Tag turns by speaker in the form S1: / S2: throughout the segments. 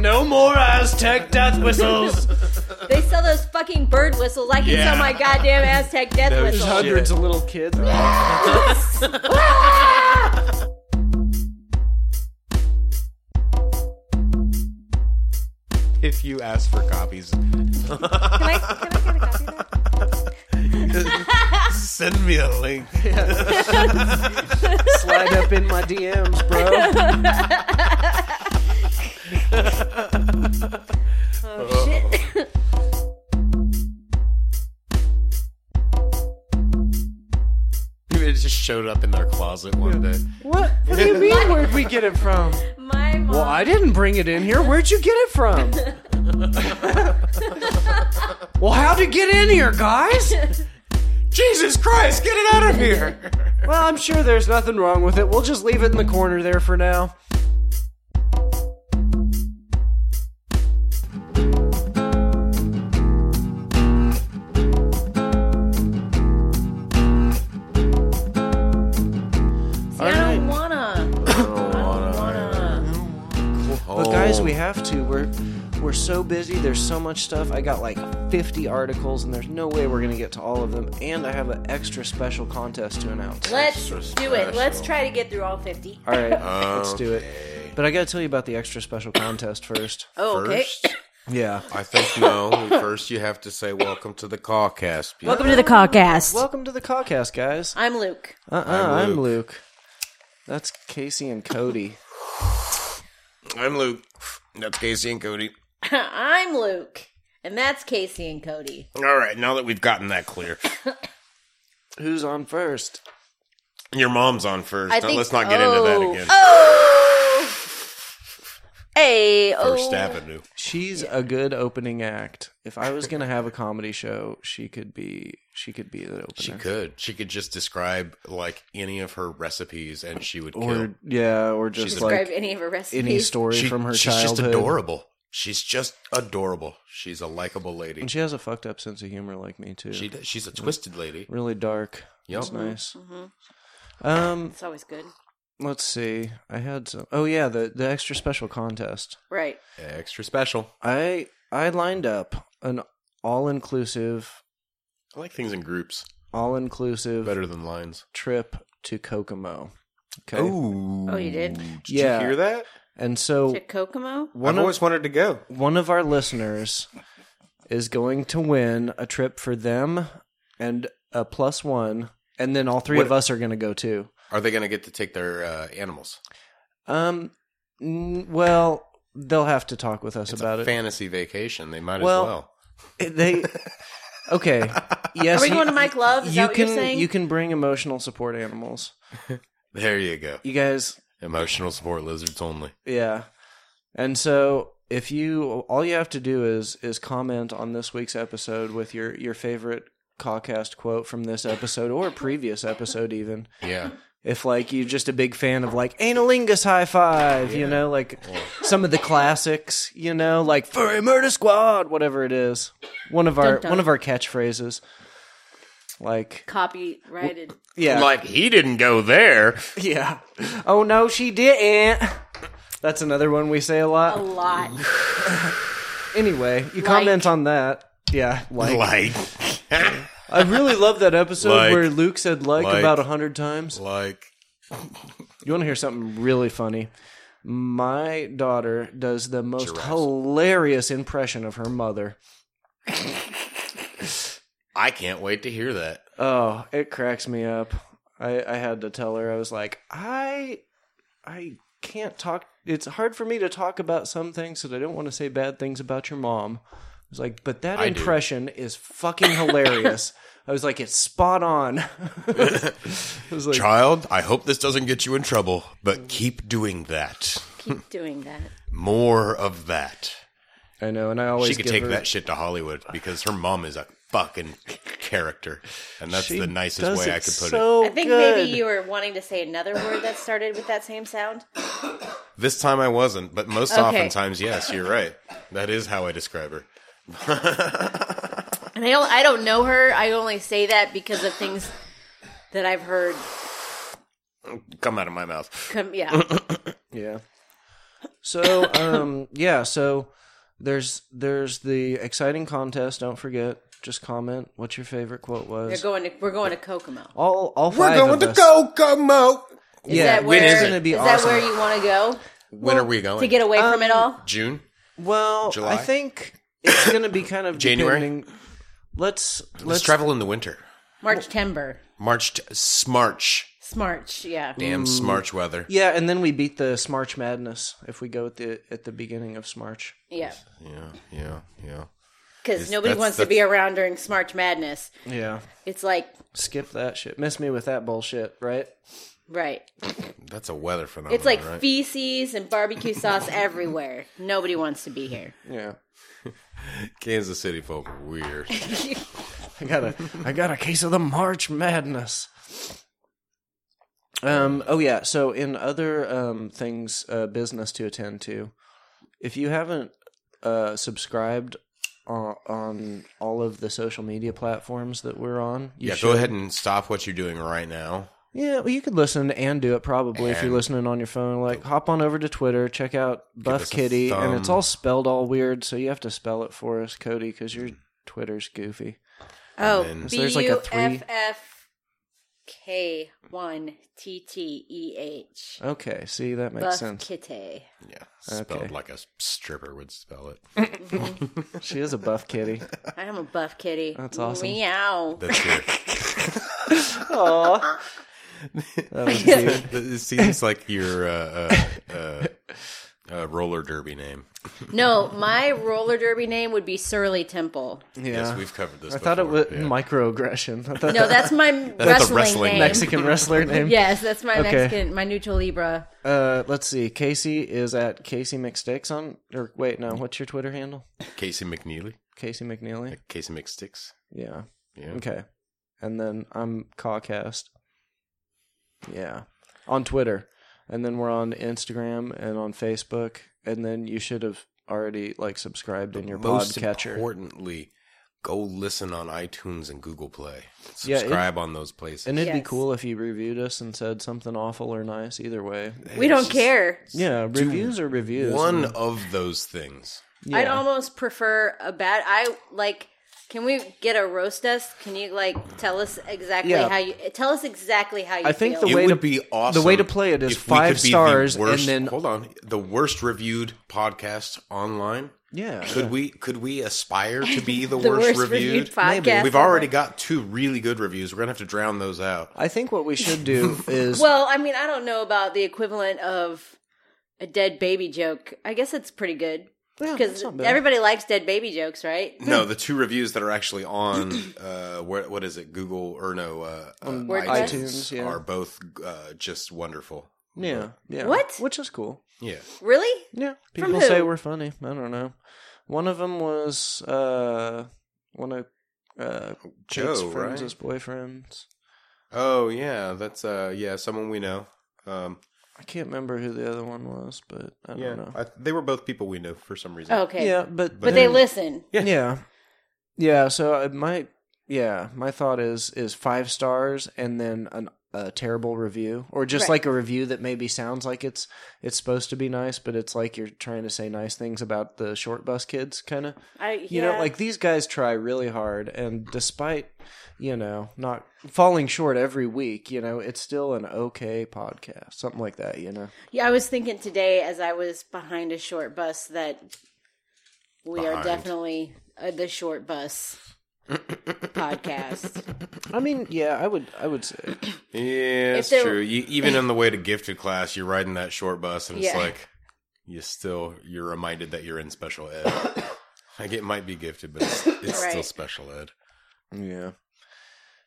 S1: No more Aztec death whistles.
S2: They sell those fucking bird whistles. I can
S1: Yeah.
S2: sell my goddamn Aztec death
S1: No
S2: whistle.
S1: shit.
S3: Hundreds of little kids.
S4: If you ask for copies,
S2: Can I, can I get a copy of that?
S4: send me a link.
S3: Slide up in my DMs, bro.
S2: Oh, shit.
S4: It just showed up in their closet one day.
S3: What? What do you mean? Where'd we get it from?
S2: My mom.
S3: Well, I didn't bring it in here. Where'd you get it from? well, how'd it get in here, guys?
S4: Jesus Christ, get it out of here!
S3: Well, I'm sure there's nothing wrong with it. We'll just leave it in the corner there for now.
S2: See, I don't wanna. I don't wanna.
S4: Oh,
S3: But guys, we have to. We're we're so busy. There's so much stuff. I got like 50 articles, and there's no way we're gonna get to all of them. And I have an extra special contest to announce.
S2: Let's
S4: Extra
S2: do it. Let's
S4: special.
S2: try to get through all 50.
S3: All right, let's do it. But I gotta tell you about the extra special contest first.
S2: Oh, okay.
S4: First,
S3: Yeah.
S4: I think no. First, you have to say welcome to the caucast.
S2: Welcome to the caucast.
S3: Welcome to the Caucast, guys.
S2: I'm Luke.
S3: Uh uh-uh, uh, i
S4: I'm
S3: am Luke. That's Casey and Cody.
S4: I'm Luke. That's Casey and Cody.
S2: I'm Luke. And that's Casey and Cody.
S4: All right, now that we've gotten that clear,
S3: Who's on first?
S4: your mom's on first.
S2: I
S4: Now,
S2: think-
S4: Let's not get into
S2: oh.
S4: that again.
S2: Oh! Hey, oh.
S4: First Avenue.
S3: She's a good opening act. If I was gonna have a comedy show, she could be. She could be the opener.
S4: She could. She could just describe like any of her recipes, and she would
S3: or
S4: kill.
S3: yeah, or just
S2: Describe
S3: like
S2: any of her recipes.
S3: any story
S4: She-
S3: from her
S4: she's
S3: childhood.
S4: just adorable. She's just adorable. She's a likable lady.
S3: And she has a fucked up sense of humor like me too.
S4: She does- she's a twisted lady.
S3: really dark.
S4: Yup.
S3: It's nice. Um,
S2: It's always good.
S3: let's see. I had some. Oh yeah, the the extra special contest.
S2: Right.
S4: Extra special.
S3: I I lined up an all inclusive,
S4: I like things in groups
S3: all inclusive
S4: better than lines.
S3: trip to Kokomo. Okay.
S4: Oh,
S2: Oh, you did?
S4: Did
S3: Yeah.
S4: you hear that?
S3: And so
S2: To Kokomo?
S3: one
S4: I've
S3: of
S4: always wanted to go.
S3: one of our listeners is going to win a trip for them and a plus one, and then all three
S4: What-
S3: of us are going to go too.
S4: Are they going to get to take their uh, animals?
S3: Um, n- well, they'll have to talk with us
S4: It's
S3: about
S4: a
S3: it.
S4: fantasy vacation. They might
S3: Well, eh,
S4: as well.
S3: They, okay, yes,
S2: Are we
S3: you-
S2: going to Mike Love? Is
S3: you
S2: that what
S3: can
S2: you're saying?
S3: you can bring emotional support animals.
S4: There you go.
S3: You guys,
S4: Emotional support lizards only.
S3: yeah, and so if you all you have to do is is comment on this week's episode with your your favorite cawcast quote from this episode or previous episode even
S4: Yeah.
S3: if like you're just a big fan of like analingus high five you know like some of the classics you know like furry murder squad whatever it is one of our
S2: Dun dun.
S3: one of our catchphrases like
S2: Copyrighted.
S3: yeah
S4: Like he didn't go there.
S3: yeah oh no she didn't that's another one we say a
S2: A
S3: lot
S2: lot.
S3: anyway you comment on that yeah like
S4: Like
S3: i really love that episode
S4: Like.
S3: where luke said like,
S4: Like.
S3: about a hundred times
S4: like
S3: You want to hear something really funny? My daughter does the most hilarious impression of her mother.
S4: I can't wait to hear that.
S3: Oh, it cracks me up. I, I had to tell her. I was like, I, I can't talk. It's hard for me to talk about some things because I don't want to say bad things about your mom. I was like, but that
S4: I do.
S3: impression is fucking hilarious. I was like, it's spot on. I was like,
S4: Child, I hope this doesn't get you in trouble, but keep doing that.
S2: Keep doing that.
S4: More of that.
S3: I know, and I always
S4: She could
S3: give
S4: take
S3: her-
S4: that shit to Hollywood because her mom is a fucking character. And that's
S3: She
S4: the nicest
S3: does
S4: way I
S3: it
S4: could put it.
S3: so
S2: I think
S3: Oh, good.
S2: maybe you were wanting to say another word that started with that same sound.
S4: This time I wasn't, but most
S2: Okay.
S4: oftentimes, yes, you're right. That is how I describe her.
S2: And I don't, I don't know her. I only say that because of things that I've heard.
S4: Come out of my mouth.
S2: Come, yeah.
S3: Yeah. So, um, yeah. So there's there's the exciting contest. Don't forget. Just comment what your favorite quote
S2: They're
S3: was.
S2: going to we're going to Kokomo.
S3: all all 5
S4: We're going
S3: of
S4: to
S3: us.
S4: Kokomo.
S2: Is
S3: Yeah,
S2: that
S4: when
S2: where, is
S4: is it?
S3: It's gonna be
S2: that
S3: awesome. Um,
S2: where you want to go
S4: When are we going?
S2: to get away from it all?
S4: June.
S3: Well,
S4: July?
S3: I think it's going to be kind of
S4: January?
S3: depending- Let's
S4: Let's,
S3: let's
S4: travel in the winter.
S2: March Timber.
S4: March, to, smarch,
S2: Smarch, yeah.
S4: damn
S3: Mm.
S4: smarch weather.
S3: yeah, and then we beat the Smarch Madness if we go at the at the beginning of Smarch.
S2: Yeah.
S4: Yeah, yeah, yeah.
S2: Because nobody
S4: that's-
S2: wants to
S4: that's-
S2: be around during Smarch Madness.
S3: Yeah,
S2: It's like,
S3: skip that shit. Miss me with that bullshit, right?
S2: right.
S4: That's a weather phenomenon.
S2: It's like
S4: right?
S2: feces and barbecue sauce everywhere. Nobody wants to be here.
S3: Yeah,
S4: Kansas City folk are weird.
S3: I got a I got a case of the March Madness. Um. Oh yeah. So in other um things, uh, business to attend to. If you haven't uh subscribed on, on all of the social media platforms that we're on, you
S4: yeah,
S3: should.
S4: go ahead and stop what you're doing right now.
S3: Yeah, well, you could listen and do it probably if you're
S4: And-
S3: listening on your phone. Like, hop on over to Twitter, check out Buff
S4: us a
S3: Kitty, and
S4: thumb.
S3: it's all spelled all weird, so you have to spell it for us, Cody, because your Twitter's goofy.
S2: Oh,
S4: then-
S3: So there's like a three-
S2: B-U-F-F-K-1-T-T-E-H.
S3: Okay, see that makes
S2: E Buff
S3: sense.
S2: Kitty.
S4: Yeah, spelled
S3: Okay.
S4: like a stripper would spell it.
S3: She is a Buff Kitty.
S2: I am a buff kitty.
S3: That's awesome.
S2: Meow.
S4: That's weird.
S3: Aw, that was cute.
S4: it seems like your uh, uh, uh, uh, roller derby name.
S2: No, my roller derby name would be Surly Temple.
S3: Yeah,
S4: Yes, we've covered this.
S3: Uh, I thought it
S4: before.
S3: was
S4: Yeah.
S3: microaggression. I thought
S2: No, that's my
S4: That's a
S2: wrestling, name.
S4: wrestling name.
S3: Mexican wrestler name.
S2: Yes, that's my
S3: Okay.
S2: Mexican, my neutral Libra.
S3: Uh, let's see. Casey is at Casey McSticks on. Or wait, no. What's your Twitter handle?
S4: Casey McNeely,
S3: Casey McNeely.
S4: Casey McSticks.
S3: Yeah.
S4: Yeah.
S3: Okay. And then I'm Cawcast. Yeah. On Twitter. And then we're on Instagram and on Facebook. And then you should have already like subscribed in your
S4: Most
S3: podcatcher.
S4: importantly, go listen on iTunes and Google Play.
S3: Yeah, it-
S4: Subscribe on those places.
S3: and it'd be
S2: Yes.
S3: cool if you reviewed us and said something awful or nice either way.
S2: We don't care.
S3: Yeah, reviews are reviews.
S4: One
S3: And-
S4: of those things.
S3: yeah.
S2: I'd almost prefer a bad. I like. Can we get a roast us? Can you like tell us exactly
S3: Yeah.
S2: how you tell us exactly how you
S3: I think the
S2: feel?
S4: It
S3: way to-
S4: would be awesome.
S3: the way to play it is
S4: if we could
S3: five
S4: be the
S3: stars and
S4: worst-
S3: then-
S4: hold on, the worst reviewed podcast online.
S3: Yeah.
S4: Could we could we aspire to be the,
S2: the
S4: worst,
S2: worst reviewed
S4: reviewed?
S2: podcast.
S4: We've already got two really good reviews. We're gonna have to drown those out.
S3: I think what we should do is
S2: Well, I mean, I don't know about the equivalent of a dead baby joke. I guess it's pretty good
S3: Yeah,
S2: because
S3: it's Oh, not bad.
S2: everybody likes dead baby jokes, right?
S4: No, the two reviews that are actually on uh, where, what is it? Google or no? Uh, uh,
S2: WordPress?
S3: iTunes, yeah.
S4: are both uh, just wonderful.
S3: yeah, yeah.
S2: What?
S3: Which is cool.
S4: Yeah,
S2: Really?
S3: Yeah,
S2: From
S3: people say
S2: who?
S3: we're funny. I don't know. One of them was uh, one of uh, Kate's
S4: Joe,
S3: friends'
S4: right?
S3: boyfriends.
S4: Oh yeah, that's uh yeah someone we know. Um,
S3: I can't remember who the other one was, but I
S4: yeah,
S3: don't know.
S4: I, they were both people we know for some reason.
S2: Okay.
S3: Yeah, Mm. but
S2: But they
S3: then-
S2: listen.
S3: Yeah. yeah, yeah. So I- my yeah, my thought is is five stars and then an, a terrible review, or just
S2: Right.
S3: like a review that maybe sounds like it's it's supposed to be nice, but it's like you're trying to say nice things about the short bus kids, kind of.
S2: I,
S3: You know,
S2: yeah.
S3: like these guys try really hard, and despite you know not falling short every week, you know it's still an okay podcast, something like that. You know,
S2: Yeah, I was thinking today as I was behind a short bus that we are
S4: Behind.
S2: definitely uh, the short bus podcast.
S3: I mean, yeah, I would, I would say,
S4: Yeah, it's
S2: there-
S4: true. You, even on the way to gifted class, you're riding that short bus, and it's
S2: Yeah.
S4: like you still you're reminded that you're in special ed. like it might be gifted, but it's, it's still
S2: Right.
S4: special ed.
S3: yeah,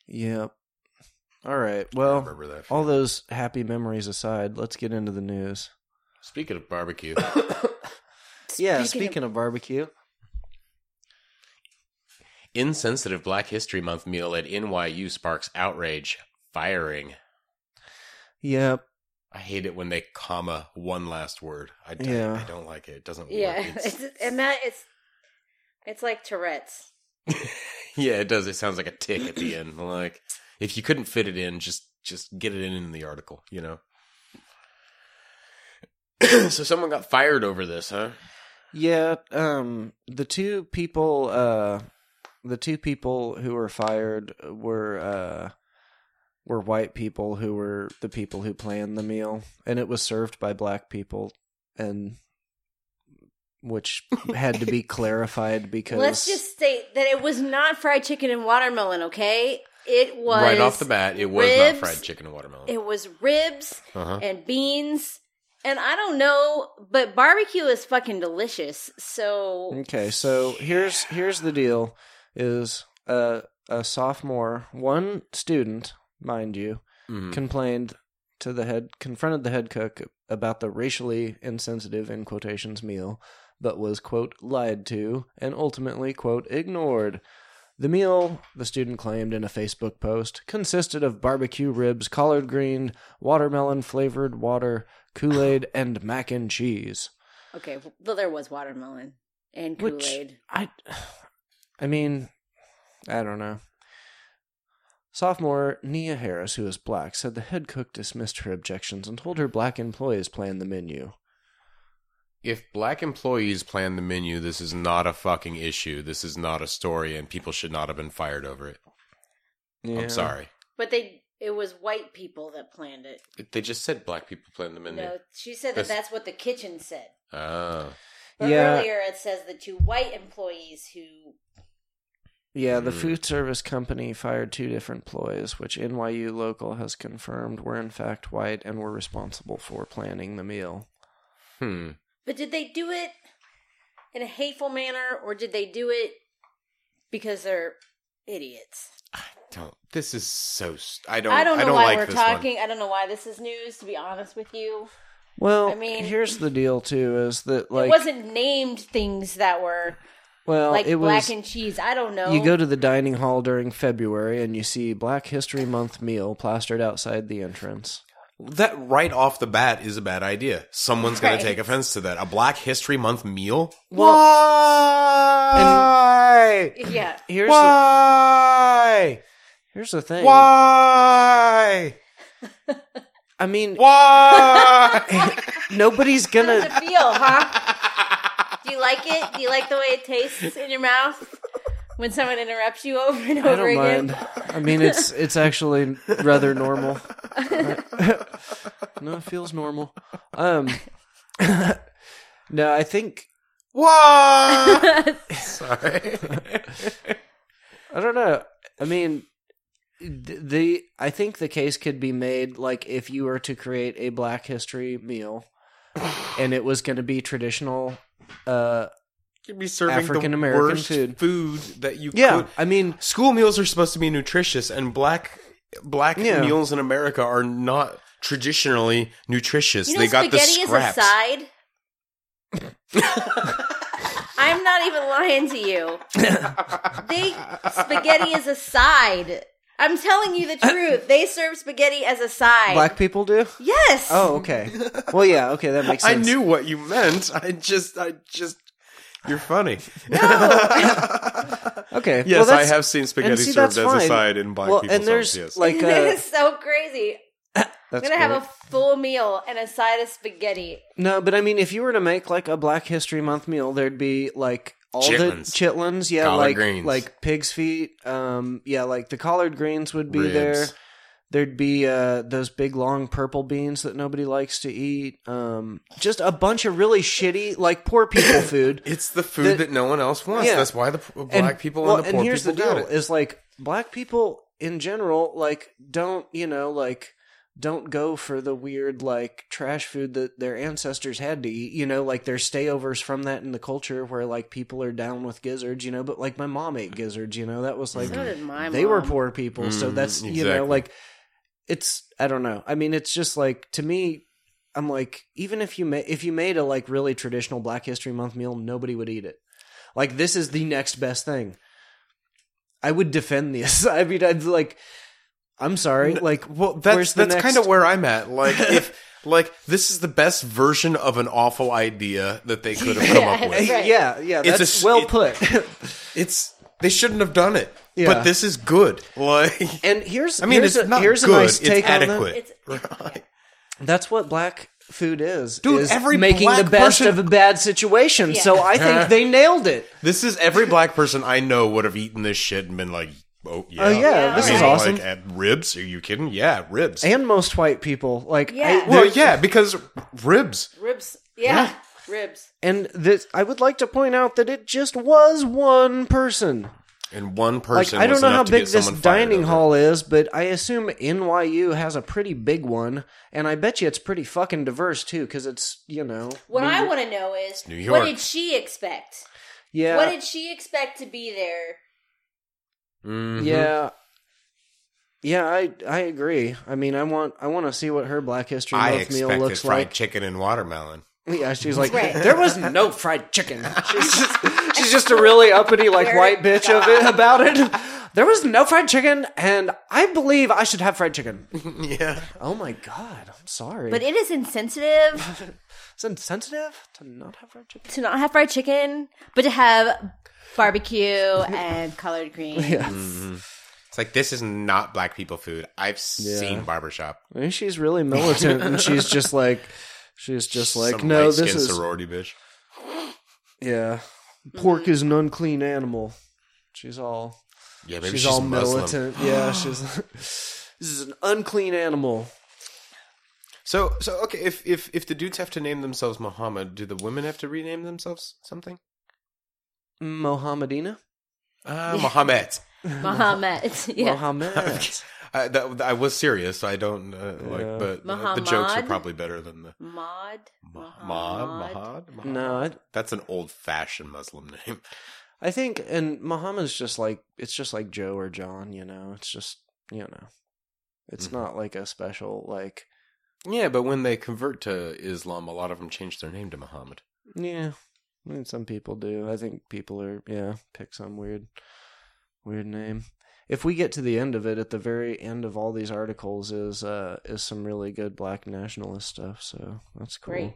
S3: yeah. All right, well,
S4: Remember that.
S3: all those happy memories aside, let's get into the news.
S4: Speaking of barbecue,
S3: yeah,
S2: Speaking of-
S3: speaking of, barbecue,
S4: insensitive Black History Month meal at NYU sparks outrage. Firing.
S3: yeah,
S4: I hate it when they comma one last word. I, don't-
S3: Yeah.
S4: I don't like it. It doesn't work.
S2: yeah,
S4: It's-
S2: it's, and that it's it's like Tourette's.
S4: yeah, it does. It sounds like a tick at the end. Like if you couldn't fit it in, just just get it in in the article. You know. so someone got fired over this, huh?
S3: Yeah, um, the two people, uh, the two people who were fired were uh, were white people who were the people who planned the meal, and it was served by black people, and which had to be clarified because
S2: Let's just state that it was not fried chicken and watermelon, okay? It was
S4: right off the bat, it was not
S2: ribs.
S4: fried chicken and watermelon.
S2: It was ribs
S4: Uh-huh.
S2: and beans. And I don't know, but barbecue is fucking delicious.
S4: Mm.
S2: So
S3: Okay, so here's here's the deal: is a a sophomore, one student, mind you,
S4: Mhm.
S3: complained to the head, confronted the head cook about the racially insensitive in quotations meal, but was quote lied to and ultimately quote ignored. The meal, the student claimed in a Facebook post, consisted of barbecue ribs, collard green, watermelon flavored water, Kool Aid, and mac and cheese.
S2: okay, well there was watermelon and Kool
S3: Which-
S2: Aid.
S3: I, I mean, I don't know. Sophomore Nia Harris, who is black, said the head cook dismissed her objections and told her black employees planned the menu.
S4: If black employees plan the menu, this is not a fucking issue. This is not a story, and people should not have been fired over it.
S3: Yeah.
S4: I'm sorry.
S2: But they it was white people that planned it.
S4: They just said black people plan the menu.
S2: No, she said that
S4: That's-
S2: that's what the kitchen said.
S4: Oh.
S2: But
S3: Yeah.
S2: earlier it says the two white employees who
S3: Yeah, the
S4: Mm.
S3: food service company fired two different employees, which NYU local has confirmed were in fact white and were responsible for planning the meal.
S4: Hmm.
S2: But did they do it in a hateful manner or did they do it because they're idiots?
S4: Don't. This is so. St- I don't.
S2: I don't know why
S4: like
S2: we're
S4: this one.
S2: talking. I don't know why this is news, to be honest with you.
S3: Well,
S2: I mean-
S3: here's the deal too: is that like,
S2: it wasn't named things that were
S3: well,
S2: like
S3: it
S2: black
S3: was
S2: and cheese. I don't know.
S3: You go to the dining hall during February and you see Black History Month meal plastered outside the entrance.
S4: That right off the bat is a bad idea. Someone's going
S2: Right.
S4: to take offense to that. A Black History Month meal?
S3: Well-
S4: Why?
S2: yeah.
S3: Here's the,
S4: Why?
S3: here's the thing.
S4: Why?
S3: I mean,
S4: Why?
S3: nobody's
S2: How does it
S3: gonna.
S2: feel, huh? Do you like it? Do you like the way it tastes in your mouth when someone interrupts you over and over
S3: I don't
S2: again?
S3: mind. I mean, it's it's actually rather normal. no, it feels normal. Um, no, I think
S4: Why? Sorry.
S3: I don't know. I mean, th- the I think the case could be made like if you were to create a Black History meal, and it was going to be traditional. Uh,
S4: You'd be serving African
S3: African-American
S4: American
S3: food.
S4: food. food that you
S3: yeah,
S4: could.
S3: I mean,
S4: School meals are supposed to be nutritious, and black black
S3: Yeah.
S4: meals in America are not traditionally nutritious.
S2: You know,
S4: they got the
S2: spaghetti is a
S4: scraps.
S2: side. I'm not even lying to you. They spaghetti is a side. I'm telling you the truth. They serve spaghetti as a side.
S3: Uh, black people do.
S2: yes.
S3: Oh, okay. Well, yeah, okay, that makes
S4: I
S3: sense.
S4: knew what you meant. I just, I just, you're funny.
S3: Okay, well,
S4: Yes, I
S3: that's-
S4: have seen spaghetti
S3: and see,
S4: served
S3: that's
S4: as a
S3: fine.
S4: side in black
S3: Well,
S4: people
S3: and there's
S4: Yes.
S3: like
S2: that
S3: uh,
S2: is so crazy. I'm
S3: that's
S2: gonna have
S3: great.
S2: a full meal and a side of spaghetti.
S3: No, but I mean, if you were to make like a Black History Month meal, there'd be like all
S4: Chitlins.
S3: the chitlins, yeah,
S4: Collard
S3: like
S4: greens.
S3: like pig's feet, um, yeah, like the collard greens would be
S4: Ribs.
S3: there. There'd be uh, those big long purple beans that nobody likes to eat. Um, just a bunch of really shitty, like poor people food.
S4: it's the food
S3: the-
S4: that no one else wants.
S3: Yeah.
S4: That's why the p- black people
S3: well,
S4: and the poor
S3: here's
S4: people
S3: the deal:
S4: got it.
S3: is like black people in general, like don't you know, like don't go for the weird like trash food that their ancestors had to eat. You know, like there's stayovers from that in the culture where like people are down with gizzards. You know, but like my mom ate gizzards. You know, that was like
S2: So did my
S3: they were
S2: mom.
S3: poor people, so
S4: Mhm,
S3: that's you know
S4: exactly.
S3: like it's I don't know. I mean, it's just like to me. I'm like, even if you ma- if you made a like really traditional Black History Month meal, nobody would eat it. Like this is the next best thing. I would defend this. I mean, I'd like. I'm sorry. Like,
S4: Well,
S3: where's
S4: that's
S3: the
S4: that's
S3: next-
S4: kind of where I'm at. Like if like this is the best version of an awful idea that they could have come
S2: Yeah,
S4: up with.
S2: right.
S3: yeah, yeah.
S4: It's a
S3: That's
S4: s-
S3: well
S4: it-
S3: put.
S4: It's they shouldn't have done it.
S3: Yeah.
S4: But this is good. Like
S3: and here's,
S4: I mean,
S3: here's
S4: it's
S3: a,
S4: not
S3: here's
S4: good.
S3: a nice
S4: it's
S3: take on that.
S4: adequate.
S2: It's
S4: Right.
S3: That's what Black food is.
S4: Dude,
S3: is
S4: every
S3: making
S4: black
S3: the best
S4: person-
S3: of a bad situation.
S2: Yeah.
S3: So I think they nailed it.
S4: This is every black person I know would have eaten this shit and been like, "Oh yeah,
S3: Oh, yeah,
S2: this is
S3: awesome.
S4: Like, at ribs? Are you kidding? Yeah, ribs.
S3: And most white people like
S2: Yeah.
S3: I,
S4: well, yeah, because ribs.
S2: Ribs. Yeah. Ribs.
S3: and this I would like to point out that it just was one person.
S4: And one
S3: Like
S4: person.
S3: I don't
S4: was
S3: know
S4: enough
S3: how
S4: to get
S3: big this
S4: someone fired
S3: dining
S4: over.
S3: hall is, but I assume NYU has a pretty big one, and I bet you it's pretty fucking diverse too, because it's you know
S2: What I want to know is
S4: New
S2: what
S4: York.
S2: did she expect?
S3: yeah
S2: What did she expect to be there?
S4: Mhm.
S3: yeah. Yeah, I I agree. I mean, I want I want to see what her Black History
S4: I
S3: Month meal
S4: expected
S3: looks
S4: fried
S3: like.
S4: chicken and watermelon.
S3: Yeah, she's like,
S2: Right.
S3: there was no fried chicken. She's just, she's just a really uppity, like white bitch of it about it. There was no fried chicken, and I believe I should have fried chicken.
S4: yeah.
S3: Oh my god, I'm sorry.
S2: But it is insensitive
S3: it's insensitive to not have fried chicken.
S2: to not have fried chicken, but to have barbecue and collard greens.
S3: Mm.
S4: It's like this is not black people food. I've seen barbershop.
S3: I mean, she's really militant, and she's just like, she's just like,
S4: Some
S3: no,
S4: light-skinned
S3: this is
S4: sorority bitch.
S3: yeah, pork is an unclean animal. She's all
S4: Yeah, maybe
S3: she's,
S4: she's,
S3: all
S4: Muslim.
S3: militant. Yeah, she's this is an unclean animal.
S4: So, so okay. If if if the dudes have to name themselves Muhammad, do the women have to rename themselves something?
S3: Mohammedina.
S4: Uh, Muhammad.
S2: Muhammad. yeah.
S3: Mohammed.
S4: I, that, that- I was serious. I don't uh,
S3: Yeah.
S4: like, but uh, the jokes are
S2: Muhammad?
S4: probably better than the
S2: Mod.
S4: Muhammad. Muhammad.
S3: no, I,
S4: That's an old-fashioned Muslim name.
S3: I think, and Muhammad's just like it's just like Joe or John. You know, it's just you know, it's
S2: Mm-hmm.
S4: Mhm.
S3: not like a special like
S4: Yeah, but when they convert to Islam, a lot of them change their name to Muhammad.
S3: yeah. I mean, some people do. I think people are yeah pick some weird, weird name. If we get to the end of it, at the very end of all these articles is uh is some really good black nationalist stuff. So that's cool.
S2: Great.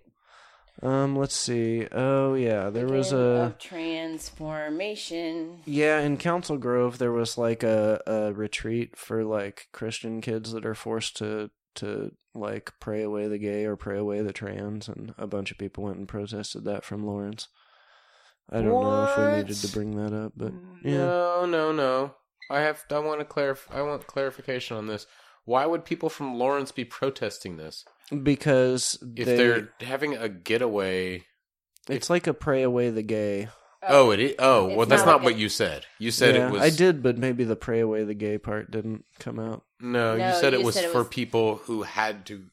S3: Um, let's see. Oh yeah, there was
S2: End
S3: a
S2: of transformation.
S3: Yeah, in Council Grove there was like a, a retreat for like Christian kids that are forced to to like pray away the gay or pray away the trans and a bunch of people went and protested that from Lawrence. I don't know if we
S4: What?
S3: needed to bring that up, but yeah.
S4: No, no, no. I have. I want to clarif- I want clarification on this. Why would people from Lawrence be protesting this
S3: Because
S4: if
S3: they
S4: they, are having a getaway?
S3: it's like a pray away the gay.
S4: Oh, it is. Oh, well,
S2: It's
S4: that's
S2: not
S4: not
S2: like
S4: what
S2: a-
S4: you said. You said
S3: yeah,
S4: it was.
S3: I did, but maybe the pray away the gay part didn't come out.
S4: No,
S2: No,
S4: you said
S2: you
S4: it was
S2: said it
S4: for
S2: was-
S4: people who had to,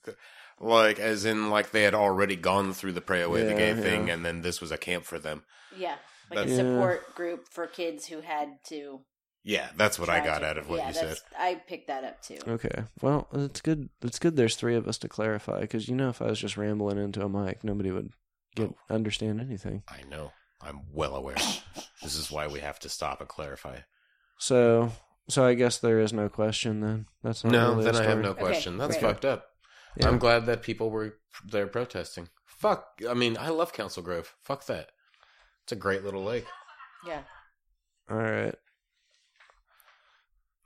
S4: like, as in, like they had already gone through the pray away the
S3: Yeah,
S4: gay
S3: yeah.
S4: thing, and then this was a camp for them.
S2: Yeah. Like a
S4: That's-
S2: support group for kids who had to.
S4: Yeah, that's what I
S2: try
S4: got
S2: to-
S4: out of what
S2: yeah,
S4: you said. Uh,
S2: that's- I picked that up too.
S3: Okay. Well, it's good. It's good there's three of us to clarify because you know if I was just rambling into a mic, nobody would
S4: Oh.
S3: get understand anything.
S4: I know. I'm well aware. this is why we have to stop and clarify.
S3: So, so I guess there is no question then. That's not
S4: No,
S3: really a
S4: then I have
S3: story.
S4: no question. that's
S2: great.
S4: fucked up.
S3: Yeah.
S4: I'm glad that people were there protesting. Fuck. I mean, I love Council Grove. Fuck that. It's a great little lake.
S2: Yeah.
S3: All right.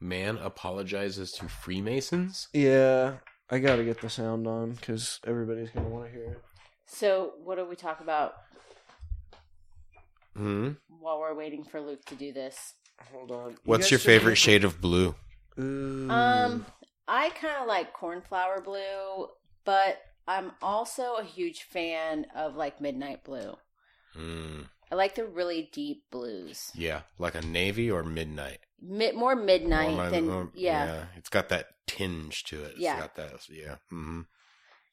S4: Man apologizes to Freemasons.
S3: Yeah, I got to get the sound on because everybody's gonna want to hear it.
S2: So, what do we talk about
S4: Hmm.
S2: while we're waiting for Luke to do this?
S3: Hold on. You
S4: What's
S3: guys
S4: your
S3: should-
S4: favorite shade of blue? Hmm.
S3: Ooh.
S2: Um, I kind of like cornflower blue, but I'm also a huge fan of like midnight blue.
S4: Hmm.
S2: I like the really deep blues.
S4: Yeah, like a navy or midnight.
S2: Mid- more
S4: Or
S2: midnight
S4: my-
S2: than
S4: or-
S2: yeah.
S4: It's got that tinge to it. It's
S2: Yeah.
S4: got that. Yeah. hmm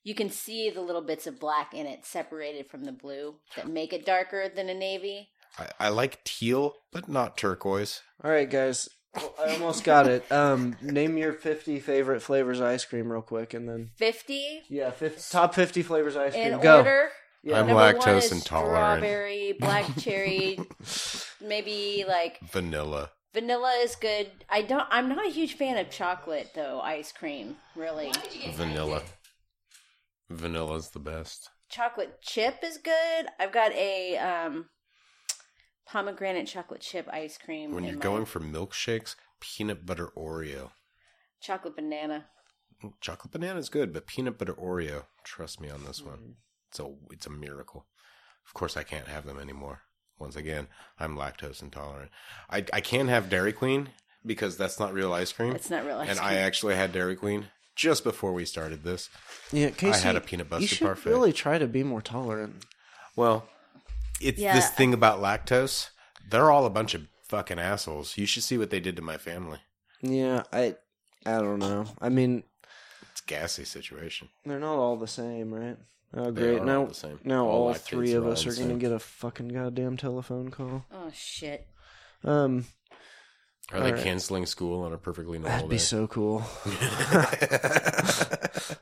S2: You can see the little bits of black in it separated from the blue that make it darker than a navy.
S4: I, I like teal, but not turquoise.
S3: All right, guys. Well, I almost got it. Um, name your fifty favorite flavors of ice cream real quick, and then
S2: 50
S3: yeah, 50, top fifty flavors of ice cream.
S2: in
S3: Go.
S2: order.
S3: Yeah.
S4: I'm
S2: Number one
S4: lactose
S2: is
S4: intolerant.
S2: Strawberry, black cherry, maybe like
S4: Vanilla.
S2: vanilla is good. I don't. I'm not a huge fan of chocolate though. Ice cream, really.
S4: Vanilla. Vanilla's the best.
S2: Chocolate chip is good. I've got a um, pomegranate chocolate chip ice cream.
S4: When
S2: in
S4: you're
S2: my
S4: going for milkshakes, peanut butter Oreo.
S2: chocolate banana.
S4: chocolate banana is good, but peanut butter Oreo, trust me on this one. It's a it's a miracle. Of course, I can't have them anymore. Once again, I'm lactose intolerant. I I can have Dairy Queen because that's not real ice cream.
S2: It's not real ice
S4: and
S2: cream.
S4: I actually had Dairy Queen just before we started this.
S3: Yeah, Casey,
S4: had a peanut butter
S3: You should
S4: parfait.
S3: really try to be more tolerant.
S4: Well, it's
S2: Yeah.
S4: this thing about lactose. They're all a bunch of fucking assholes. You should see what they did to my family.
S3: Yeah, I, I don't know. I mean,
S4: It's a gassy situation.
S3: they're not all the same, right? Oh,
S4: They
S3: great!
S4: are
S3: Now,
S4: all the same.
S3: now
S4: All
S3: all,
S4: lactates
S3: three
S4: are
S3: of
S4: all
S3: us
S4: the
S3: are going to
S4: same.
S3: get a fucking goddamn telephone call.
S2: Oh shit.
S3: Um,
S4: Are they
S3: Alright.
S4: canceling school on a perfectly normal
S3: that'd
S4: day?
S3: be so cool.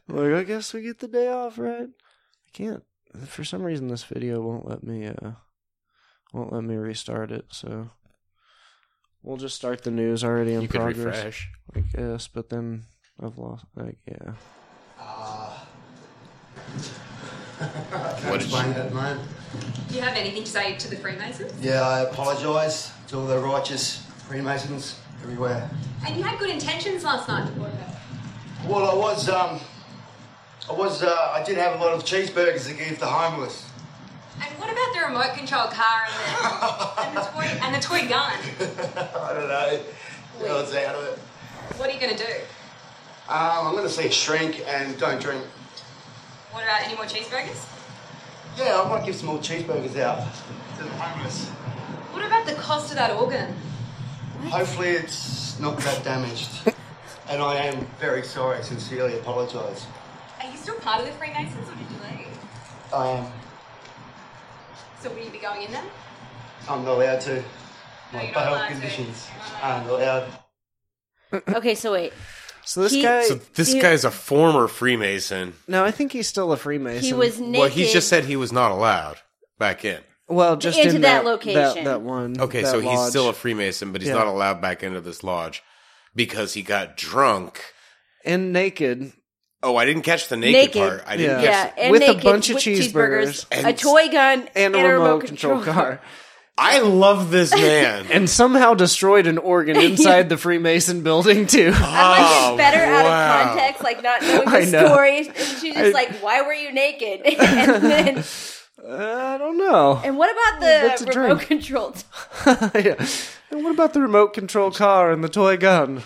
S3: Like, I guess we get the day off, right? I can't. For some reason, this video won't let me. Uh, won't let me restart it. So we'll just start the news already in
S4: you could
S3: progress.
S4: refresh.
S3: I guess, but then I've lost. Like, yeah.
S4: What did
S5: Main
S4: you,
S5: headline.
S6: Do you have anything to say to the Freemasons?
S5: Yeah, I apologise to all the righteous Freemasons everywhere.
S6: And you had good intentions last night.
S5: Well, I was, um, I was, uh, I did have a lot of cheeseburgers to give the homeless.
S6: And what about the remote control car and the, and the, toy, and the toy gun?
S5: I don't know. Yeah, I was out of it.
S6: What are you going to do?
S5: Um, I'm going to say shrink and don't drink.
S6: What about any more cheeseburgers?
S5: Yeah, I might give some more cheeseburgers out to the homeless.
S6: What about the cost of that organ?
S5: Hopefully, it's not that damaged. and I am very sorry. I Sincerely apologise.
S6: Are you still part of the Freemasons or did you leave?
S5: I am.
S6: So will you be going in them?
S5: I'm not allowed to.
S6: No,
S5: My
S6: you're not
S5: bail
S6: allowed to.
S5: conditions
S6: You're not
S5: aren't allowed.
S2: Okay, so wait.
S3: So this
S2: He-
S3: guy.
S4: so this guy's a former Freemason.
S3: no, I think he's still a Freemason.
S2: He was naked.
S4: Well, he just said he was not allowed back in.
S3: well, just
S2: into
S3: in that,
S2: that
S3: That,
S2: location.
S3: that one.
S4: Okay,
S3: that
S4: so he's
S3: lodge.
S4: still a Freemason, but he's
S3: Yeah.
S4: not allowed back into this lodge because he got drunk.
S3: and naked.
S4: Oh, I didn't catch the naked,
S2: Naked.
S4: part. I didn't
S3: Yeah.
S4: catch.
S2: yeah,
S4: The,
S2: and
S3: With a
S2: naked,
S3: bunch of
S2: with
S3: cheeseburgers
S4: and-
S2: a toy gun,
S3: And a remote control car.
S4: I love this man.
S3: And somehow destroyed an organ inside the Freemason building, too.
S2: Unless
S4: Oh,
S2: it's better out
S4: wow.
S2: of context, like not knowing
S3: I
S2: the
S3: know.
S2: story. And she's just
S3: I-
S2: like, "Why were you naked?" and then,
S3: I don't know.
S2: and what about
S3: That's
S2: the
S3: a
S2: remote
S3: drink.
S2: control?
S3: yeah. And what about the remote control car and the toy gun?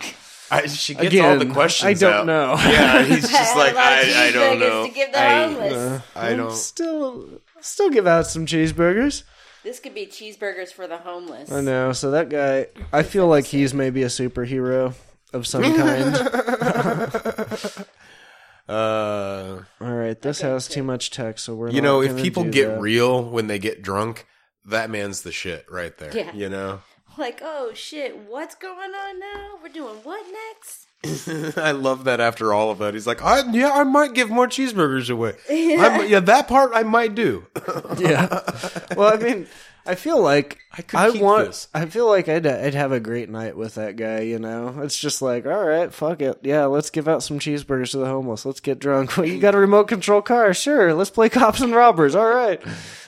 S4: I, she gets
S3: Again,
S4: all the questions.
S3: I don't
S4: out.
S3: know.
S4: Yeah, he's just like
S2: a lot of
S4: I, I don't
S2: cheeseburgers
S4: know.
S2: To give the
S4: I, uh,
S2: homeless.
S4: I don't.
S3: Still, still give out some cheeseburgers.
S2: This could be cheeseburgers for the homeless.
S3: I know. So that guy, I feel like he's maybe a superhero of some kind.
S4: Uh,
S3: All right, this has too much text, so we're
S4: you
S3: not
S4: know, if
S3: gonna
S4: people
S3: do
S4: get
S3: that.
S4: real when they get drunk, that man's the shit right there.
S2: Yeah.
S4: You know,
S2: Like, oh shit, what's going on now? We're doing what next?
S4: I love that. After all of that, he's like, I, yeah, I might give more cheeseburgers away. I'm, yeah, that part I might do.
S3: yeah. Well, I mean, I feel like
S4: I could
S3: I,
S4: keep
S3: want.
S4: this.
S3: I feel like I'd I'd have a great night with that guy. You know, it's just like, all right, fuck it, yeah, let's give out some cheeseburgers to the homeless. Let's get drunk. Well, you got a remote control car? Sure. Let's play cops and robbers. All right,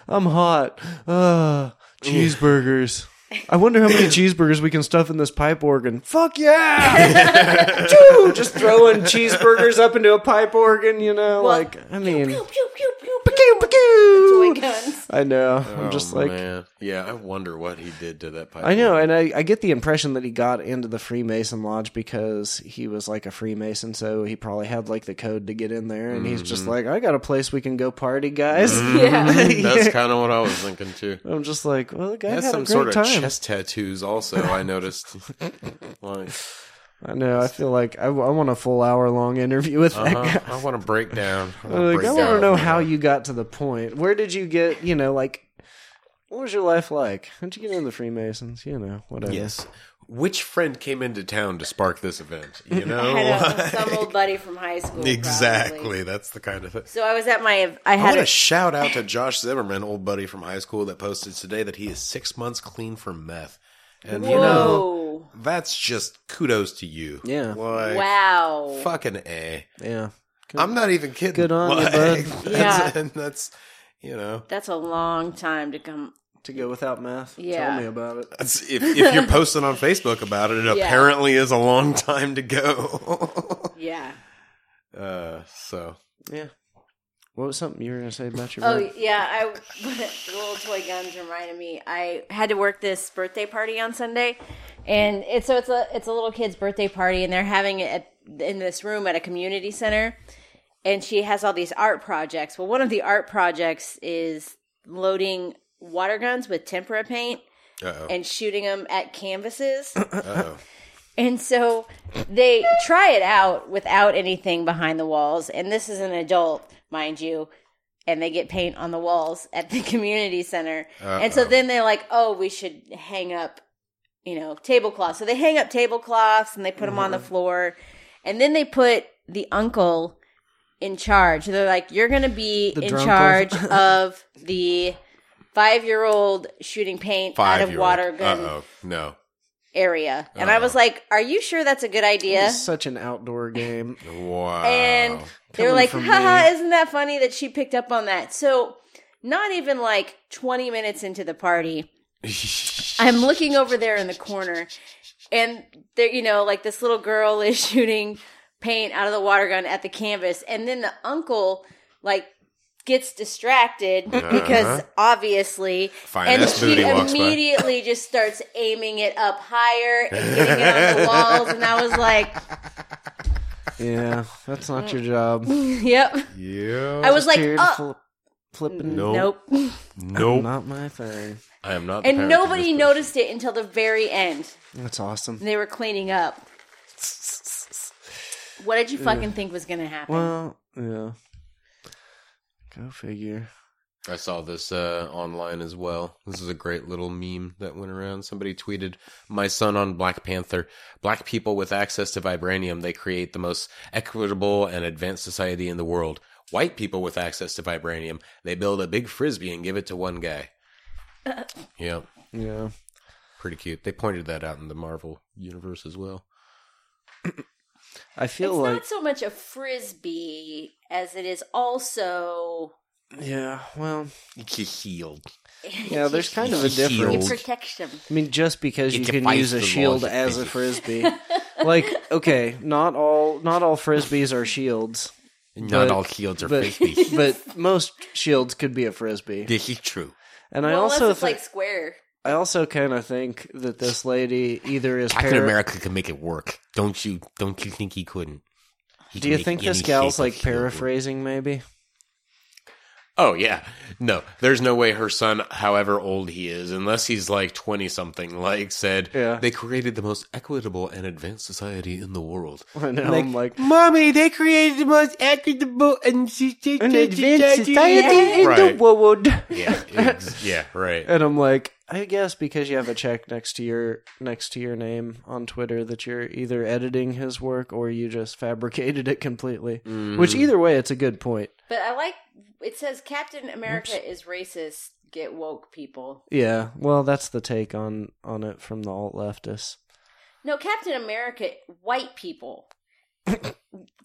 S3: I'm hot. Uh, cheeseburgers. I wonder how many cheeseburgers we can stuff in this pipe organ. Fuck yeah! Choo! Just throwing cheeseburgers up into a pipe organ, you know? like, I mean.
S2: Pew, pew, pew, pew,
S3: Pew,
S2: pew.
S3: pew.
S2: Toy guns.
S3: I know. I'm
S4: Oh,
S3: just like
S4: man. yeah. I wonder what he did to that pipe.
S3: I know, and I, I get the impression that he got into the Freemason Lodge because he was like a Freemason, so he probably had like the code to get in there, and he's
S4: Mm-hmm.
S3: just like, I got a place we can go party, guys.
S2: Yeah.
S4: That's kind of what I was thinking too.
S3: I'm just like, well, the guy
S4: He
S3: had
S4: has
S3: some a
S4: some
S3: great
S4: sort of
S3: time.
S4: chest tattoos. Also, I noticed. like,
S3: I know. I feel like I, I want a full hour long interview with that guy.
S4: uh, I want to break down. wanna
S3: Like,
S4: break
S3: I want to
S4: down.
S3: know how you got to the point. Where did you get? You know, like, what was your life like? How'd you get into the Freemasons? You know, whatever.
S4: Yes. Which friend came into town to spark this event? You know,
S2: Had a, some old buddy from high school. probably.
S4: exactly. That's the kind of thing.
S2: So I was at my. I
S4: I
S2: had
S4: want
S2: a
S4: to shout out to Josh Zimmerman, old buddy from high school, that posted today that he is six months clean from meth, and you know
S2: whoa.
S4: that's just kudos to you.
S3: Yeah.
S4: Like,
S2: wow.
S4: Fucking a.
S3: Yeah.
S4: I'm not even kidding.
S3: Good on you, bud.
S4: that's-
S2: Yeah.
S4: and that's you know.
S2: That's a long time to come.
S3: To go without math.
S2: Yeah.
S3: Tell me about it.
S4: That's- If, if you're posting on Facebook about it, it
S2: Yeah.
S4: apparently is a long time to go.
S2: Yeah.
S4: Uh, so
S3: Yeah. What was something you were gonna say about your?
S2: Oh
S3: work?
S2: yeah, I little toy guns reminded me. I had to work this birthday party on Sunday, and it's so it's a it's a little kid's birthday party, and they're having it at, in this room at a community center, and she has all these art projects. Well, one of the art projects is loading water guns with tempera paint
S4: Uh-oh.
S2: and shooting them at canvases.
S4: uh-oh.
S2: And so they try it out without anything behind the walls. And this is an adult, mind you. And they get paint on the walls at the community center. And so then they're like, oh, we should hang up, you know, tablecloths. So they hang up tablecloths and they put them on the floor. And then they put the uncle in charge. They're like, you're going to be
S3: The
S2: in
S3: drunkle.
S2: charge of the five year old shooting paint out of
S4: Five-year-old.
S2: water gun
S4: Uh-oh. No.
S2: area. And I was like, Are you sure that's a good idea?
S3: It's such an outdoor game.
S4: Wow.
S2: And they were
S3: Coming
S2: like,
S3: from
S2: Haha,
S3: me.
S2: isn't that funny that she picked up on that? So, not even like 20 minutes into the party, I'm looking over there in the corner, and there, you know, like this little girl is shooting paint out of the water gun at the canvas, and then the uncle, like, gets distracted
S4: Uh-huh.
S2: because obviously
S4: Fine
S2: and
S4: ass
S2: she
S4: booty walks by.
S2: immediately just starts aiming it up higher and getting it on the walls and i was like
S3: yeah, that's not your job.
S2: yep
S4: yeah.
S2: i was like
S3: Cheered,
S2: oh
S3: flip- flipping.
S4: Nope.
S2: nope
S4: nope.
S3: Not my thing.
S4: I am not. the
S2: and
S4: parent of
S2: nobody
S4: this
S2: noticed it until the very end
S3: That's awesome.
S2: they were cleaning up what did you fucking think was gonna happen
S3: Well, yeah. Go figure.
S4: I saw this uh, online as well. This is a great little meme that went around. Somebody tweeted, "My son on Black Panther. Black people with access to vibranium, they create the most equitable and advanced society in the world. White people with access to vibranium, they build a big frisbee and give it to one guy." yeah,
S3: Yeah.
S4: pretty cute. They pointed that out in the Marvel universe as well.
S3: I feel
S2: it's
S3: like
S2: not so much a frisbee as it is also
S3: yeah. Well,
S4: Shield.
S3: yeah. There's kind of a
S4: Shield.
S3: difference.
S2: protection
S3: I mean, just because you
S4: It
S3: can
S4: defies
S3: use a
S4: the
S3: shield
S4: laws of
S3: as a
S4: physics.
S3: frisbee, like okay, not all not all frisbees are shields,
S4: Not
S3: But-
S4: all shields are
S3: but
S4: frisbees.
S3: but most shields could be a frisbee.
S4: this is true.
S3: And I
S2: well,
S3: also
S2: unless it's
S3: think
S2: like square
S3: I also kind of think that this lady either is
S4: Captain
S3: para-
S4: America can make it work. Don't you? Don't you think he couldn't? He
S3: Do
S4: can
S3: you
S4: make
S3: think this
S4: any
S3: gal's
S4: shape
S3: like
S4: of shield work.
S3: paraphrasing? Maybe.
S4: Oh yeah, no. There's no way her son, however old he is, unless he's like twenty something, like said,
S3: Yeah.
S4: they created the most equitable and advanced society in the world.
S3: I know. I'm like,
S4: mommy, they created the most equitable and
S3: an advanced society in the
S4: Right.
S3: world.
S4: Yeah, ex- yeah, right.
S3: And I'm like, I guess because you have a check next to your next to your name on Twitter that you're either editing his work or you just fabricated it completely. Which
S4: Mm.
S3: either way, it's a good point.
S2: But I like it says Captain America is racist. Get woke, people.
S3: Yeah. Well, that's the take on on it from the alt leftists.
S2: No, Captain America, white people.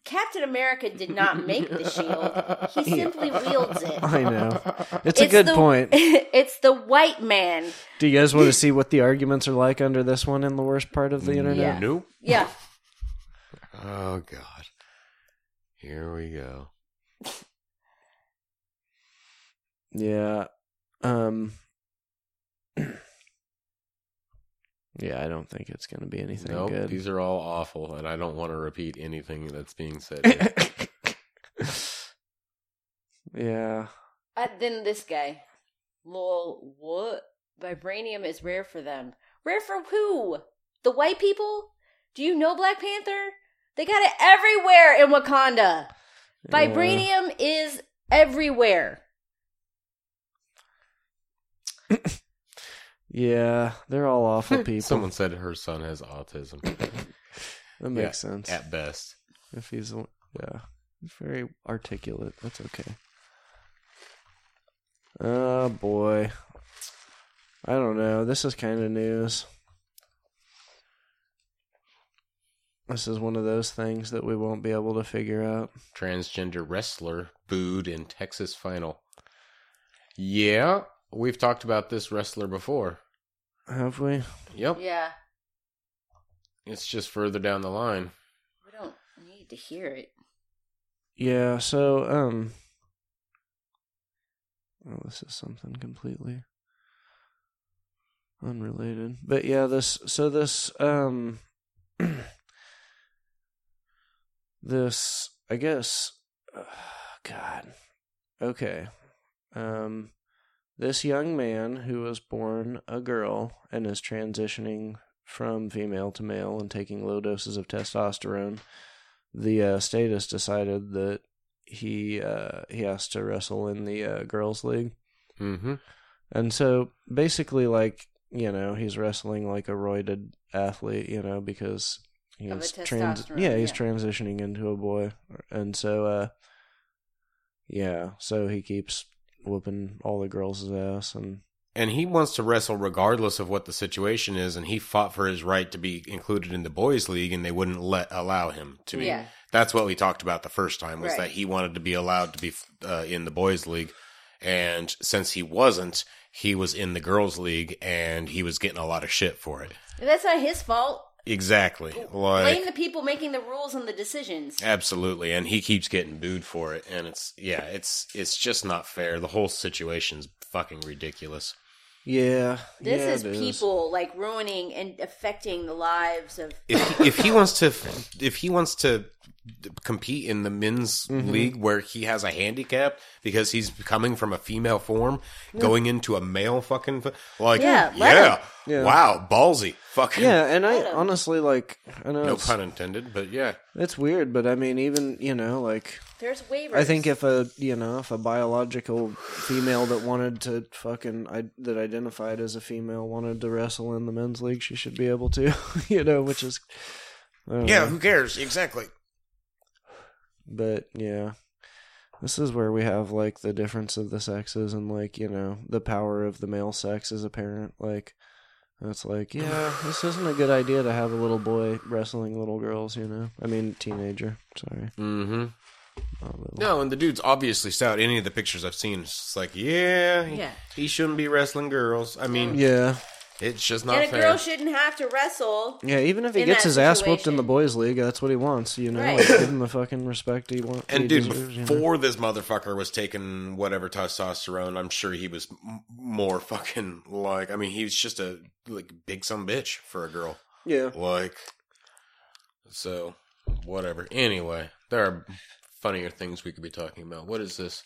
S2: Captain America did not make the shield. He simply wields it.
S3: I know. It's, a good
S2: the,
S3: point.
S2: it's the white man.
S3: Do you guys want to see what the arguments are like under this one in the worst part of the internet?
S2: Yeah.
S4: Nope.
S2: Yeah.
S4: Oh God. Here we go.
S3: Yeah. Um Yeah, I don't think it's going to be anything
S4: Nope,
S3: good.
S4: these are all awful, and I don't want to repeat anything that's being said. here.
S3: yeah.
S2: Uh, then this guy. Lol, what? Vibranium is rare for them. Rare for who? The white people? Do you know Black Panther? They got it everywhere in Wakanda. Vibranium is everywhere.
S3: Yeah, they're all awful people.
S4: Someone said her son has autism.
S3: that makes sense.
S4: At best.
S3: If he's yeah, he's very articulate. That's okay. Oh boy. I don't know. This is kind of news. This is one of those things that we won't be able to figure out.
S4: Transgender wrestler booed in Texas final. Yeah, we've talked about this wrestler before.
S3: Have we?
S4: Yep.
S2: Yeah,
S4: It's just further down the line.
S2: we don't need to hear it.
S3: Yeah, so um well, this is something completely unrelated. But yeah, this so this um this I guess uh, god. Okay. Um this young man who was born a girl and is transitioning from female to male and taking low doses of testosterone the uh, status decided that he uh, he has to wrestle in the uh, girls league,
S4: Mm-hmm.
S3: and so basically, like you know, he's wrestling like a roided athlete, you know, because
S2: Of
S3: he's
S2: the
S3: trans
S2: testosterone,
S3: yeah he's
S2: yeah.
S3: transitioning into a boy, and so uh, yeah, so he keeps whooping all the girls' ass, and
S4: And he wants to wrestle regardless of what the situation is, and he fought for his right to be included in the boys' league, and they wouldn't let allow him to be.
S2: Yeah.
S4: That's what we talked about the first time was
S2: Right.
S4: that he wanted to be allowed to be uh, in the boys' league, and since he wasn't, he was in the girls' league, and he was getting a lot of shit for it.
S2: That's not his fault.
S4: Exactly,
S2: Blame
S4: like
S2: the people making the rules and the decisions.
S4: absolutely, and he keeps getting booed for it, and it's yeah, it's it's just not fair. The whole situation's fucking ridiculous.
S3: yeah,
S2: This
S3: yeah,
S2: is
S3: it
S2: people like ruining and affecting the lives of.
S4: if he, if he wants to if he wants to compete in the men's
S2: Mm-hmm.
S4: league where he has a handicap because he's coming from a female form going into a male fucking f- like
S2: Yeah,
S4: yeah,
S2: let
S3: Yeah.
S4: wow ballsy fucking
S3: Yeah, and I
S2: Let 'em.
S3: honestly like I know
S4: no
S3: it's,
S4: pun intended but yeah
S3: it's weird, but I mean even you know like
S2: There's waivers.
S3: I think if a you know if a biological female that wanted to fucking I, that identified as a female wanted to wrestle in the men's league, she should be able to, you know, which is I don't
S4: yeah
S3: know.
S4: who cares exactly
S3: But yeah, this is where we have like the difference of the sexes and like you know the power of the male sex is apparent. Like it's like yeah, this isn't a good idea to have a little boy wrestling little girls. You know, I mean teenager. Sorry,
S4: mm-hmm
S3: not little.
S4: no and the dude's obviously stout any of the pictures I've seen it's just like yeah he,
S2: Yeah.
S4: he shouldn't be wrestling girls I mean
S3: Yeah,
S4: it's just not
S2: and a
S4: fair
S2: girl shouldn't have to wrestle.
S3: Yeah, even if he
S2: in
S3: gets
S2: that
S3: his ass whooped in
S2: situation.
S3: the boys' league, that's what he wants. You know,
S2: Right.
S3: like, give him the fucking respect he wants.
S4: And
S3: he
S4: dude,
S3: deserves, you know?
S4: before this motherfucker was taking whatever testosterone, I'm sure he was m- more fucking like. I mean, he was just a like big some bitch for a girl.
S3: yeah,
S4: Like, so whatever. Anyway, there are funnier things we could be talking about. What is this?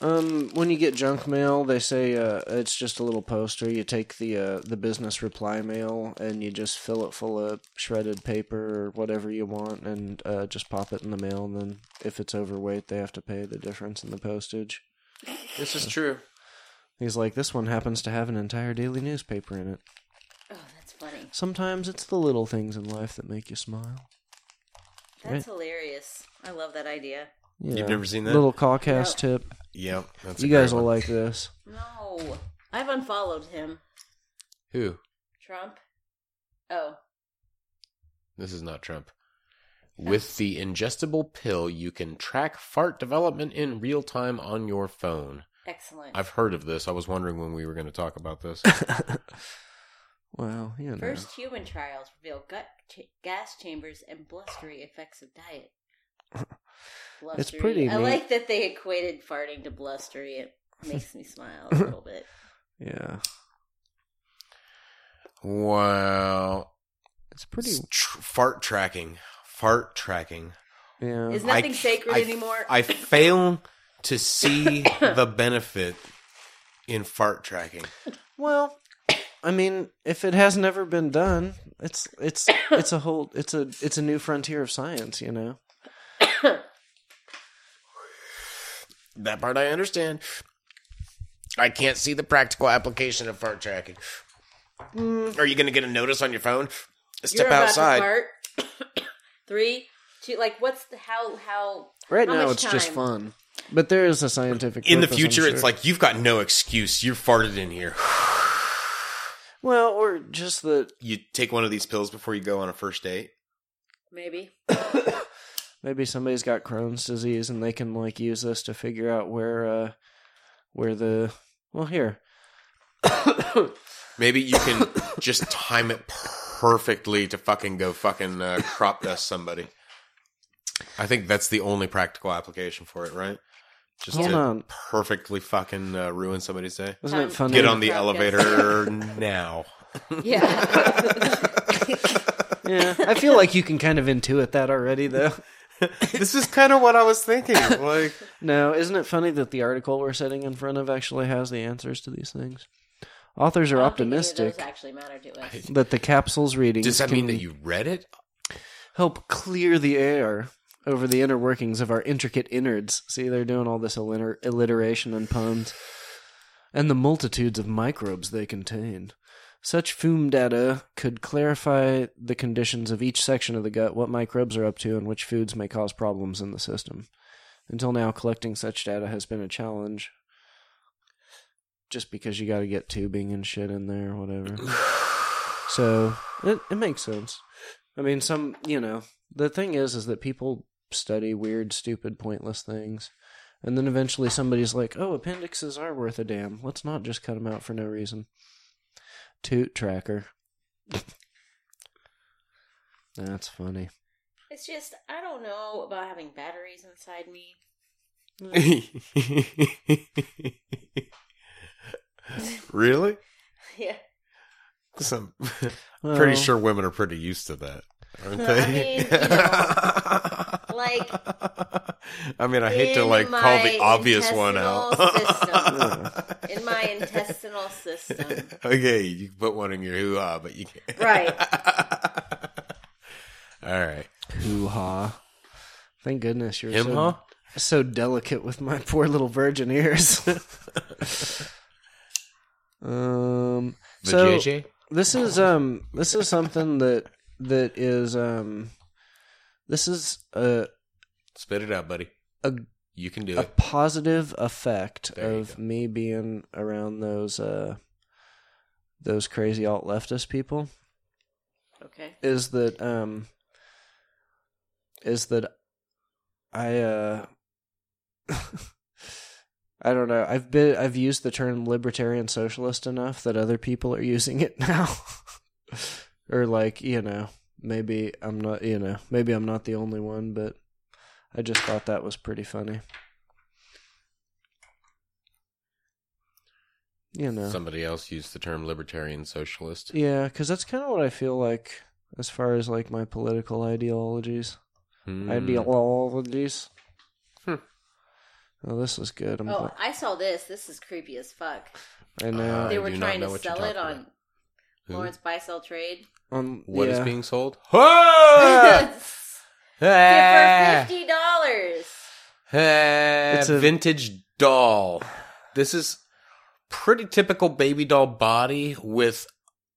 S3: um, when you get junk mail, they say uh, it's just a little poster. You take the uh, the business reply mail and you just fill it full of shredded paper or whatever you want, and uh, just pop it in the mail. And then if it's overweight, they have to pay the difference in the postage.
S4: This is true.
S3: He's like, this one happens to have an entire daily newspaper in it.
S2: Oh, that's funny.
S3: Sometimes it's the little things in life that make you smile.
S2: That's hilarious. I love that idea.
S3: You
S4: You've
S3: know,
S4: never seen that?
S3: Little caucast tip.
S4: Yep. That's
S3: you
S4: a great
S3: guys will
S4: one.
S3: like this.
S2: No, I've unfollowed him.
S4: who?
S2: Trump. Oh,
S4: This is not Trump. With the ingestible pill, you can track fart development in real time on your phone.
S2: excellent.
S4: I've heard of this. I was wondering when we were going to talk about this.
S3: Well, you know.
S2: First human trials reveal gut ch- gas chambers and blustery effects of diet. Blustery.
S3: pretty
S2: I
S3: neat.
S2: like that they equated farting to blustery. It makes me smile a little bit.
S3: Yeah.
S4: wow.
S3: It's pretty.
S4: Tr- fart tracking. Fart tracking.
S3: Yeah.
S2: Is nothing
S4: I-
S2: sacred
S4: I-
S2: anymore?
S4: I fail to see the benefit in fart tracking.
S3: well, I mean, if it has never been done, it's it's it's a whole it's a it's a new frontier of science, you know.
S4: That part I understand. I can't see the practical application of fart tracking. Are you going to get a notice on your phone? Step
S2: about to
S4: outside.
S2: fart. Three, two. Like, what's the how? How
S3: Right
S2: how
S3: now,
S2: much
S3: it's just
S2: time?
S3: fun, but there is a scientific.
S4: In the
S3: purpose, I'm
S4: future, it's
S3: sure.
S4: like you've got no excuse. You're farted in here.
S3: well, or just that
S4: You take one of these pills before you go on a first date.
S2: Maybe
S3: maybe somebody's got Crohn's disease and they can like use this to figure out where uh where the well here
S4: Maybe you can just time it perfectly to fucking go fucking uh, crop dust somebody. I think that's the only practical application for it, right? Just
S3: Hold
S4: to
S3: on.
S4: perfectly fucking uh, ruin somebody's day.
S3: Isn't it funny?
S4: Get on the
S2: Podcast.
S4: elevator now.
S2: Yeah.
S3: yeah, I feel like you can kind of intuit that already, though.
S4: this is kind of what I was thinking. Like,
S3: No, isn't it funny that the article we're sitting in front of actually has the answers to these things? Authors are optimistic
S2: Those actually matter to us.
S3: that the capsule's readings
S4: does that
S3: can
S4: mean that you read it?
S3: help clear the air over the inner workings of our intricate innards. See, they're doing all this alliter- alliteration and puns, and the multitudes of microbes they contain. Such fume data could clarify the conditions of each section of the gut, what microbes are up to, and which foods may cause problems in the system. Until now, collecting such data has been a challenge. Just because you got to get tubing and shit in there, or whatever. so it, it makes sense. I mean, some you know the thing is is that people study weird, stupid, pointless things, and then eventually somebody's like, "Oh, appendixes are worth a damn. Let's not just cut them out for no reason." Toot tracker. That's funny.
S2: It's just I don't know about having batteries inside me.
S4: really?
S2: Yeah.
S4: Some,
S3: Well,
S4: pretty sure women are pretty used to that, aren't they?
S2: I mean, you Like
S4: I mean, I hate to like
S2: in
S4: call
S2: my
S4: the obvious one out.
S2: intestinal system. in my intestinal system.
S4: okay, you can put one in your hoo ha, but you can't.
S2: Right.
S4: All right.
S3: Ooh ha! Thank goodness you're
S4: Him
S3: so,
S4: huh?
S3: so delicate with my poor little virgin ears. um.
S4: The
S3: so,
S4: JJ?
S3: this is um this is something that that is um this is a
S4: Spit it out, buddy.
S3: a,
S4: You can do
S3: a
S4: it.
S3: positive effect
S4: There you
S3: of
S4: go.
S3: me being around those uh those crazy alt leftist people
S2: Okay.
S3: is that um is that I uh I don't know. I've been I've used the term libertarian socialist enough that other people are using it now. or like, you know, maybe I'm not, you know, maybe I'm not the only one, but I just thought that was pretty funny. You know.
S4: Somebody else used the term libertarian socialist.
S3: Yeah, because that's kind of what I feel like as far as like my political ideologies.
S4: Hmm.
S3: Ideologies. Oh, this is good.
S4: Mm-hmm.
S3: I'm
S2: Oh,
S3: glad-
S2: I saw this. This is creepy as fuck.
S3: I know.
S4: Uh,
S2: They
S4: I
S2: were
S4: do not
S2: trying
S4: know
S2: to
S4: what you're
S2: sell it
S4: talking
S2: on
S4: about. Who?
S2: Lawrence Buy Sell Trade.
S3: um,
S4: What is
S3: yeah.
S4: being sold? Ah!
S2: For
S4: Eh.
S2: fifty dollars.
S4: it's
S3: a-
S4: a vintage doll. This is pretty typical baby doll body with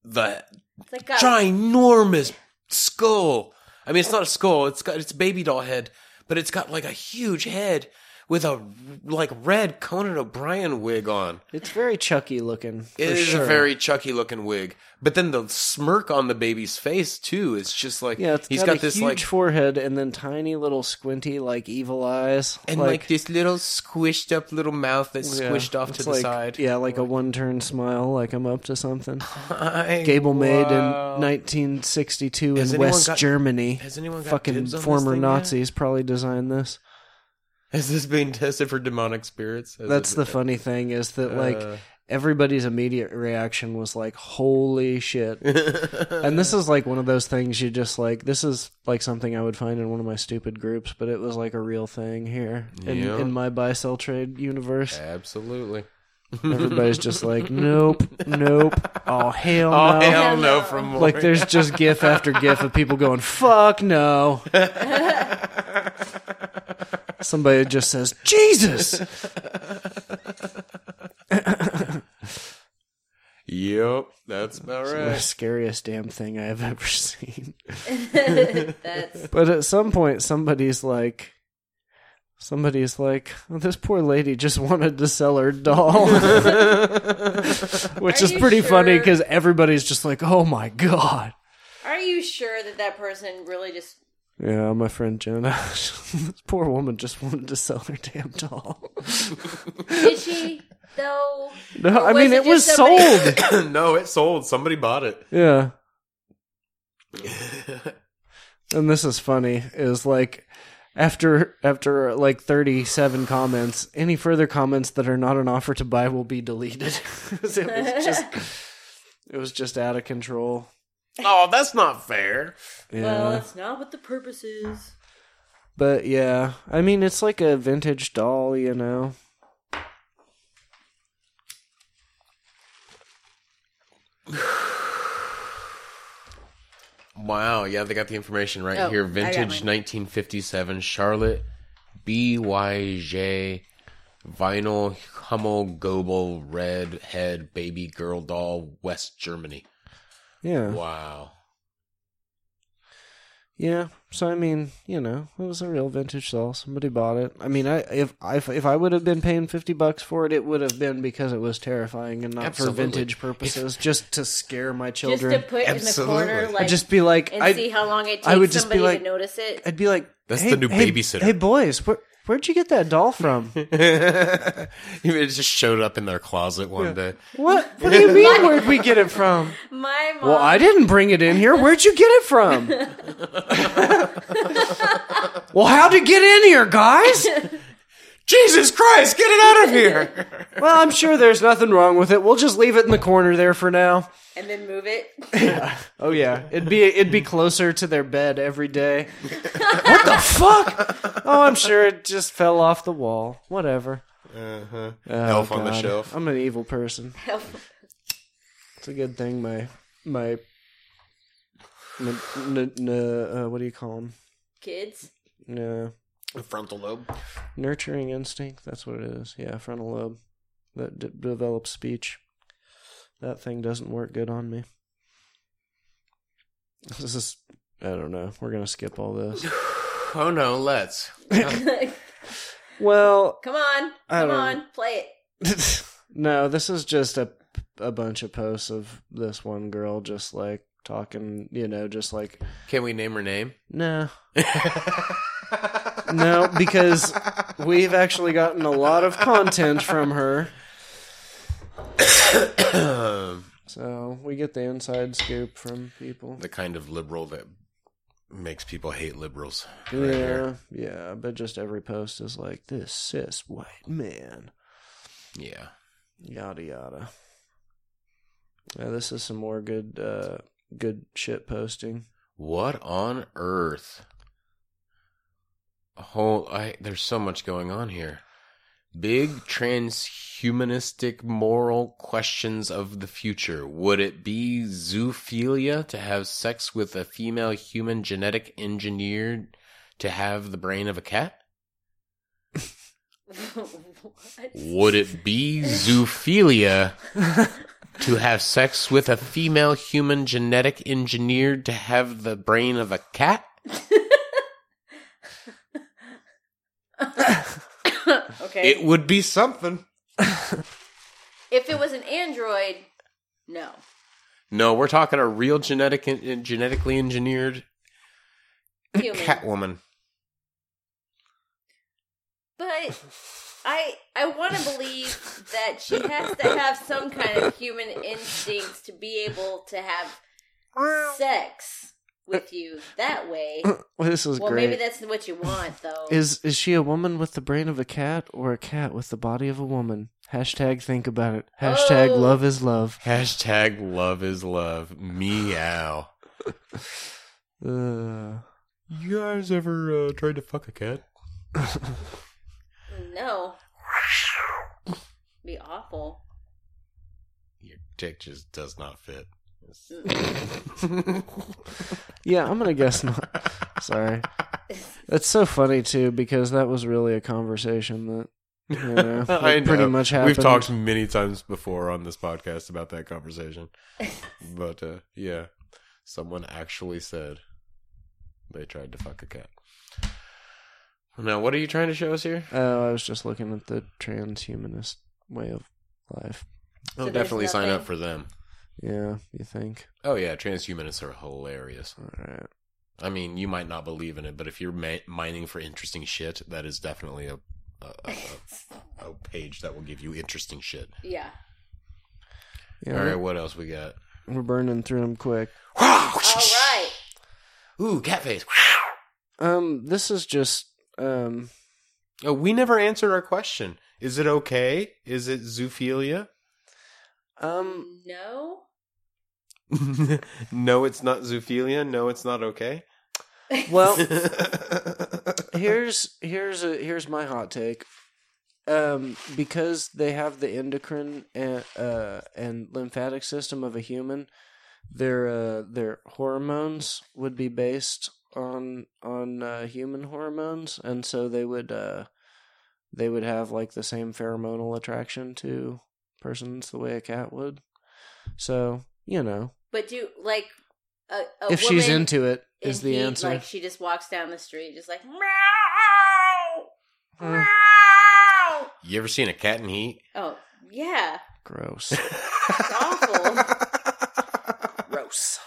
S4: the
S2: It's like a
S4: ginormous skull. I mean, it's not a skull. It's got it's a baby doll head, but it's got like a huge head with a like red Conan O'Brien wig on.
S3: It's very Chucky looking. for
S4: It is
S3: sure.
S4: a very Chucky looking wig, but then the smirk on the baby's face too is just like
S3: yeah. It's
S4: he's
S3: got,
S4: got,
S3: a
S4: this
S3: huge
S4: like
S3: forehead and then tiny little squinty like evil eyes
S4: and like, this little squished up little mouth that's
S3: yeah,
S4: squished off to
S3: it's
S4: the
S3: like-
S4: side.
S3: Yeah, like a one turn smile, like I'm up to something.
S4: I-
S3: Gable made
S4: wow.
S3: in 1962
S4: Has
S3: in
S4: anyone
S3: West
S4: got-
S3: Germany.
S4: Has anyone got
S3: Fucking
S4: dibs on this
S3: former
S4: thing yet?
S3: Nazis probably designed this.
S4: Is this being tested for demonic spirits? Has
S3: That's
S4: it-
S3: the funny thing is that like
S4: Uh.
S3: everybody's immediate reaction was like, "Holy shit!" and this is like one of those things you just like. This is like something I would find in one of my stupid groups, but it was like a real thing here in,
S4: Yeah.
S3: in my buy sell trade universe.
S4: Absolutely.
S3: Everybody's just like, "Nope, nope, oh hell no."
S4: hell no from Lori.
S3: like there's just gif after gif of people going fuck no somebody just says jesus
S4: Yep, that's about
S3: the
S2: Uh,
S4: right.
S3: scariest damn thing i've ever seen
S2: that's
S3: But at some point, somebody's like, somebody's like, oh, this poor lady just wanted to sell her doll, which
S2: Are
S3: is
S2: you
S3: pretty funny
S2: sure?
S3: because everybody's just like, oh my god.
S2: Are you sure that that person really just
S3: Yeah, my friend Jenna, this poor woman just wanted to sell her damn doll.
S2: did she though?
S3: No, I
S2: was
S3: mean
S2: it
S3: it
S2: just
S3: was
S2: somebody-
S3: sold.
S4: no, it sold. Somebody bought it.
S3: yeah. And this is funny is like After after like 37 comments, any further comments that are not an offer to buy will be deleted. it was just it was just out of control.
S4: Oh, that's not fair.
S3: Yeah.
S2: Well, that's not what the purpose is.
S3: But yeah, I mean it's like a vintage doll, you know.
S4: Wow. Yeah, they got the information right
S2: Oh,
S4: here.
S2: I got mine.
S4: Vintage 1957 Charlotte BYJ vinyl Hummel Gobel red head baby girl doll West Germany.
S3: Yeah.
S4: Wow.
S3: Yeah. So I mean, you know, it was a real vintage doll. Somebody bought it. I mean, I if I if I would have been paying 50 bucks for it, it would have been because it was terrifying and not
S4: Absolutely.
S3: for vintage purposes, just to scare my
S2: Just
S3: children.
S2: to put
S4: Absolutely.
S2: in the corner,
S4: I'd
S2: like,
S3: I'd just be like
S2: and
S3: I'd,
S2: see how long it takes
S3: I would just be
S2: somebody
S3: like-
S2: to notice it.
S3: I'd be like
S4: That's
S3: "Hey-
S4: the new
S3: hey-
S4: babysitter."
S3: Hey boys, where where'd you get that doll from?
S4: it just showed up in their closet one day.
S3: what what do you mean where'd we get it from?
S2: My mom.
S3: Well, I didn't bring it in here. Where'd you get it from? well, how'd it get in here, guys?
S4: Jesus Christ, get it out of here!
S3: Well, I'm sure there's nothing wrong with it. We'll just leave it in the corner there for now.
S2: and then move it.
S3: Oh yeah, it'd be it'd be closer to their bed every day. what the fuck? Oh, I'm sure it just fell off the wall. Whatever.
S4: Uh-huh.
S3: Oh,
S4: Elf on the
S3: God,
S4: shelf.
S3: I'm an evil person. It's a good thing my my. n- n- n- uh, what do you call them?
S2: Kids.
S3: No,
S4: frontal lobe.
S3: nurturing instinct. That's what it is. Yeah, frontal lobe that d- develops speech. That thing doesn't work good on me. This is. I don't know. We're gonna skip all this.
S4: Oh no, let's.
S3: Well,
S2: Come on.
S3: I
S2: Come
S3: don't
S2: on. Play it.
S3: no, this is just a a bunch of posts of this one girl just like talking, you know, just like
S4: Can we name her name?
S3: no. no, because we've actually gotten a lot of content from her. so we get the inside scoop from people.
S4: The kind of liberal that makes people hate liberals.
S3: Yeah,
S4: Right here.
S3: yeah, but just every post is like this cis white man.
S4: Yeah.
S3: yada yada. Yeah, this is some more good uh good shit posting.
S4: What on earth? A whole I there's so much going on here. Big transhumanistic moral questions of the future. Would it be zoophilia to have sex with a female human genetic engineered to have the brain of a cat?
S2: What?
S4: Would it be zoophilia to have sex with a female human genetic engineered to have the brain of a cat?
S2: Okay.
S4: It would be something.
S2: if it was an android, no.
S4: No, we're talking a real genetic, en- genetically engineered
S2: Human.
S4: Catwoman.
S2: But I I want to believe that she has to have some kind of human instincts to be able to have sex with you that way.
S3: Well, this is
S2: Well,
S3: great.
S2: maybe that's what you want, though.
S3: is is she a woman with the brain of a cat or a cat with the body of a woman? Hashtag think about it. Hashtag
S2: Oh.
S3: love is love.
S4: Hashtag love is love. Meow.
S3: Uh,
S4: You guys ever uh, tried to fuck a cat?
S2: no. Be awful.
S4: Your dick just does not fit.
S3: yeah, I'm gonna guess not. Sorry. That's so funny too because that was really a conversation that you know, that pretty much happened.
S4: We've talked many times before on this podcast about that conversation, but uh, yeah, someone actually said they tried to fuck a cat. Now, what are you trying to show us here?
S3: Oh, I was just looking at the transhumanist way of life.
S4: I'll
S2: there's
S4: definitely sign
S2: nothing-
S4: up for them.
S3: Yeah, you think?
S4: Oh yeah, transhumanists are hilarious.
S3: All right.
S4: I mean, you might not believe in it, but if you're ma- mining for interesting shit, that is definitely a a, a, a a page that will give you interesting shit.
S2: Yeah.
S3: Yeah,
S4: All right, what else we got?
S3: we're burning through them quick.
S2: All right.
S4: Ooh, cat face.
S3: Um, this is just Um,
S4: Oh, we never answered our question. Is it okay? Is it zoophilia?
S3: um,
S2: No.
S4: no, it's not zoophilia. No, it's not okay.
S3: well,
S4: That's
S3: here's here's a here's my hot take. Um, because they have the endocrine and, uh, and lymphatic system of a human, their uh, their hormones would be based on on uh, human hormones, and so they would uh, they would have like the same pheromonal attraction to persons the way a cat would. So you know,
S2: But do like a, a
S3: if she's
S2: woman
S3: into it,
S2: in
S3: is the
S2: heat,
S3: answer.
S2: Like she just walks down the street, just like meow,
S3: Hmm.
S2: meow.
S4: You ever seen a cat in heat?
S2: Oh yeah,
S3: Gross.
S2: it's awful.
S3: Gross.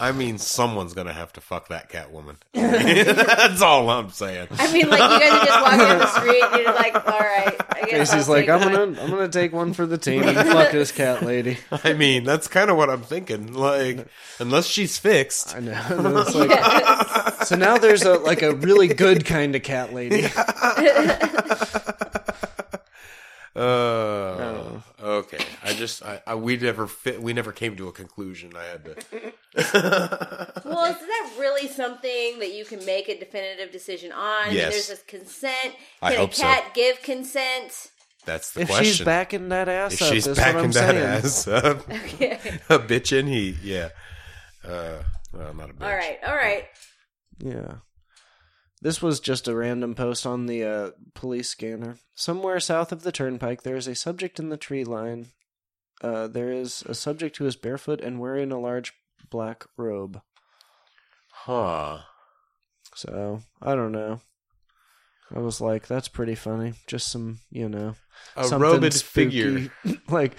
S4: I mean, someone's gonna have to fuck that cat woman. That's all I'm saying.
S2: I mean, like you guys are just walking down the street, and you're like, all right. I guess
S3: Casey's
S2: I'll
S3: like,
S2: take
S3: I'm
S2: one."
S3: gonna, I'm gonna take one for the team and fuck this cat lady.
S4: I mean, that's kind of what I'm thinking. Like, unless she's fixed,
S3: I know. And it's like- so now there's a like a really good kind of cat lady.
S4: Uh, okay. I just I, I we never fit. We never came to a conclusion. I had to.
S2: Well, is that really something that you can make a definitive decision on? I mean,
S4: Yes.
S2: There's this consent.
S4: I
S2: Can a
S4: hope so.
S2: cat give consent?
S4: That's the
S3: If
S4: question.
S3: she's backing that ass
S4: If
S3: up,
S4: she's
S3: that's what
S4: backing
S3: I'm
S4: that
S3: saying.
S4: ass up, um, a bitch in heat. Yeah. Uh, well, not a bitch.
S2: All right, all right.
S3: Yeah. This was just a random post on the uh, police scanner. Somewhere south of the turnpike, there is a subject in the tree line. Uh, there is a subject who is barefoot and wearing a large black robe.
S4: Huh.
S3: So I don't know. I was like, that's pretty funny. Just some, you know,
S4: A
S3: something
S4: robed
S3: spooky.
S4: figure.
S3: like,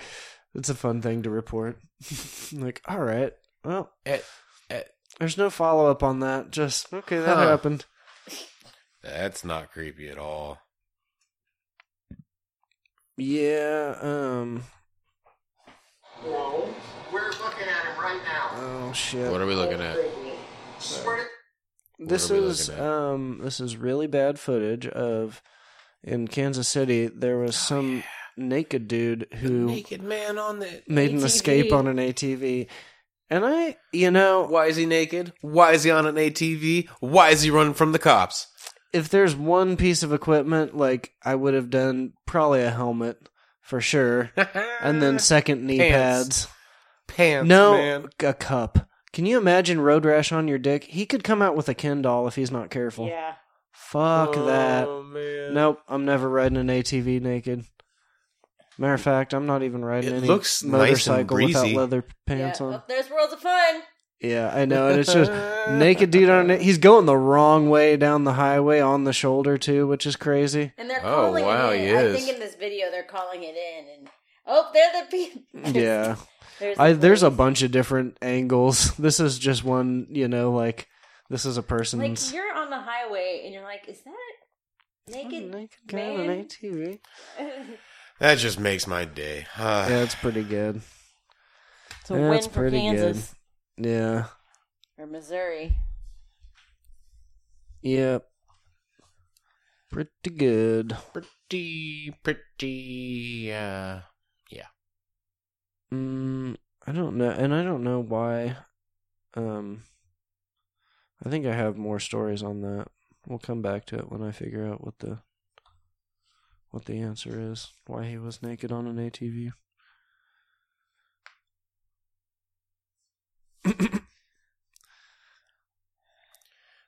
S3: it's a fun thing to report. like, all right, well,
S4: Eh,
S3: there's no follow up on that. Just okay, that
S4: Huh.
S3: happened.
S4: That's not creepy at all.
S3: Yeah. Um.
S5: Whoa. We're looking at him right now.
S3: Oh shit.
S4: What are we looking at?
S5: Swear to
S3: this
S4: are we
S3: is
S4: looking at?
S3: um. This is really bad footage of in Kansas City. There was some Oh, naked dude who
S4: man on the.
S3: made an
S2: ATV.
S3: escape on an ATV. And I, you know,
S4: Why is he naked? Why is he on an ATV? Why is he running from the cops?
S3: if there's one piece of equipment, like I would have done probably a helmet for sure, and then second knee
S4: Pants.
S3: pads.
S4: Pants.
S3: No,
S4: man.
S3: a cup. Can you imagine road rash on your dick? He could come out with a Ken doll if he's not careful.
S2: Yeah.
S3: Fuck that.
S4: Oh man.
S3: Nope, I'm never riding an ATV naked. Matter of fact, I'm not even riding
S4: It
S3: any
S4: looks nice and
S3: motorcycle without
S4: breezy.
S3: leather
S2: Yeah.
S3: pants on.
S2: Well, there's worlds of fun.
S3: Yeah, I know, and it's just naked dude on it. He's going the wrong way down the highway on the shoulder too, which is crazy.
S2: And they're
S4: Oh,
S2: calling
S4: wow,
S2: it in.
S4: he
S2: I
S4: is.
S2: think in this video they're calling it in and oh, they're the people.
S3: Yeah,
S2: There's,
S3: I
S2: the
S3: there's a
S2: police.
S3: bunch of different angles. This is just one, you know, like this is a
S2: Like
S3: person's
S2: you're on the highway and you're like, is that naked?
S3: naked guy on an
S2: man.
S3: ATV.
S4: That just makes my day. Ah.
S3: Yeah, it's pretty good.
S2: It's a
S3: Yeah,
S2: win
S3: it's
S2: for
S3: pretty good.
S2: Kansas
S3: Yeah,
S2: or Missouri.
S3: yep, pretty good.
S4: pretty, pretty. Uh,
S3: Mm, I don't know, and I don't know why. Um, I think I have more stories on that. We'll come back to it when I figure out what the what the answer is. Why he was naked on an ATV.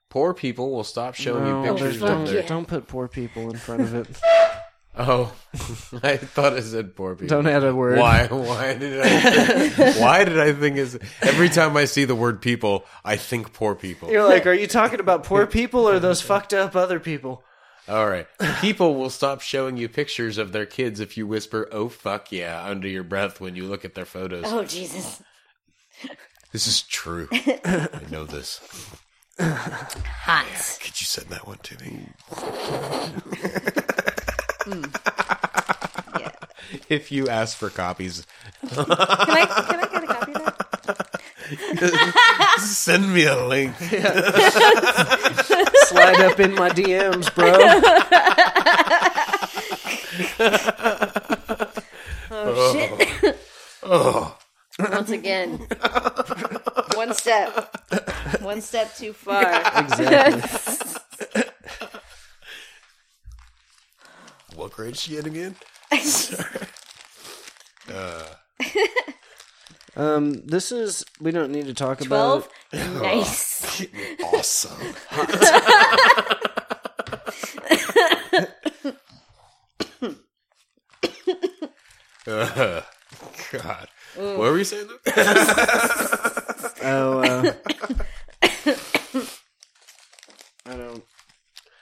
S4: poor people will stop showing
S3: No,
S4: Oh, you
S3: there's-
S4: pictures
S2: Oh, fuck
S4: of
S3: don't,
S4: their.
S2: yeah.
S3: don't put poor people in front of it.
S4: Oh, I thought it said poor people.
S3: don't add a word.
S4: Why? Why did I? Think, why did I think is every time I see the word people, I think poor people.
S3: You're like, are you talking about poor people or those fucked up other people?
S4: All right, people will stop showing you pictures of their kids if you whisper "Oh fuck yeah" under your breath when you look at their photos.
S2: Oh Jesus.
S4: This is true. I know this.
S2: Hot.
S4: Could you send that one to me? If you ask for copies,
S2: Hmm. Can I can I get a copy of that?
S4: send me a link.
S3: Slide up in my DMs, bro.
S2: Once again, one step, one step too far.
S3: Exactly.
S4: What grade she in again?
S3: Um, this is we don't need to talk
S2: Twelve,
S3: about.
S2: nice.
S4: Awesome. Uh, God. What were you saying?
S3: Oh, uh, I don't.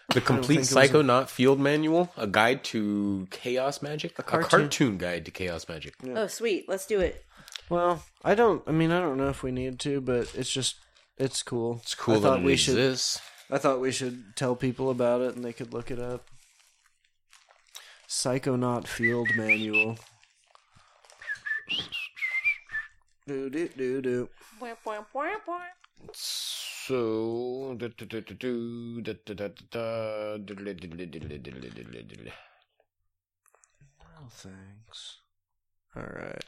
S4: the
S3: it
S4: Complete
S3: was
S4: Psychonaut Field Manual, a guide to chaos magic, a cartoon, guide to chaos magic.
S2: Oh, sweet. Let's do it.
S3: Well, I don't. I mean, I don't know if we need to, but it's just it's cool.
S4: It's cool
S3: I
S4: that
S3: thought
S4: it
S3: we should.
S4: exists.
S3: I thought we should tell people about it, and they could look it up. Psychonaut Field Manual. Do do do do.
S4: So, da- da- da- da- do, da- da- da- da- da, diddly- diddly- diddly- diddly- diddly- diddly.
S3: Oh, thanks. All right.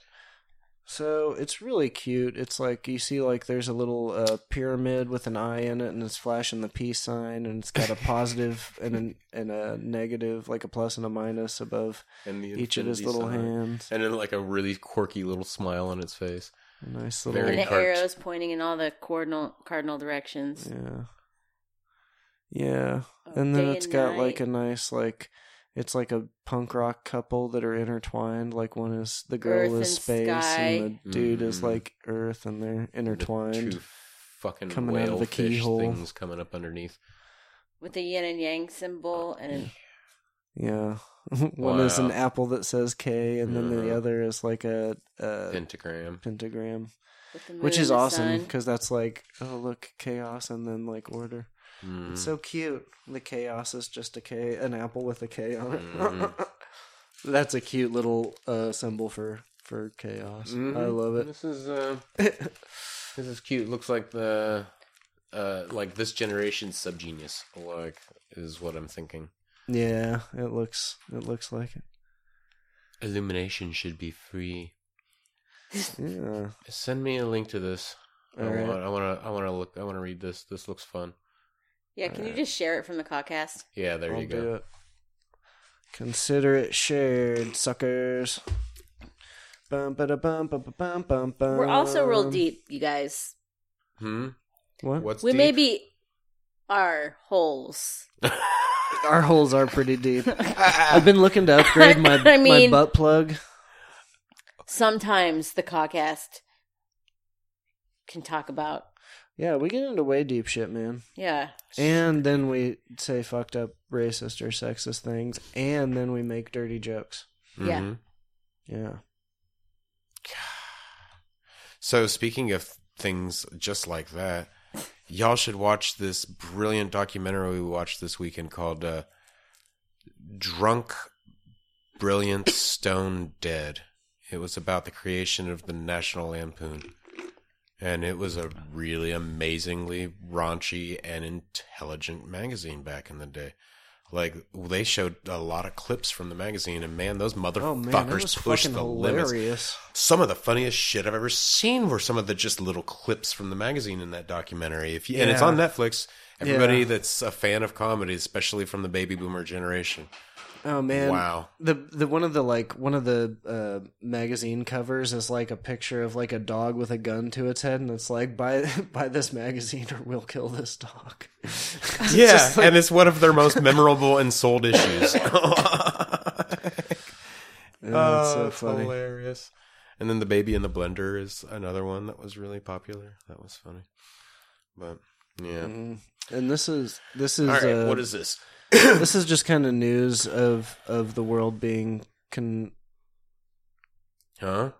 S3: So it's really cute. It's like you see, like there's a little uh, pyramid with an eye in it, and it's flashing the peace sign, and it's got a positive and an, and a negative, like a plus and a minus above
S4: and the
S3: each of his
S4: infinity
S3: little
S4: sign.
S3: hands.
S4: and then like a really quirky little smile on its face.
S3: A nice little.
S4: Very
S2: And the
S4: Cart-
S2: arrows pointing in all the cardinal cardinal directions.
S3: Yeah. Yeah.
S2: Oh,
S3: And then
S2: day
S3: it's
S2: and
S3: got like
S2: night.
S3: a nice like it's like a punk rock couple that are intertwined. Like one is the girl
S2: Earth
S3: is
S2: and
S3: space and
S2: sky.
S3: the dude is
S4: Mhm.
S3: like earth and they're intertwined.
S4: Two fucking
S3: Coming out of
S4: whale
S3: the
S4: fish
S3: keyhole.
S4: things coming up underneath.
S2: with the yin and yang
S3: Oh,
S2: symbol and an
S3: Yeah. one is an
S4: Wow.
S3: apple that says K and then the
S4: Uh-huh.
S3: other is like a, a
S4: Pentagram.
S3: pentagram.
S2: with the moon
S3: Which
S2: and
S3: is
S2: the
S3: awesome
S2: sun.
S3: because that's like, oh look, chaos and then like order.
S4: Mm.
S3: It's so cute. The chaos is just a K, an apple with a K on it.
S4: Mm.
S3: That's a cute little uh, symbol for for chaos. I love it.
S4: This is uh, this is cute. Looks like the uh, like this generation's subgenius. Like is what I'm thinking.
S3: Yeah, it looks it looks like it.
S4: Illumination should be free.
S3: Yeah.
S4: Send me a link to this. I
S3: All right.
S4: want. I want to. I want to look. I want to read this. This looks fun.
S2: Yeah, can you just share it from the podcast?
S4: Yeah, there
S3: I'll
S4: you
S3: do
S4: go.
S3: it. Consider it shared, suckers. Bum, ba-da-bum, ba-ba-bum, bum, bum.
S2: We're also real deep, you guys.
S4: Hmm.
S3: What?
S4: What's
S2: We
S4: deep?
S2: maybe are holes.
S3: Our holes are pretty deep. I've been looking to upgrade my,
S2: I mean-
S3: my butt plug.
S2: Sometimes the podcast can talk about
S3: Yeah, we get into way deep shit, man.
S2: yeah.
S3: And then we say fucked up racist or sexist things, and then we make dirty jokes.
S2: Yeah.
S4: Mhm.
S3: Yeah.
S4: So speaking of things just like that, y'all should watch this brilliant documentary we watched this weekend called uh, "Drunk, Brilliant, Stone Dead." It was about the creation of the National Lampoon, and it was a really amazingly raunchy and intelligent magazine back in the day. Like they showed a lot of clips from the magazine, and man, those
S3: Oh man,
S4: motherfuckers
S3: that was
S4: pushed
S3: fucking
S4: the
S3: hilarious.
S4: limits some of the funniest shit I've ever seen were some of the just little clips from the magazine in that documentary. If you, and it's
S3: Yeah.
S4: on Netflix. Everybody
S3: Yeah.
S4: that's a fan of comedy, especially from the baby boomer generation.
S3: Oh man.
S4: Wow.
S3: The the one of the like one of the uh, magazine covers is like a picture of like a dog with a gun to its head, and it's like buy buy this magazine or we'll kill this dog.
S4: Yeah, and it's one of their most memorable and sold issues. Oh,
S3: And that's so
S4: That's
S3: funny.
S4: hilarious. And then the baby in the blender is another one that was really popular. That was funny. But yeah.
S3: And this is this is
S4: All right,
S3: uh,
S4: what is this?
S3: this is just kind of news of of the world being con
S4: Huh?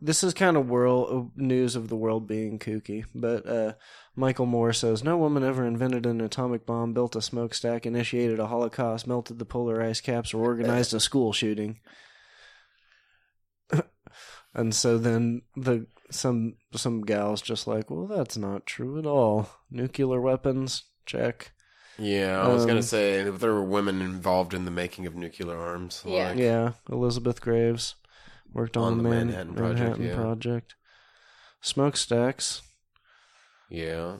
S3: this is kind of world uh, news of the world being kooky, but uh, Michael Moore says no woman ever invented an atomic bomb, built a smokestack, initiated a holocaust, melted the polar ice caps, or organized a school shooting. and so then the some some gals just like, well, that's not true at all. Nuclear weapons, check.
S4: Yeah, I was gonna say if there were women involved in the making of nuclear arms.
S2: Yeah.
S4: like-
S3: Yeah, Elizabeth Graves worked on, the Man- Manhattan, Project,
S4: yeah.
S3: Smokestacks
S4: yeah.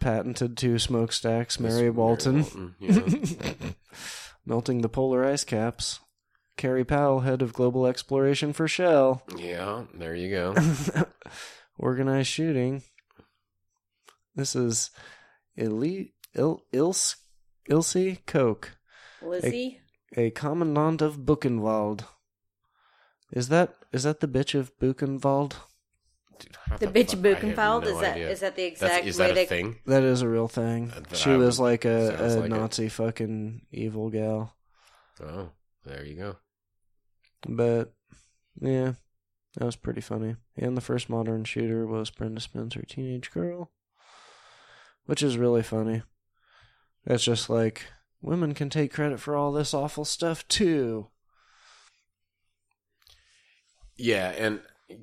S3: patented two smokestacks.
S4: Miss
S3: Mary Walton
S4: yeah.
S3: melting the polar ice caps. Carrie Powell, head of global exploration for Shell,
S4: yeah, there you go.
S3: organized shooting. This is Ili- Il- Ils- Ilse Koch,
S2: Lizzie?
S3: a commandant of Buchenwald. Is that is that the bitch of Buchenwald?
S4: Dude, how
S2: The
S4: fuck-
S2: bitch
S4: I have
S2: Buchenwald?
S4: no
S2: is that is
S4: idea.
S2: that the
S4: That's-
S2: exact
S4: is
S2: way
S4: that
S2: they
S4: a thing?
S3: That is a real thing.
S4: Uh, that
S3: she
S4: I
S3: was
S4: would-
S3: like a,
S4: sounds
S3: a
S4: like it.
S3: Nazi fucking evil gal.
S4: Oh, there you go.
S3: But yeah, that was pretty funny. And the first modern shooter was Brenda Spencer, teenage girl, which is really funny. It's just like women can take credit for all this awful stuff too.
S4: Yeah, and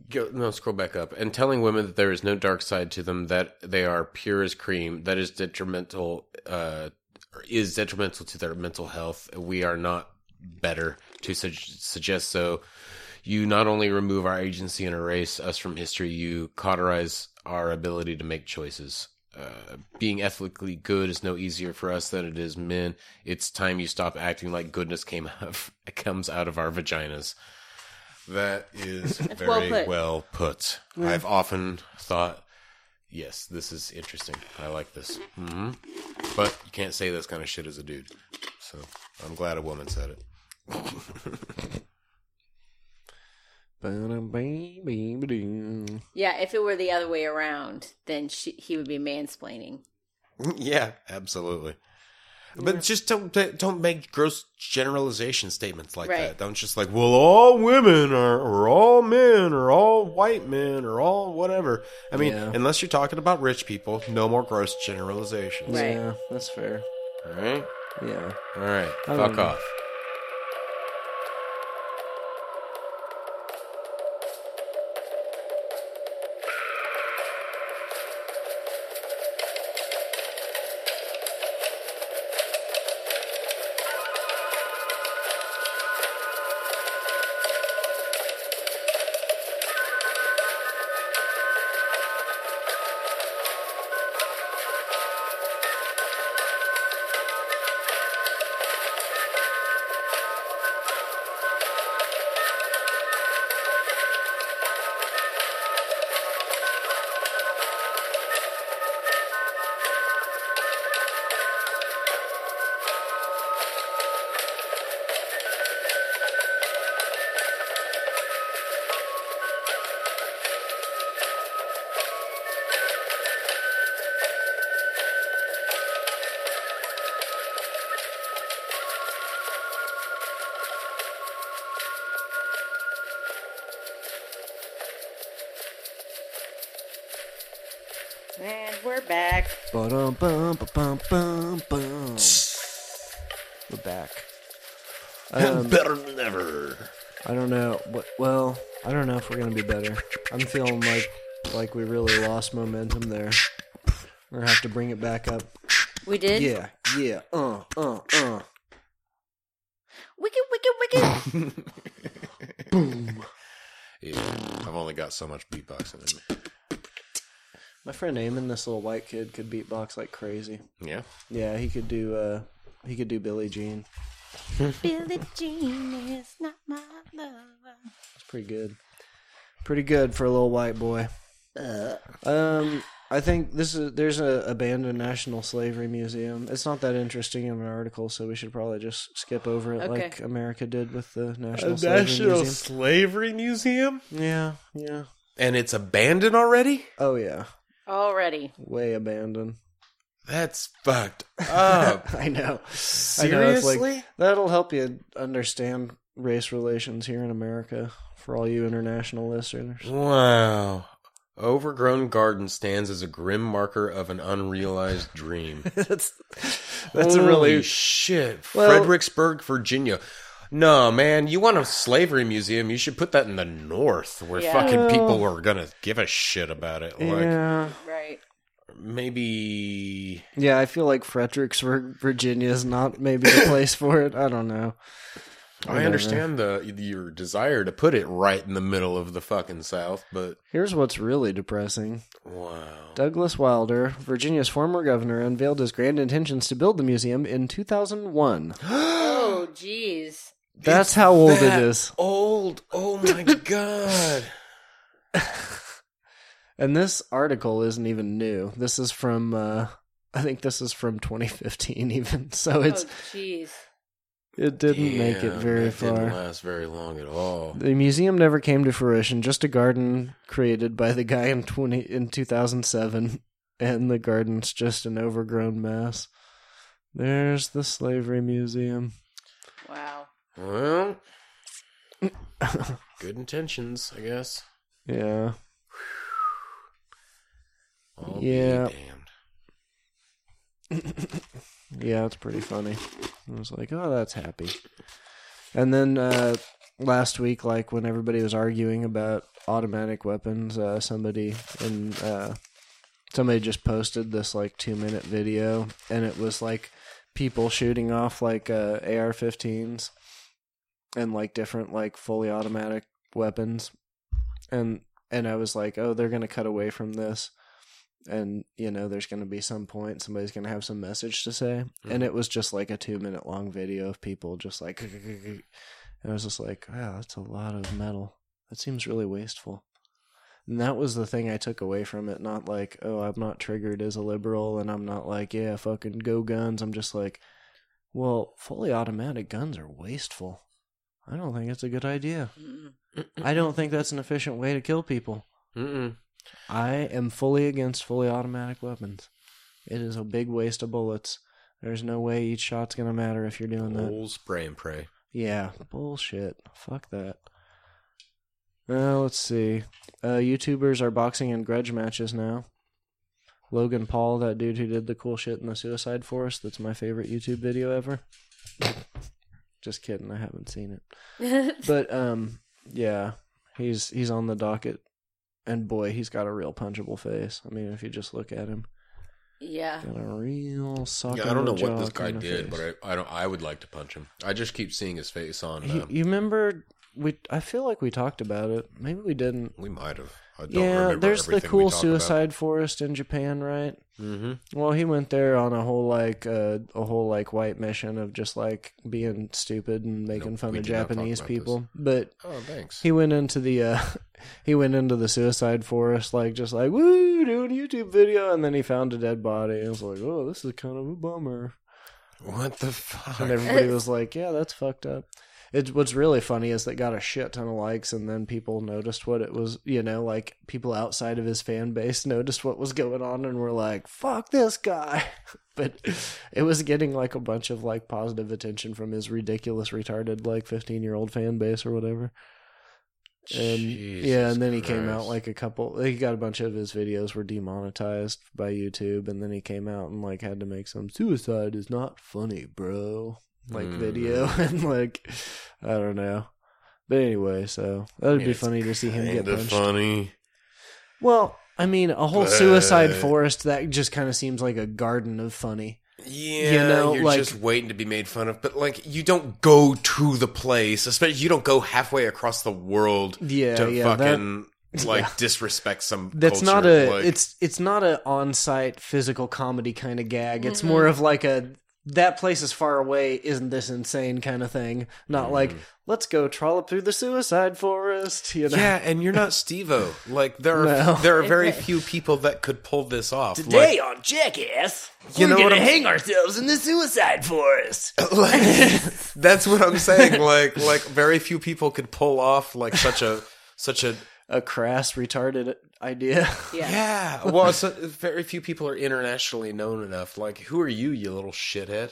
S4: go, no, scroll back up and telling women that there is no dark side to them, that they are pure as cream, that is detrimental, uh, is detrimental to their mental health. We are not better to su- suggest so. You not only remove our agency and erase us from history, you cauterize our ability to make choices. Uh, being ethically good is no easier for us than it is men. It's time you stop acting like goodness came out of, comes out of our vaginas. That is very
S2: well
S4: well put.
S2: put.
S4: I've often thought, yes, this is interesting. I like this. hmm But you can't say this kind of shit as a dude. So I'm glad a woman said it.
S3: Ba-dum-bing-bing-ba-doo.
S2: Yeah, if it were the other way around, then she, he would be mansplaining.
S4: yeah, absolutely. But just don't don't make gross generalization statements like
S2: Right.
S4: that. Don't just like, well, all women are, or all men, or all white men, or all whatever. I mean,
S3: Yeah.
S4: unless you're talking about rich people, no more gross generalizations.
S2: Right.
S3: Yeah, that's fair.
S4: All right,
S3: Yeah.
S4: all right,
S3: I
S4: fuck
S3: don't know.
S4: off.
S2: And we're back.
S3: Ba-dum-bum-ba-bum-bum-bum. We're back.
S4: Better than ever.
S3: I don't know. What, well, I don't know if we're gonna be better. I'm feeling like like we really lost momentum there. We're gonna have to bring it back up.
S2: We did?
S3: Yeah, yeah. Uh, uh, uh.
S2: Wicked, wicked, wicked.
S4: Yeah, I've only got so much beatboxing in me.
S3: My friend Eamon, this little white kid, could beatbox like crazy.
S4: Yeah.
S3: Yeah, he could do. uh He could do Billie Jean.
S2: Billie Jean is not my lover.
S3: It's pretty good. Pretty good for a little white boy.
S2: Uh.
S3: Um, I think this is there's a abandoned national slavery museum. It's not that interesting of an article, so we should probably just skip over it,
S2: Okay.
S3: like America did with the national slavery museum.
S4: Slavery Museum?
S3: Yeah, yeah.
S4: And it's abandoned already?
S3: Oh yeah,
S2: Already.
S3: way abandoned.
S4: That's fucked up.
S3: I know.
S4: Seriously?
S3: I know. It's like, that'll help you understand race relations here in America for all you international listeners.
S4: Wow. Overgrown garden stands as a grim marker of an unrealized dream.
S3: that's that's a
S4: Holy
S3: really
S4: shit.
S3: Well-
S4: Fredericksburg, Virginia. No, man, you want a slavery museum, you should put that in the north where
S2: Yeah.
S4: fucking people
S3: Well-
S4: were gonna give a shit about it. Like
S3: yeah.
S2: Right.
S4: maybe
S3: Yeah, I feel like Fredericksburg, Virginia is not maybe the place for it. I don't know.
S4: I understand the your desire to put it right in the middle of the fucking South, but
S3: Here's what's really depressing. Oh.
S4: wow,
S3: Douglas Wilder, Virginia's former governor, unveiled his grand intentions to build the museum in 2001.
S2: Oh, jeez.
S3: That's how old
S4: that
S3: it is.
S4: Old. Oh my god.
S3: And this article isn't even new. This is from uh I think this is from 2015 even. So it's
S2: oh, jeez.
S3: it didn't make it
S4: Damn,
S3: very
S4: that
S3: far.
S4: Didn't last very long at all.
S3: The museum never came to fruition, just a garden created by the guy in 20 in 2007 and the garden's just an overgrown mess. There's the slavery museum.
S2: Wow.
S4: Well, good intentions, I guess.
S3: Yeah.
S4: I'll
S3: Yeah.
S4: Be damned.
S3: Yeah, it's pretty funny. I was like, oh, that's happy. And then uh, last week, like when everybody was arguing about automatic weapons, uh, somebody and uh, somebody just posted this like two minute video, and it was like people shooting off like uh, AR-15s and like different like fully automatic weapons, and and I was like, oh, they're gonna cut away from this and you know there's going to be some point somebody's going to have some message to say and it was just like a two minute long video of people just like and i was just like wow that's a lot of metal that seems really wasteful and that was the thing i took away from it not like oh i'm not triggered as a liberal and i'm not like yeah fucking go guns i'm just like well fully automatic guns are wasteful i don't think it's a good idea i don't think that's an efficient way to kill people
S4: Mm-mm.
S3: I am fully against fully automatic weapons. It is a big waste of bullets. There's no way each shot's gonna matter if you're doing that.
S4: Old spray and pray.
S3: Yeah, bullshit. Fuck that. Uh, let's see. Uh, YouTubers are boxing in grudge matches now. Logan Paul, that dude who did the cool shit in the Suicide Forest, that's my favorite YouTube video ever. Just kidding, I haven't seen it. but um, yeah, he's he's on the docket, and boy, he's got a real punchable face. I mean, if you just look at him,
S2: Yeah.
S3: got a real sock.
S4: Yeah, I don't know what this guy did, but I, I don't. I would like to punch him. I just keep seeing his face on.
S3: You,
S4: uh,
S3: you remember we? I feel like we talked about it. Maybe we didn't.
S4: we might have. I don't
S3: Yeah,
S4: remember
S3: there's the
S4: everything we
S3: cool
S4: talk
S3: suicide forest in Japan, right?
S4: About. Mm-hmm.
S3: Well, he went there on a whole like uh, a whole like white mission of just like being stupid and making
S4: Nope,
S3: fun
S4: we
S3: of
S4: did not talk
S3: Japanese
S4: about
S3: people. But
S4: Oh, thanks.
S3: he went into the uh, he went into the suicide forest like just like woo doing a YouTube video, and then he found a dead body and was like, oh, this is kind of a bummer.
S4: what the fuck?
S3: And everybody was like, "Yeah, that's fucked up." It's what's really funny is that got a shit ton of likes, and then people noticed what it was. You know, like people outside of his fan base noticed what was going on, and were like, "Fuck this guy." But it was getting like a bunch of like positive attention from his ridiculous, retarded, like fifteen year old fan base or whatever. And yeah,
S4: Jesus
S3: and then he came out
S4: Christ.
S3: like a couple. He got a bunch of his videos were demonetized by YouTube, and then he came out and like had to make some suicide is not funny, bro. Like
S4: Mm.
S3: video and like I don't know. But anyway, so that'd be
S4: It's
S3: funny to see him get
S4: Kinda
S3: punched.
S4: funny.
S3: Well, I mean, a whole
S4: But-
S3: suicide forest that just kind of seems like a garden of funny.
S4: Yeah,
S3: You
S4: you
S3: know,
S4: are
S3: like-
S4: just waiting to be made fun of. But like, you don't go to the place, especially you don't go halfway across the world
S3: Yeah,
S4: to
S3: yeah, that-
S4: fucking like
S3: yeah.
S4: disrespect some.
S3: That's
S4: culture,
S3: not a
S4: like-
S3: it's it's not a on-site physical comedy kind of gag.
S1: Mm-hmm.
S3: It's more of like a that place is far away, isn't this insane kind of thing. Not
S4: Mm-hmm.
S3: like let's go trollop through the suicide forest, you know.
S4: yeah, and you're not Stevo. Like there are
S3: No.
S4: there are very few people that could pull this off.
S1: Today on Jackass,
S4: You
S1: you
S4: know
S1: we're
S4: what
S1: gonna
S4: I'm-
S1: hang ourselves in the suicide forest.
S4: Like, like, that's what I'm saying. Like like very few people could pull off like such a such a
S3: A crass retarded idea.
S4: yeah. Well, so, very few people are internationally known enough. Like, who are you, you little shithead?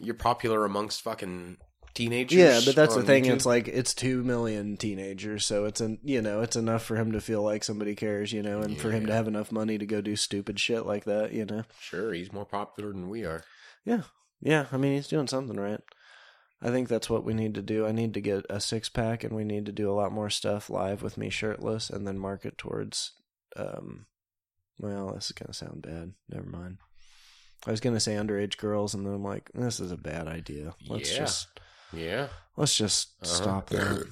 S4: You're popular amongst fucking teenagers.
S3: Yeah, but that's the
S4: on
S3: thing.
S4: YouTube?
S3: It's like it's two million teenagers, so it's an you know it's enough for him to feel like somebody cares, you know, and for him to have enough money to go do stupid shit like that, you know.
S4: sure, he's more popular than we are.
S3: Yeah, yeah. I mean, he's doing something right. I think that's what we need to do. I need to get a six pack, and we need to do a lot more stuff live with me shirtless, and then market towards um, Well, this is gonna sound bad. Never mind. I was gonna say underage girls, and then I'm like, this is a bad idea. Let's
S4: Yeah.
S3: just
S4: Yeah.
S3: let's just
S4: Uh-huh.
S3: stop that.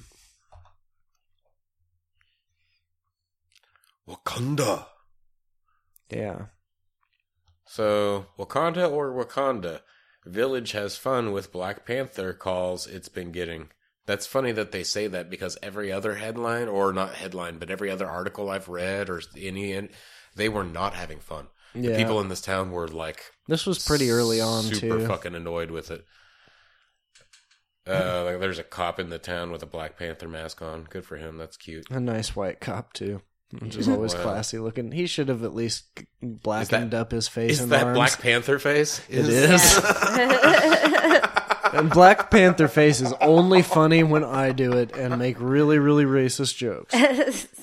S4: Wakanda.
S3: Yeah.
S4: So, Wakanda or Wakanda, Village has fun with Black Panther calls it's been getting. That's funny that they say that because every other headline, or not headline, but every other article I've read or any, and they were not having fun.
S3: Yeah.
S4: The people in this town were like
S3: this was pretty early on
S4: super
S3: too.
S4: fucking annoyed with it. Uh, like there's a cop in the town with a Black Panther mask on. Good for him. That's cute.
S3: a nice white cop too, which is always
S4: Wow.
S3: classy looking. He should have at least blackened up his face
S4: Is
S3: and
S4: that
S3: arms.
S4: Black Panther face?
S3: It is. and Black Panther face is only funny when I do it and make really, really racist jokes.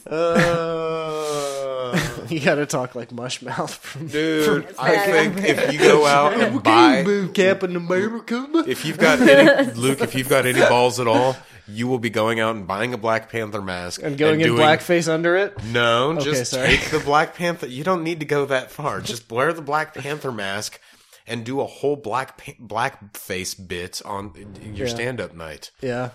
S3: Uh, you got to talk like Mushmouth from
S4: Dude, I think if you go out and buy,
S3: Captain America.
S4: if you've got any, Luke, if you've got any balls at all, you will be going out and buying a Black Panther mask
S3: And going in
S4: doing-
S3: blackface under it.
S4: No, just
S3: sorry.
S4: take the Black Panther. You don't need to go that far. Just wear the Black Panther mask and do a whole black pa- blackface bit on your
S3: Yeah.
S4: stand-up night.
S3: Yeah.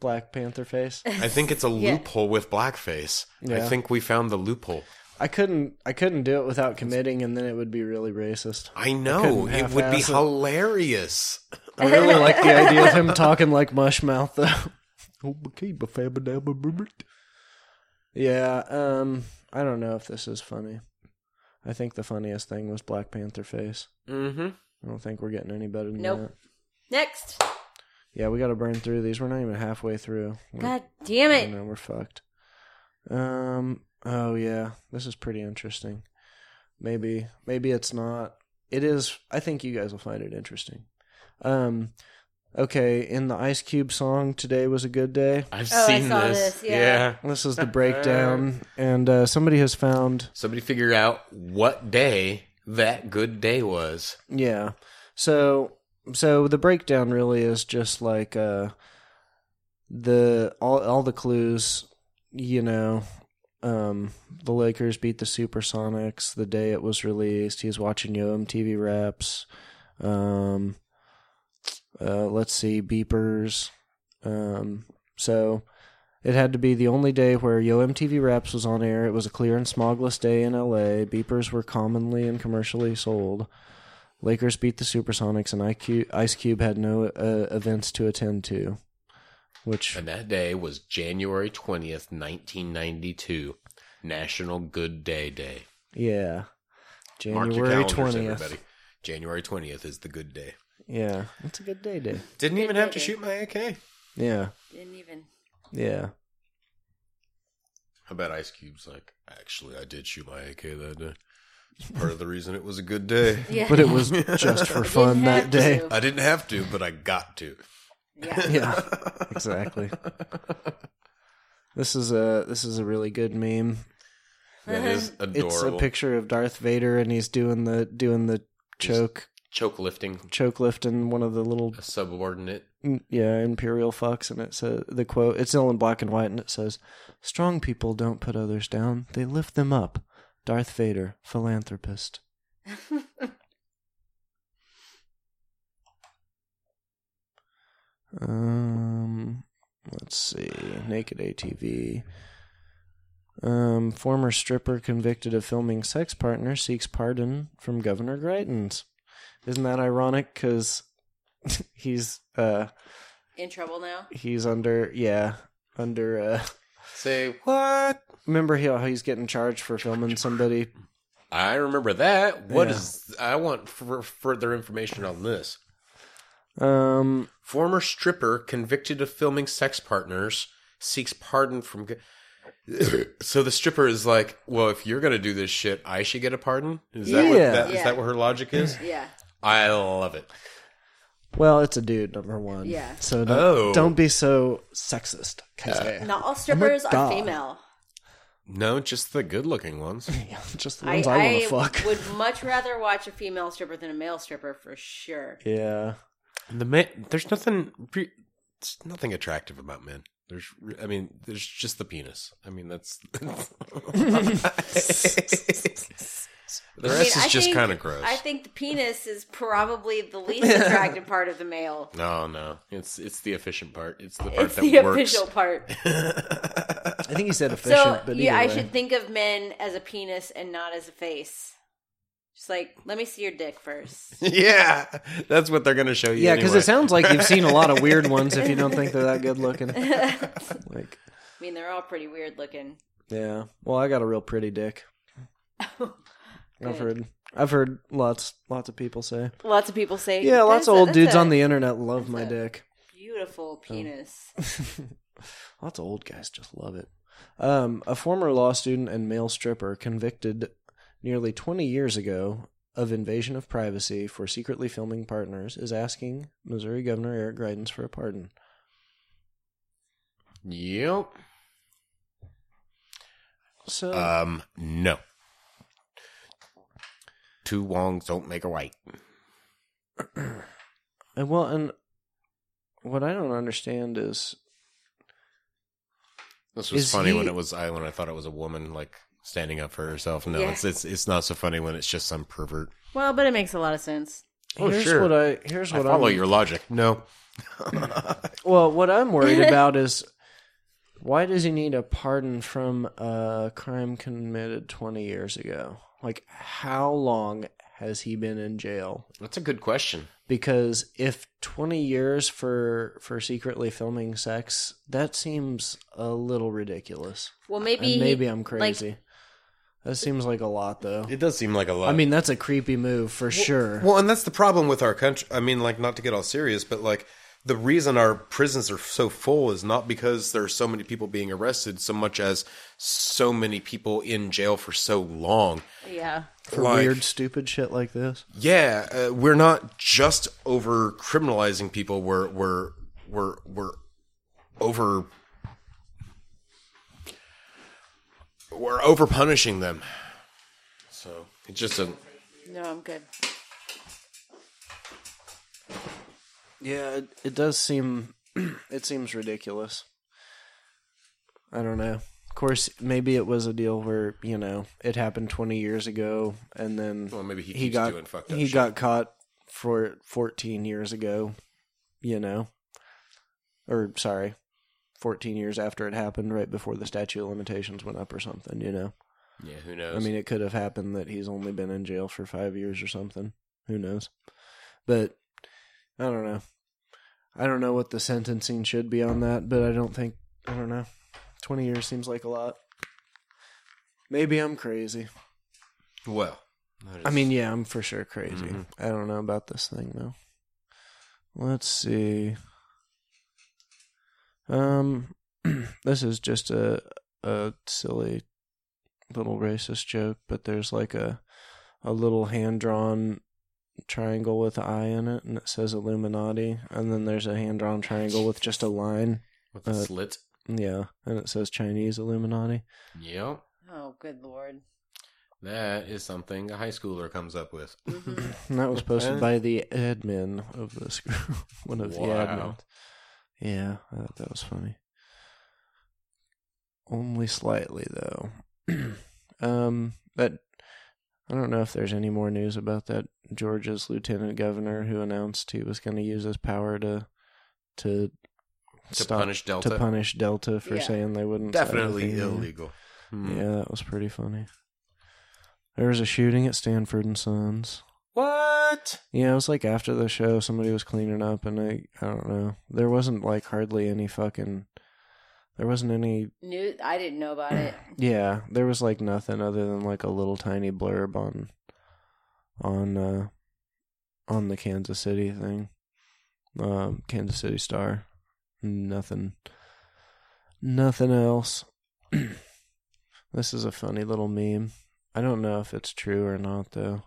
S3: Black Panther face.
S4: I think it's a loophole with blackface. I
S3: Yeah.
S4: think we found the loophole.
S3: I couldn't I couldn't do it without committing and then it would be really racist.
S4: I know.
S3: couldn't
S4: it would be
S3: half-ass it.
S4: hilarious.
S3: I really like the idea of him talking like Mushmouth though. Oh, Okay, ba fabba dabba boobert. Yeah, um, I don't know if this is funny. I think the funniest thing was Black Panther face.
S4: Mm-hmm.
S3: I don't think we're getting any better than
S2: Nope.
S3: that.
S2: Next.
S3: Yeah, we got to burn through these. We're not even halfway through. We're,
S2: God damn
S3: I
S2: it.
S3: know we're fucked. Um. Oh yeah, this is pretty interesting. Maybe maybe it's not. It is. I think you guys will find it interesting. Um. Okay, in the Ice Cube song, "Today Was a Good Day."
S4: I've
S2: Oh, I
S4: seen
S2: saw
S4: this.
S2: this, yeah.
S3: This is the breakdown, and uh, somebody has found.
S4: Somebody figure out what day that good day was.
S3: Yeah. So so the breakdown really is just like uh the all all the clues, you know, um the Lakers beat the Supersonics the day it was released. He's watching Yo MTV Raps. Um uh let's see beepers. Um so it had to be the only day where Yo MTV Raps was on air. It was a clear and smogless day in LA. Beepers were commonly and commercially sold. Lakers beat the Supersonics, and IQ, Ice Cube had no uh, events to attend to. Which
S4: And that day was January 20th, 1992. National Good Day Day.
S3: yeah,
S4: Mark your
S3: January
S4: calendars,
S3: twentieth.
S4: everybody. January 20th is the good day.
S3: Yeah, it's a good day, day.
S4: Didn't even have to
S2: day.
S4: shoot my AK.
S3: Yeah,
S2: Didn't even.
S3: yeah.
S4: I bet Ice Cube's like, actually, I did shoot my AK that day. It's part of the reason it was a good day.
S2: Yeah.
S3: But it was just for fun
S2: Didn't
S3: that
S2: have
S3: day.
S2: to.
S4: I didn't have to, but I got to.
S2: Yeah.
S3: Yeah, exactly. This is a this is a really good meme.
S4: That is adorable.
S3: It's a picture of Darth Vader, and he's doing the doing the choke
S4: Choke lifting
S3: choke lift in one of the little
S4: a subordinate.
S3: Mm, yeah, Imperial fucks, and it says the quote. It's all in black and white, and it says, "Strong people don't put others down; they lift them up." Darth Vader, philanthropist. um, let's see, naked ATV. Um, former stripper convicted of filming sex partner seeks pardon from Governor Greitens. Isn't that ironic? Because he's uh
S2: In trouble now.
S3: he's under yeah under uh
S4: Say what?
S3: remember he, how he's getting charged for filming somebody
S4: I remember that. What
S3: Yeah.
S4: is? I want f- further information on this.
S3: um
S4: Former stripper convicted of filming sex partners seeks pardon from. g- so the stripper is like, "Well, if you're gonna do this shit, I should get a pardon." Is that what
S3: Yeah.
S4: that, is
S2: Yeah.
S4: that what her logic is?
S2: Yeah.
S4: I love it.
S3: well it's a dude number one
S2: Yeah.
S3: so don't,
S4: Oh.
S3: don't be so sexist 'cause, uh,
S2: Not all strippers are
S3: God.
S2: female.
S4: No, just the good-looking ones.
S3: yeah, just the
S2: I,
S3: ones i, want
S2: I,
S3: to fuck
S2: would much rather watch a female stripper than a male stripper for sure.
S3: yeah
S4: The man, there's nothing, pre- it's nothing attractive about men. There's, re- I mean, there's just the penis. I mean, that's the
S2: I
S4: rest
S2: mean, I
S4: is just
S2: think-
S4: kind of gross.
S2: I think the penis is probably the least attractive part of the male.
S4: no, no, it's it's the efficient part. It's the part
S2: It's
S4: that
S2: the
S4: works.
S2: official part.
S3: I think he said efficient,
S2: So
S3: but
S2: yeah, I
S3: either way.
S2: should think of men as a penis and not as a face. Just like, let me see your dick first.
S4: yeah, that's what they're gonna show you.
S3: Yeah, because
S4: anyway.
S3: it sounds like you've seen a lot of weird ones if you don't think they're that good looking. like,
S2: I mean, they're all pretty weird looking.
S3: yeah. Well, I got a real pretty dick. I've
S2: Oh, Good.
S3: heard. I've heard lots, lots of people say.
S2: Lots of people say,
S3: Yeah, lots
S2: "That's a-
S3: of old
S2: that's
S3: dudes
S2: a
S3: on the Oh. internet love my dick.
S2: beautiful penis."
S3: Lots of old guys just love it. Um, a former law student and male stripper convicted nearly 20 years ago of invasion of privacy for secretly filming partners is asking Missouri Governor Eric Greitens for a pardon.
S4: Yep.
S3: So
S4: Um, no. Two wongs don't make a white.
S3: And well, and what I don't understand is
S4: This was
S3: Is
S4: funny when
S3: he-
S4: it was I when I thought it was a woman like standing up for herself. No,
S2: Yeah.
S4: it's it's it's not so funny when it's just some pervert.
S2: well, but it makes a lot of sense.
S4: Oh,
S3: here's
S4: sure.
S3: what I here's
S4: I
S3: what
S4: follow
S3: am
S4: your logic. No,
S3: well, what I'm worried about is why does he need a pardon from a crime committed 20 years ago? Like, how long has he been in jail?
S4: that's a good question.
S3: Because if 20 years for for secretly filming sex, that seems a little ridiculous.
S2: Well,
S3: And
S2: maybe he-
S3: maybe I'm
S2: like,
S3: crazy. that seems like a lot, though.
S4: It does seem like a lot.
S3: I mean, that's a creepy move for sure.
S4: Well, and that's the problem with our country. I mean, like, not to get all serious, but like, the reason our prisons are so full is not because there are so many people being arrested, so much as so many people in jail for so long.
S2: yeah,
S3: for
S4: Like-
S3: weird, stupid shit like this.
S4: Yeah, uh, we're not just over criminalizing people. We're we're we're we're over we're over punishing them. So it just doesn't.
S2: no, I'm good.
S3: Yeah, it, it does seem it seems ridiculous. I don't know. Of course, maybe it was a deal where you know it happened twenty years ago, and then
S4: Well, maybe he
S3: he
S4: keeps
S3: got
S4: doing fucked up
S3: he
S4: shit.
S3: got caught for fourteen years ago. You know, or sorry, fourteen years after it happened, right before the statute of limitations went up, or something. You know,
S4: Yeah, who knows?
S3: I mean, it could have happened that he's only been in jail for five years or something. Who knows? But I don't know. I don't know what the sentencing should be on that, but I don't think I don't know. Twenty years seems like a lot. Maybe I'm crazy.
S4: well,
S3: I mean, yeah, I'm for sure crazy. I don't know about this thing though. Let's see. Um, this is just a a silly little racist joke, but there's like a a little hand drawn triangle with an eye in it, and it says Illuminati, and then there's a hand drawn triangle with just a line,
S4: with the
S3: uh,
S4: slit.
S3: yeah, and it says Chinese Illuminati.
S4: Yep,
S2: Oh, good lord.
S4: that is something a high schooler comes up with.
S3: And that was posted by the admin of this group. One of the
S4: Wow.
S3: admins. Yeah, I thought that was funny. Only slightly though. um that I don't know if there's any more news about that Georgia's lieutenant governor who announced he was going to use his power to to
S4: To punish Delta.
S3: to punish Delta for
S2: Yeah.
S3: saying they wouldn't side with
S4: Definitely
S3: the union.
S4: illegal. Hmm.
S3: Yeah, that was pretty funny. There was a shooting at Stanford and Sons.
S4: What?
S3: Yeah, it was like after the show, somebody was cleaning up, and I, I don't know. There wasn't like hardly any fucking. There wasn't any.
S2: New, I didn't know about it.
S3: Yeah, there was like nothing other than like a little tiny blurb on, on, uh, on the Kansas City thing, uh, Kansas City Star. Nothing. Nothing else. this is a funny little meme. I don't know if it's true or not though.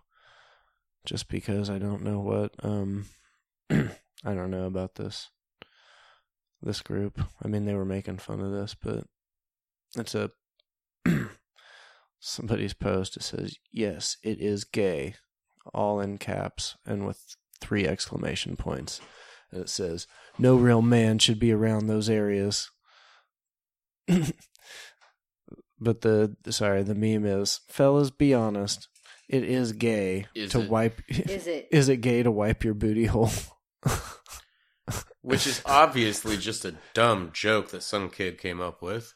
S3: Just because I don't know what um I don't know about this this group. I mean they were making fun of this, but it's a somebody's post it says, Yes, it is gay all in caps and with three exclamation points. And it says, No real man should be around those areas. but the sorry, the meme is fellas, be honest. It is gay
S4: Is
S3: to
S4: it?
S3: wipe.
S2: Is it?
S3: Is it gay to wipe your booty hole?
S4: Which is obviously just a dumb joke that some kid came up with.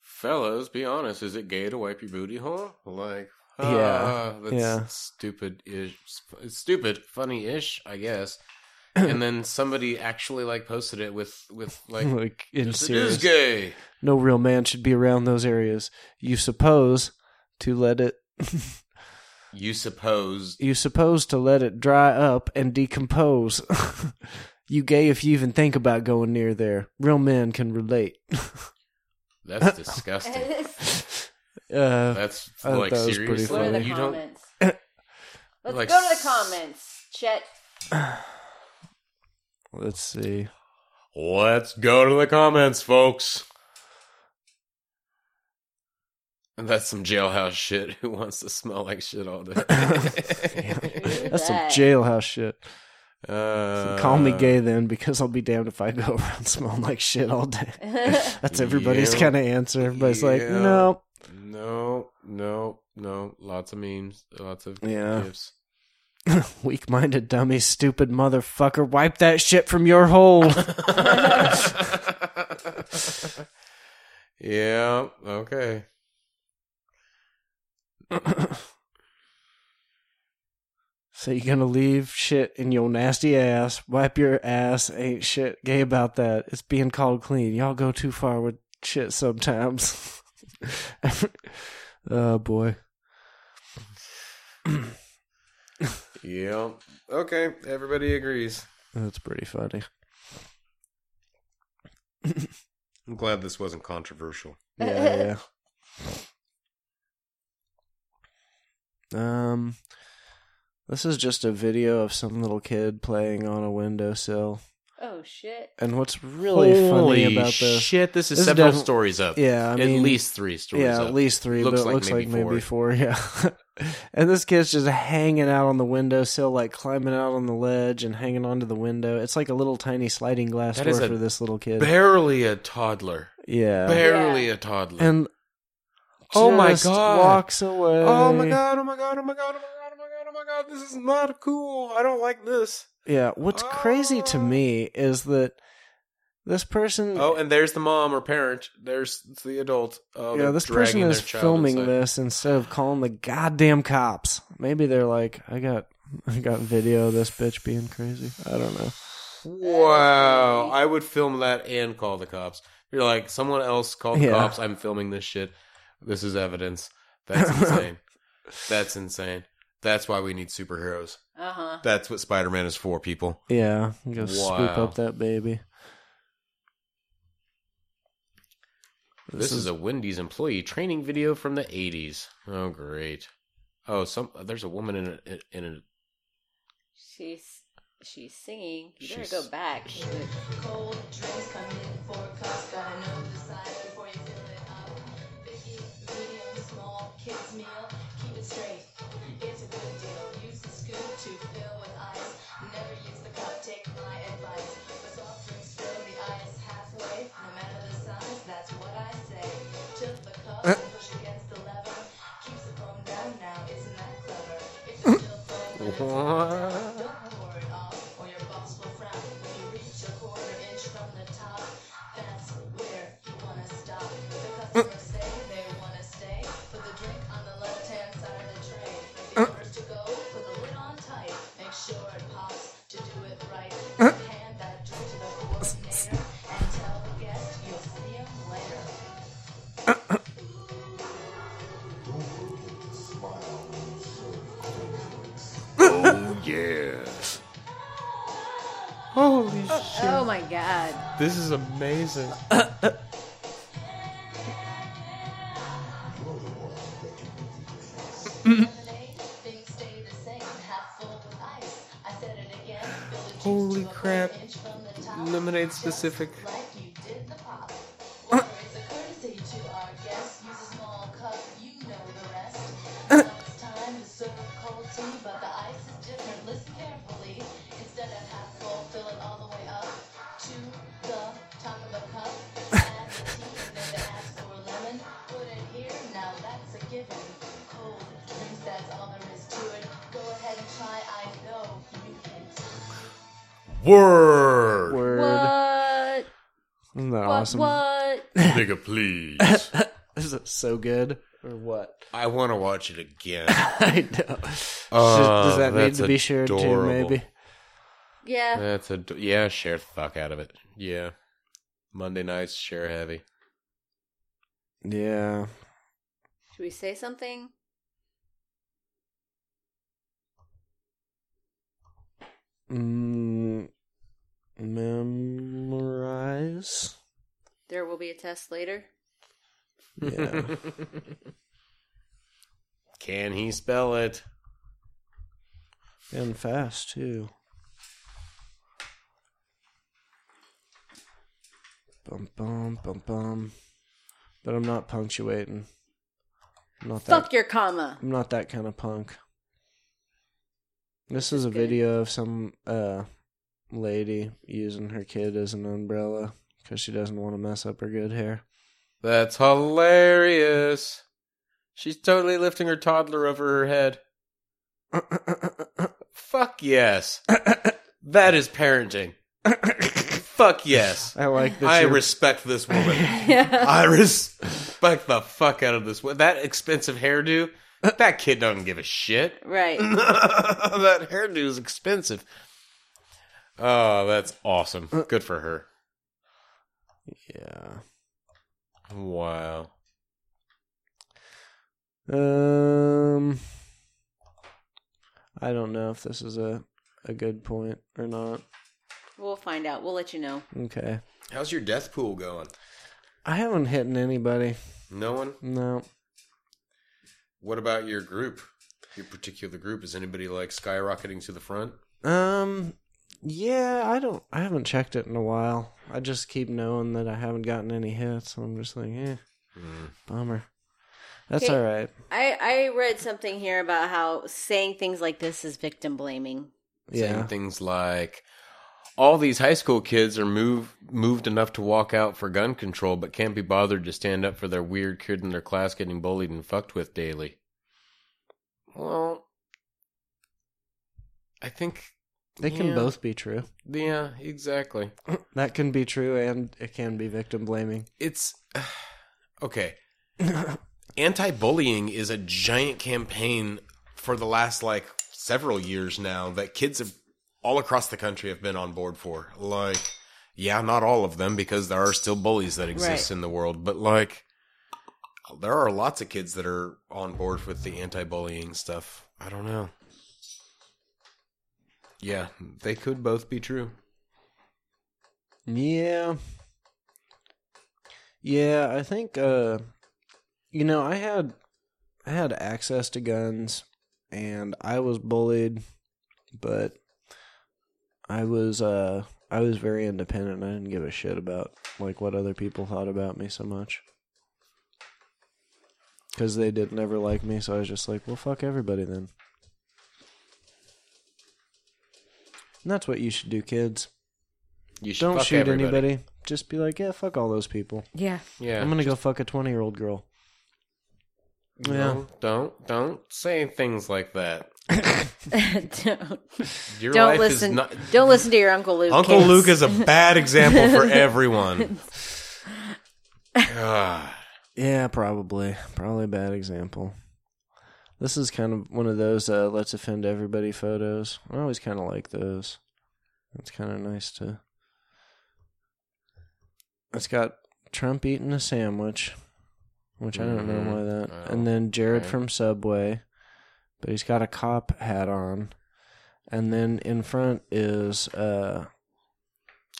S4: Fellas, be honest, is it gay to wipe your booty hole? Like, ah,
S3: Yeah,
S4: that's
S3: yeah.
S4: stupid ish. It's stupid, funny ish, I guess. and then somebody actually like posted it with with like,
S3: like in
S4: "Yes, it is
S3: serious,
S4: gay.
S3: no real man should be around those areas. You suppose to let it.
S4: You suppose
S3: you suppose to let it dry up and decompose. you gay if you even think about going near there. Real men can relate.
S4: that's disgusting.
S3: Uh,
S4: That's
S3: thought
S4: like
S3: that was pretty
S4: seriously,
S2: what are the
S4: you don't.
S2: comments? Let's
S4: Like
S2: go to
S4: s-
S2: the comments. Chet.
S3: let's see.
S4: Let's go to the comments, folks. And that's some jailhouse shit. Who wants to smell like shit all day?
S3: That's some
S2: that.
S3: jailhouse shit.
S4: uh,
S3: Call me gay then, because I'll be damned if I go around smelling like shit all day. That's everybody's
S4: Yeah.
S3: kind of answer. Everybody's like,
S4: Yeah.
S3: no.
S4: No, no, no. Lots of memes. Lots of
S3: Yeah.
S4: gifs.
S3: Weak minded dummy, stupid motherfucker, wipe that shit from your hole.
S4: yeah. Okay.
S3: so you gonna leave shit in your nasty ass, wipe your ass, ain't shit gay about that. It's being called clean. Y'all go too far with shit sometimes. oh boy.
S4: Yeah. Okay. Everybody agrees.
S3: That's pretty funny.
S4: I'm glad this wasn't controversial.
S3: Yeah, yeah. Um this is just a video of some little kid playing on a windowsill.
S2: Oh shit.
S3: And what's really funny about this
S4: shit! This is
S3: this is
S4: several
S3: defi-
S4: stories up.
S3: Yeah, I
S4: at
S3: mean-
S4: least three stories.
S3: Yeah,
S4: up.
S3: at least three,
S4: Looks
S3: but it
S4: like
S3: looks
S4: maybe
S3: like maybe four. yeah. and this kid's just hanging out on the windowsill, like climbing out on the ledge and hanging onto the window. It's like a little tiny sliding glass
S4: That
S3: door
S4: is a
S3: for this little kid.
S4: barely a toddler.
S3: yeah.
S4: Barely a toddler.
S3: and
S4: Oh my
S3: just
S4: God.
S3: walks away.
S4: oh my god! Oh my god! Oh my god! Oh my god! Oh my god! Oh my god! This is not cool. I don't like this.
S3: Yeah, what's crazy to
S4: Oh.
S3: me is that this person
S4: Oh, and there's the mom or parent. There's the adult. Oh,
S3: yeah,
S4: they're
S3: this person
S4: dragging
S3: is
S4: their child
S3: filming
S4: inside.
S3: this instead of calling the goddamn cops. Maybe they're like, I got I got video of this bitch being crazy. I don't know.
S4: Wow! I would film that and call the cops. You're like someone else called the
S3: Yeah.
S4: cops. I'm filming this shit. This is evidence. That's insane. That's insane. That's why we need superheroes.
S2: Uh huh.
S4: That's what Spider Man is for, people.
S3: Yeah, go scoop
S4: Wow.
S3: up that baby.
S4: This, is, a Wendy's employee training video from the '80s. Oh, great! Oh, some there's a woman in a in a
S2: She's she's singing. You
S4: She's-
S2: better go back.
S7: Cold drinks coming in four cups. Gotta know the size before you fill it up. Biggie, medium, small, kids meal. Keep it straight. It's a good deal. Use the scoop to fill with ice. Never use the cup. Take my advice. The soft drinks fill the ice halfway. No matter the size, that's what I say. Tilt the cup and push against the lever. Keeps the foam down now. Isn't that clever? If you tilt the
S4: What?
S7: don't pour it off, or your boss will frown. When you reach a quarter inch from the top, that's where you wanna stop. The customers say they wanna stay. Put the drink on the left-hand side of the tray. If it orders to go, put the lid on tight. Make sure it pops to do it right. Hand that drink to the coordinator and tell the guest you'll see him later.
S4: Holy
S2: Oh my god.
S4: This is amazing.
S7: Things stay the same, half full with ice. I said it again. Fill the
S4: Holy
S7: juice to a quarter
S4: crap.
S7: inch from the top.
S4: Lemonade specific.
S7: like you did the pop. Water is a courtesy to our guests. Use a small cup, you know the rest. Now it's time to serve cold tea, but the ice is different. Listen carefully. Instead of half full, fill it all the way up to the top of the cup. Add the tea and then the ass
S4: Word.
S3: Word.
S2: What?
S3: Isn't that
S2: What?
S3: awesome?
S2: What?
S4: Nigga, please.
S3: Is it so good or what?
S4: I want to watch it again.
S3: I know.
S4: Oh,
S3: Does that need
S4: that's
S3: to be shared
S4: adorable.
S3: too? Maybe.
S2: Yeah.
S4: That's a d- yeah. Share the fuck out of it. Yeah. Monday nights share heavy.
S3: Yeah.
S2: Should we say something?
S3: Mm, memorize.
S2: There will be a test later.
S3: Yeah.
S4: Can he spell it?
S3: and fast too. Bum bum bum bum. But I'm not punctuating. I'm not that
S2: Fuck your comma.
S3: I'm not that kind of punk. This is a video of some uh, lady using her kid as an umbrella because she doesn't want to mess up her good hair.
S4: That's hilarious. She's totally lifting her toddler over her head. Fuck yes. that is parenting. Fuck yes.
S3: I like that.
S4: I
S3: you're-
S4: respect this woman.
S2: Yeah.
S4: I respect the fuck out of this woman. That expensive hairdo, that kid doesn't give a shit.
S2: right.
S4: that hairdo is expensive. Oh, that's awesome. Good for her.
S3: yeah.
S4: Wow.
S3: Um, I don't know if this is a a good point or not.
S2: We'll find out. We'll let you know.
S3: Okay,
S4: How's your death pool going?
S3: I haven't hitting anybody.
S4: No one?
S3: No,
S4: What about your group? Your particular group? Is anybody like skyrocketing to the front?
S3: Um, yeah, I don't. I haven't checked it in a while. I just keep knowing that I haven't gotten any hits, and I'm just like, eh, bummer. That's
S2: Okay.
S3: all right.
S2: I, I read something here about how saying things like this is victim blaming.
S3: Yeah,
S4: Saying things like all these high school kids are move, moved enough to walk out for gun control, but can't be bothered to stand up for their weird kid in their class getting bullied and fucked with daily. Well, I think
S3: they can
S4: Yeah.
S3: both be true.
S4: Yeah, exactly.
S3: That can be true, and it can be victim blaming.
S4: It's okay. Anti-bullying is a giant campaign for the last like several years now that kids have, all across the country have been on board for. Like, yeah, not all of them because there are still bullies that exist
S2: Right.
S4: in the world, but like there are lots of kids that are on board with the anti-bullying stuff. I don't know. Yeah, they could both be true.
S3: Yeah. Yeah, I think uh you know, I had I had access to guns and I was bullied, but I was uh I was very independent. I didn't give a shit about like what other people thought about me so much. Cuz they didn't ever like me, so I was just like, "Well, fuck everybody then." And that's what you should do, kids.
S4: You should
S3: Don't
S4: fuck
S3: shoot
S4: everybody.
S3: anybody. Just be like, yeah, fuck all those people.
S2: Yeah.
S4: Yeah.
S3: I'm gonna go fuck a 20 year old girl.
S4: No,
S3: Yeah.
S4: don't don't say things like that.
S2: don't
S4: Your
S2: don't
S4: life
S2: listen.
S4: is not.
S2: Don't listen to your Uncle Luke.
S4: Uncle
S2: kids.
S4: Luke is a bad example for everyone. God.
S3: Yeah, probably. Probably a bad example. This is kind of one of those uh, let's offend everybody photos. I always kind of like those. It's kind of nice to. It's got Trump eating a sandwich, which I don't know
S4: Mhm.
S3: why that.
S4: Well,
S3: and then Jared
S4: right.
S3: from Subway, but he's got a cop hat on. And then in front is uh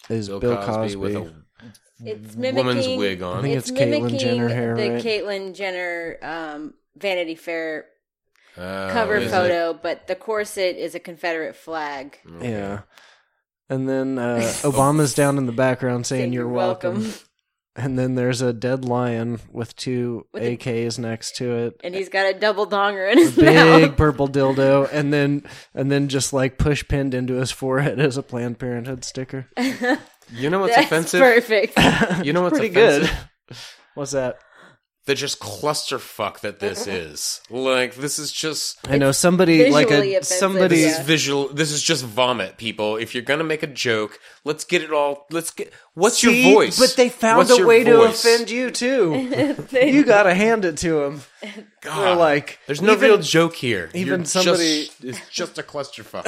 S3: is Bill, Cosby,
S4: with a
S2: It's mimicking,
S4: woman's wig
S3: I
S4: on.
S3: think
S2: It's,
S3: it's Caitlyn
S2: mimicking
S3: Jenner hair,
S2: the
S3: right?
S2: Caitlyn Jenner um, Vanity Fair
S4: Oh,
S2: cover
S4: is it?
S2: photo, but the corset is a Confederate flag.
S4: Okay.
S3: Yeah. And then uh, Obama's down in the background saying,
S2: Saying
S3: "You're
S2: you're
S3: welcome.
S2: welcome.
S3: And then there's a dead lion with two
S2: With a-
S3: AKs next to it,
S2: And he's got a double donger in his
S3: big
S2: mouth.
S3: purple dildo, and then and then just like push pinned into his forehead is a Planned Parenthood sticker.
S4: You know what's
S2: That's
S4: offensive?
S2: perfect.
S4: You know what's
S3: Pretty
S4: offensive?
S3: good. What's that?
S4: the just clusterfuck that this is. Like this is just
S3: I know somebody like
S2: visually
S3: a
S2: offensive,
S3: somebody.
S2: yeah.
S4: this is visual. This is just vomit, people. If you're gonna make a joke, let's get it all. Let's get. What's
S3: See?
S4: your voice?
S3: But they found
S4: What's
S3: a
S4: your
S3: way
S4: voice?
S3: to offend you too. you gotta hand it to them.
S4: God,
S3: They're like,
S4: there's no
S3: even-
S4: real joke here.
S3: even
S4: You're
S3: somebody-
S4: just, it's just a clusterfuck.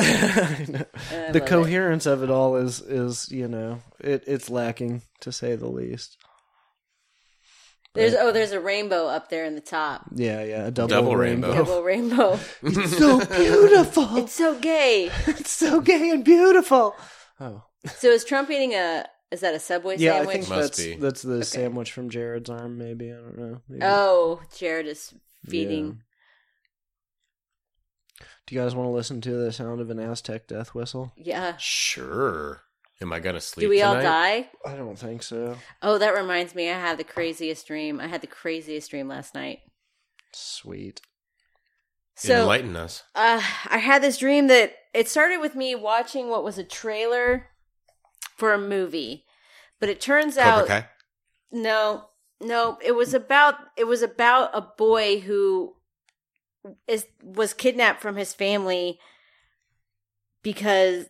S3: the coherence of it all is is you know it it's lacking to say the least.
S2: There's oh, there's a rainbow up there in the top.
S3: Yeah, yeah, a double,
S4: Double
S3: rainbow.
S4: rainbow.
S2: Double rainbow.
S3: so beautiful.
S2: It's so gay.
S3: it's so gay and beautiful. Oh,
S2: So is Trump eating a? Is that a Subway
S3: yeah, I
S2: sandwich?
S3: think
S4: Must
S3: that's
S4: be.
S3: that's the sandwich from Jared's arm. Maybe I don't know. Maybe.
S2: Oh, Jared is feeding.
S3: Do you guys want to listen to the sound of an Aztec death whistle?
S2: Yeah.
S4: sure. Am I gonna sleep?
S2: Do we all
S4: tonight?
S2: die?
S3: I don't think so.
S2: Oh, that reminds me. I had the craziest dream. I had the craziest dream last night.
S3: Sweet.
S2: So
S4: Enlighten us.
S2: uh, I had this dream that it started with me watching what was a trailer for a movie, but it turns
S4: Cobra
S2: out
S4: Kai.
S2: No, no. It was about it was about a boy who is was kidnapped from his family because,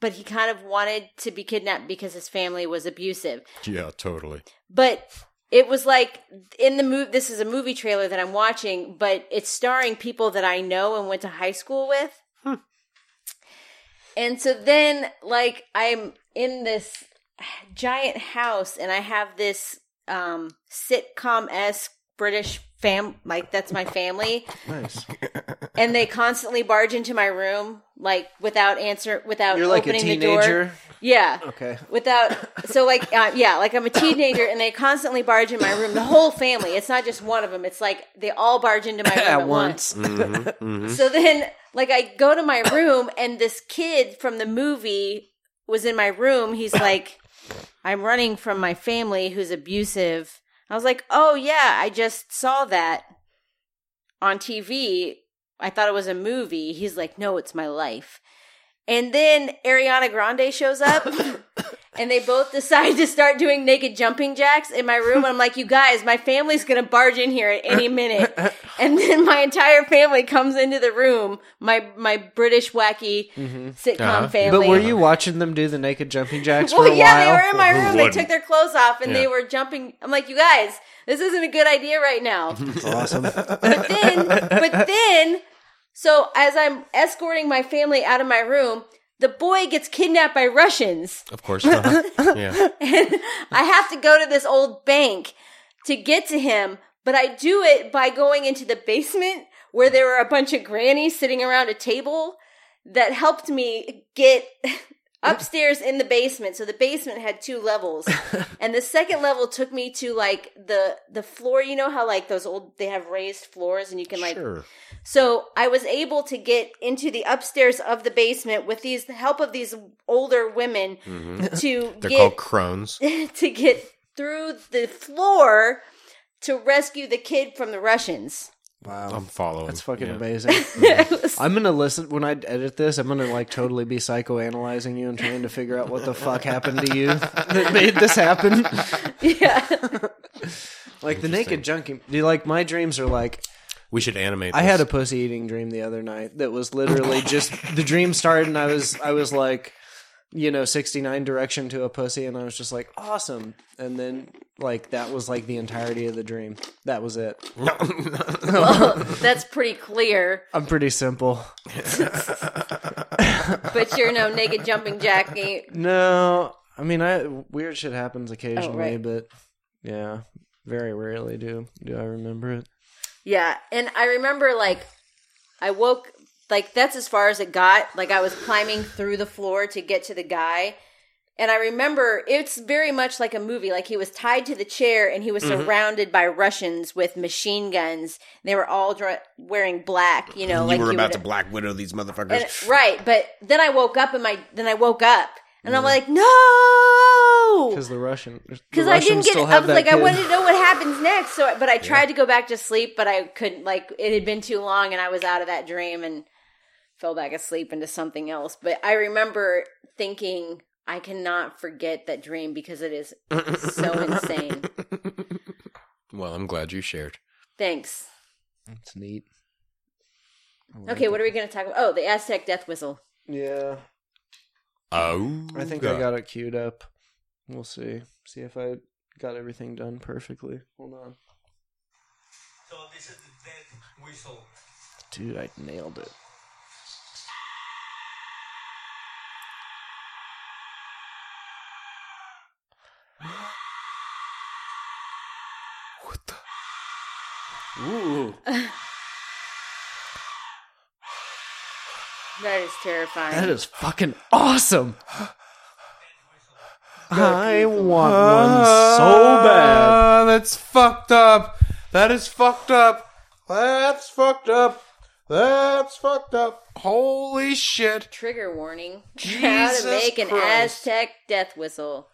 S2: but he kind of wanted to be kidnapped because his family was abusive.
S4: Yeah, totally.
S2: But it was like in the movie. This is a movie trailer that I'm watching, but it's starring people that I know and went to high school with.
S3: Hmm.
S2: And so then, like, I'm in this giant house, and I have this um, sitcom esque British fam. Like, that's my family,
S3: Nice.
S2: and they constantly barge into my room, like, without answer, without
S3: You're like a
S2: opening the door.
S3: teenager.
S2: Yeah.
S3: Okay.
S2: Without, so like, uh, yeah, like I'm a teenager and they constantly barge in my room. The whole family. It's not just one of them. It's like they all barge into my room at,
S3: At once. Mm-hmm.
S2: So then, like, I go to my room and this kid from the movie was in my room. He's like, I'm running from my family who's abusive. I was like, oh, yeah, I just saw that on TV. I thought it was a movie. He's like, no, it's my life. And then Ariana Grande shows up and they both decide to start doing naked jumping jacks in my room. I'm like, you guys, my family's going to barge in here at any minute. And then my entire family comes into the room, my my British wacky sitcom
S4: Uh-huh.
S2: family.
S3: But were you watching them do the naked jumping jacks for
S2: Well,
S3: a
S2: yeah,
S3: while?
S2: they were in my room. They took
S4: wouldn't?
S2: their clothes off and
S4: Yeah.
S2: they were jumping. I'm like, you guys, this isn't a good idea right now.
S3: awesome.
S2: But then, but then, so as I'm escorting my family out of my room, the boy gets kidnapped by Russians.
S4: Of course. uh Yeah.
S2: I have to go to this old bank to get to him, but I do it by going into the basement where there were a bunch of grannies sitting around a table that helped me get upstairs in the basement. So the basement had two levels. and the second level took me to like the the floor, you know how like those old they have raised floors and you can like
S4: Sure.
S2: so I was able to get into the upstairs of the basement with these the help of these older women to
S4: Mm-hmm. They're
S2: get
S4: called crones.
S2: to get through the floor to rescue the kid from the Russians.
S3: Wow.
S4: I'm following.
S3: That's fucking
S4: Um, Yeah.
S3: amazing. I'm gonna listen when I edit this. I'm gonna like totally be psychoanalyzing you and trying to figure out what the fuck happened to you that made this happen.
S2: Yeah.
S3: Like the naked junkie. Do you like my dreams are like
S4: We should animate.
S3: I had a
S4: this.
S3: pussy eating dream the other night that was literally just the dream started and I was I was like you know 69 direction to a pussy and I was just like awesome and then like that was like the entirety of the dream. That was it.
S2: That's pretty clear.
S3: I'm pretty simple.
S2: But you're no naked jumping jack. ain't-
S3: No, I mean, I weird shit happens occasionally,
S2: right.
S3: but yeah, very rarely do do I remember it.
S2: Yeah. And I remember like I woke like that's as far as it got. Like I was climbing through the floor to get to the guy. And I remember it's very much like a movie. Like he was tied to the chair and he was
S4: Mm-hmm.
S2: surrounded by Russians with machine guns. They were all dra- wearing black, you know, like
S4: you were about
S2: would-
S4: to Black Widow these motherfuckers.
S2: And- right, but then I woke up and my then I woke up and
S4: Mm-hmm.
S2: I'm like, no,
S3: Because the Russian,
S2: because I didn't get. I was like, I wanted to know what happens next. So, I- but I tried to go back to sleep, but I couldn't. Like, it had been too long, and I was out of that dream and fell back asleep into something else. But I remember thinking. I cannot forget that dream because it is so insane.
S4: Well, I'm glad you shared.
S2: Thanks.
S3: It's neat.
S2: Okay, what are we going to talk about? Oh, the Aztec death whistle.
S3: Yeah,
S4: Oh,
S3: I think I got it queued up. We'll see. See if I got everything done perfectly. Hold on.
S5: So this is the death whistle.
S3: Dude, I nailed it.
S4: What the?
S3: Ooh.
S2: That is terrifying.
S3: That is fucking awesome. I want one so bad.
S4: Ah, Uh, that's fucked up. That is fucked up. That's fucked up. That's fucked up. Holy shit.
S2: Trigger warning. How to
S4: Jesus
S2: make an
S4: Christ.
S2: Aztec death whistle.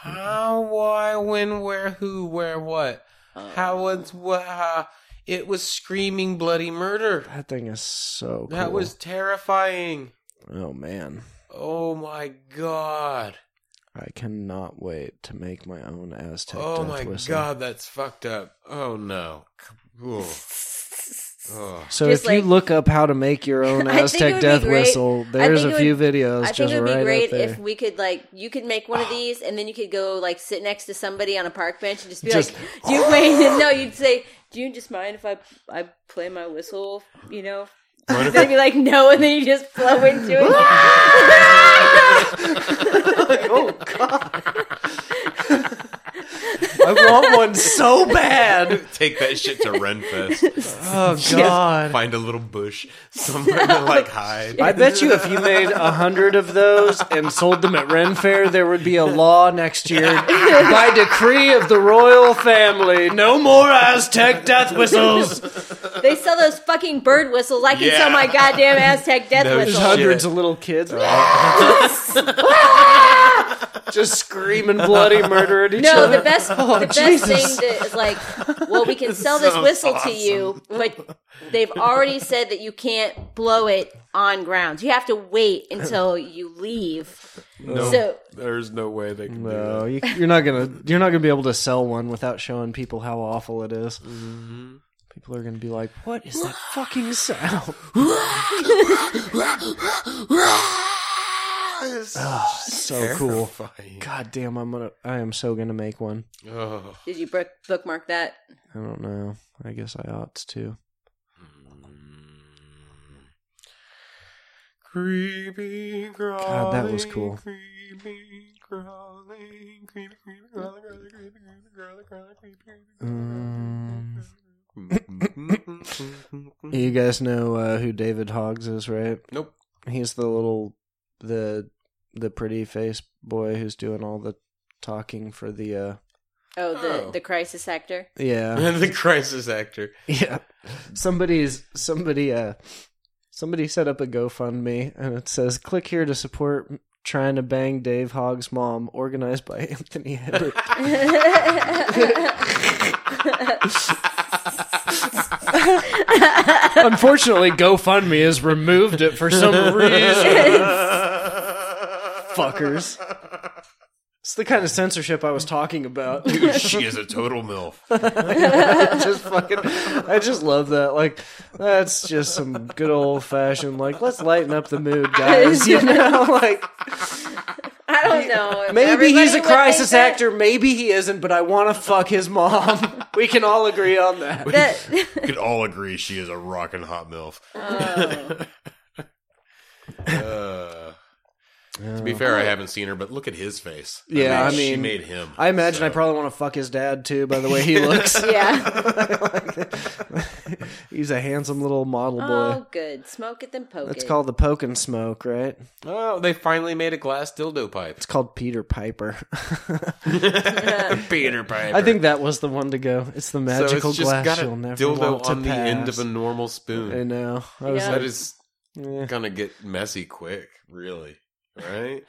S4: How, why, when, where, who, where, what? How was what? How, it was screaming bloody murder.
S3: That thing is so cool.
S4: That was terrifying.
S3: Oh man.
S4: Oh my god.
S3: I cannot wait to make my own Aztec
S4: Oh
S3: death
S4: my
S3: whistle.
S4: god, that's fucked up. Oh no. Cool. Oh.
S3: So if
S2: Just
S3: you
S2: like-
S3: look up how to make your own
S2: I think it would
S3: Aztec
S2: be
S3: death
S2: great-
S3: whistle,
S2: I
S3: there's
S2: think
S3: a
S2: it
S3: few
S2: would-
S3: videos
S2: I think
S3: just
S2: it would
S3: right
S2: be great
S3: up there.
S2: if we could like you could make one of these and then you could go like sit next to somebody on a park bench and just be
S3: Just-
S2: like, "Do you wait?" No, you'd say, "Do you just mind if I I play my whistle?" You know. They'd be like, "No," and then you just blow into it.
S3: oh god. I want one so bad.
S4: Take that shit to Renfest.
S3: Oh god.
S4: Find a little bush somewhere to like hide.
S3: I bet you if you made a hundred of those and sold them at Ren Fair, there would be a law next year by decree of the royal family: no more Aztec death whistles.
S2: they sell those fucking bird whistles. I can
S4: Yeah.
S2: sell my goddamn Aztec death
S4: No
S3: There's
S2: whistle.
S4: shit.
S3: hundreds of little kids just screaming bloody murder at each
S2: No,
S3: other.
S2: the best
S3: Oh,
S2: the best thing that is like, well, we can sell this
S4: sounds
S2: whistle
S4: awesome.
S2: to you, but they've already said that you can't blow it on grounds. You have to wait until you leave.
S4: No,
S2: So
S4: there's no way they can
S3: No,
S4: do
S3: you, you're not gonna you're not gonna be able to sell one without showing people how awful it is. People are gonna be like, "What is that fucking sound?"
S4: Ah.
S3: Oh, so cool.
S4: that.
S3: God damn, I'm gonna. I am so gonna make one.
S4: Oh.
S2: did you book, bookmark that?
S3: I don't know. I guess I ought to.
S4: Mm. Creepy crawling.
S3: that was cool.
S4: Creepy crawling. Creepy creepy crawling. Creepy creepy crawling. Crawling creepy
S3: Um,
S4: creepy crawling.
S3: you guys know uh, who David Hoggs is, right?
S4: Nope.
S3: He's the little the the pretty face boy who's doing all the talking for the uh
S2: Oh, the
S4: Oh.
S2: the crisis actor.
S3: yeah
S4: And the crisis actor.
S3: yeah somebody's somebody uh somebody set up a GoFundMe and it says click here to support trying to bang Dave Hoggs' mom organized by Anthony Hibbert. Unfortunately, GoFundMe has removed it for some reason. Fuckers. It's the kind of censorship I was talking about.
S4: she is a total milf.
S3: just fucking, I just love that. Like, that's just some good old fashioned. Like, let's lighten up the mood, guys. You know, like
S2: I don't know. if
S3: maybe
S2: everybody
S3: he's a
S2: would think
S3: crisis
S2: that-
S3: actor, maybe he isn't. But I want to fuck his mom. We can all agree on that.
S2: That,
S4: We could all agree she is a rockin' hot milf. Uh, to be fair, I haven't seen her, but look at his face. I
S3: Uh. Yeah, I
S4: she
S3: mean,
S4: made him.
S3: I imagine I
S4: so.
S3: probably want to fuck his dad too. By the way he looks,
S2: yeah.
S3: he's a handsome little model boy.
S2: Oh, good. Smoke it then poke
S3: It's
S2: it.
S3: called the poke and smoke, right?
S4: Oh, they finally made a glass dildo pipe.
S3: It's called Peter Piper.
S4: Peter Piper.
S3: I think that was the one to go. It's the
S4: so.
S3: magical
S4: It's just
S3: glass
S4: got a
S3: you'll never want
S4: dildo
S3: to
S4: on the end
S3: pass.
S4: of a normal spoon.
S3: I know. I was
S2: Yeah.
S4: That is
S3: like,
S4: gonna get messy quick, really. Right?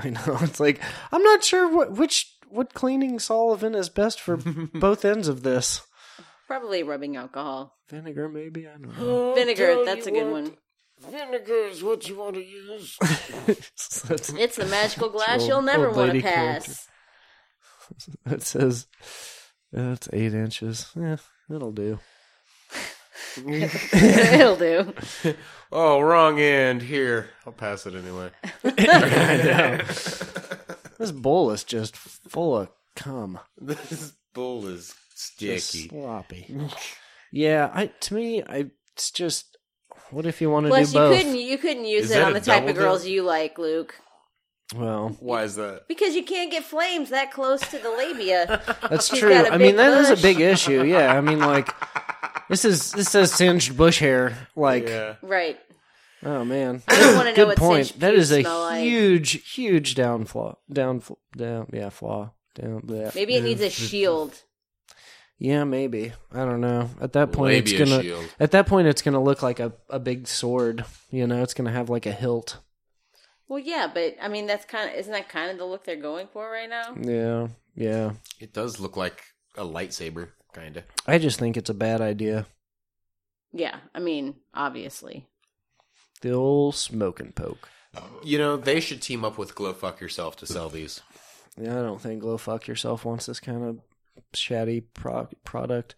S3: I know. It's like I'm not sure what which what cleaning solvent is best for both ends of this.
S2: probably rubbing alcohol.
S3: Vinegar, maybe I don't know.
S2: Vinegar, that's a good one.
S4: Vinegar is what you want to use.
S3: That's-
S2: It's the magical glass
S3: old-
S2: you'll never
S3: old
S2: want to
S3: lady
S2: pass.
S3: character. it says That's eight inches. Yeah, that'll do.
S2: It'll do.
S4: Oh, wrong end here. I'll pass it anyway.
S3: This bowl is just full of cum.
S4: This bull is
S3: Just
S4: sticky.
S3: sloppy. yeah, I to me, I it's just what if you want to do
S2: Plus, you
S3: both?
S2: couldn't you couldn't use
S4: Is
S2: it
S4: that
S2: on
S4: a
S2: the type of
S4: double
S2: girls
S4: dip?
S2: you like, Luke,
S3: Well,
S4: Why is that?
S2: because you can't get flames that close to the labia.
S3: that's
S2: She's
S3: true.
S2: got a
S3: I mean,
S2: big
S3: that is
S2: bush.
S3: a big issue. Yeah, I mean, like this is this is singed bush hair. Like,
S4: Yeah.
S2: right.
S3: oh man,
S2: I don't want to know
S3: good
S2: what
S3: point.
S2: cinched
S3: That
S2: pubes
S3: is a
S2: smell like.
S3: huge, huge downfall. Downfall. Down. Yeah, flaw. Down. bleh.
S2: Maybe it needs a shield.
S3: Yeah, maybe. I don't know. At that point,
S4: Labia
S3: it's gonna.
S4: shield.
S3: At that point, it's gonna look like a, a big sword. You know, it's gonna have like a hilt.
S2: Well, yeah, but I mean, that's kind of isn't that kind of the look they're going for right now?
S3: Yeah, yeah.
S4: It does look like a lightsaber, kind of.
S3: I just think it's a bad idea.
S2: Yeah, I mean, obviously.
S3: The old smoke and poke.
S4: You know, they should team up with Glow Fuck Yourself to sell these.
S3: Yeah, I don't think Glow Fuck Yourself wants this kind of shoddy pro- product.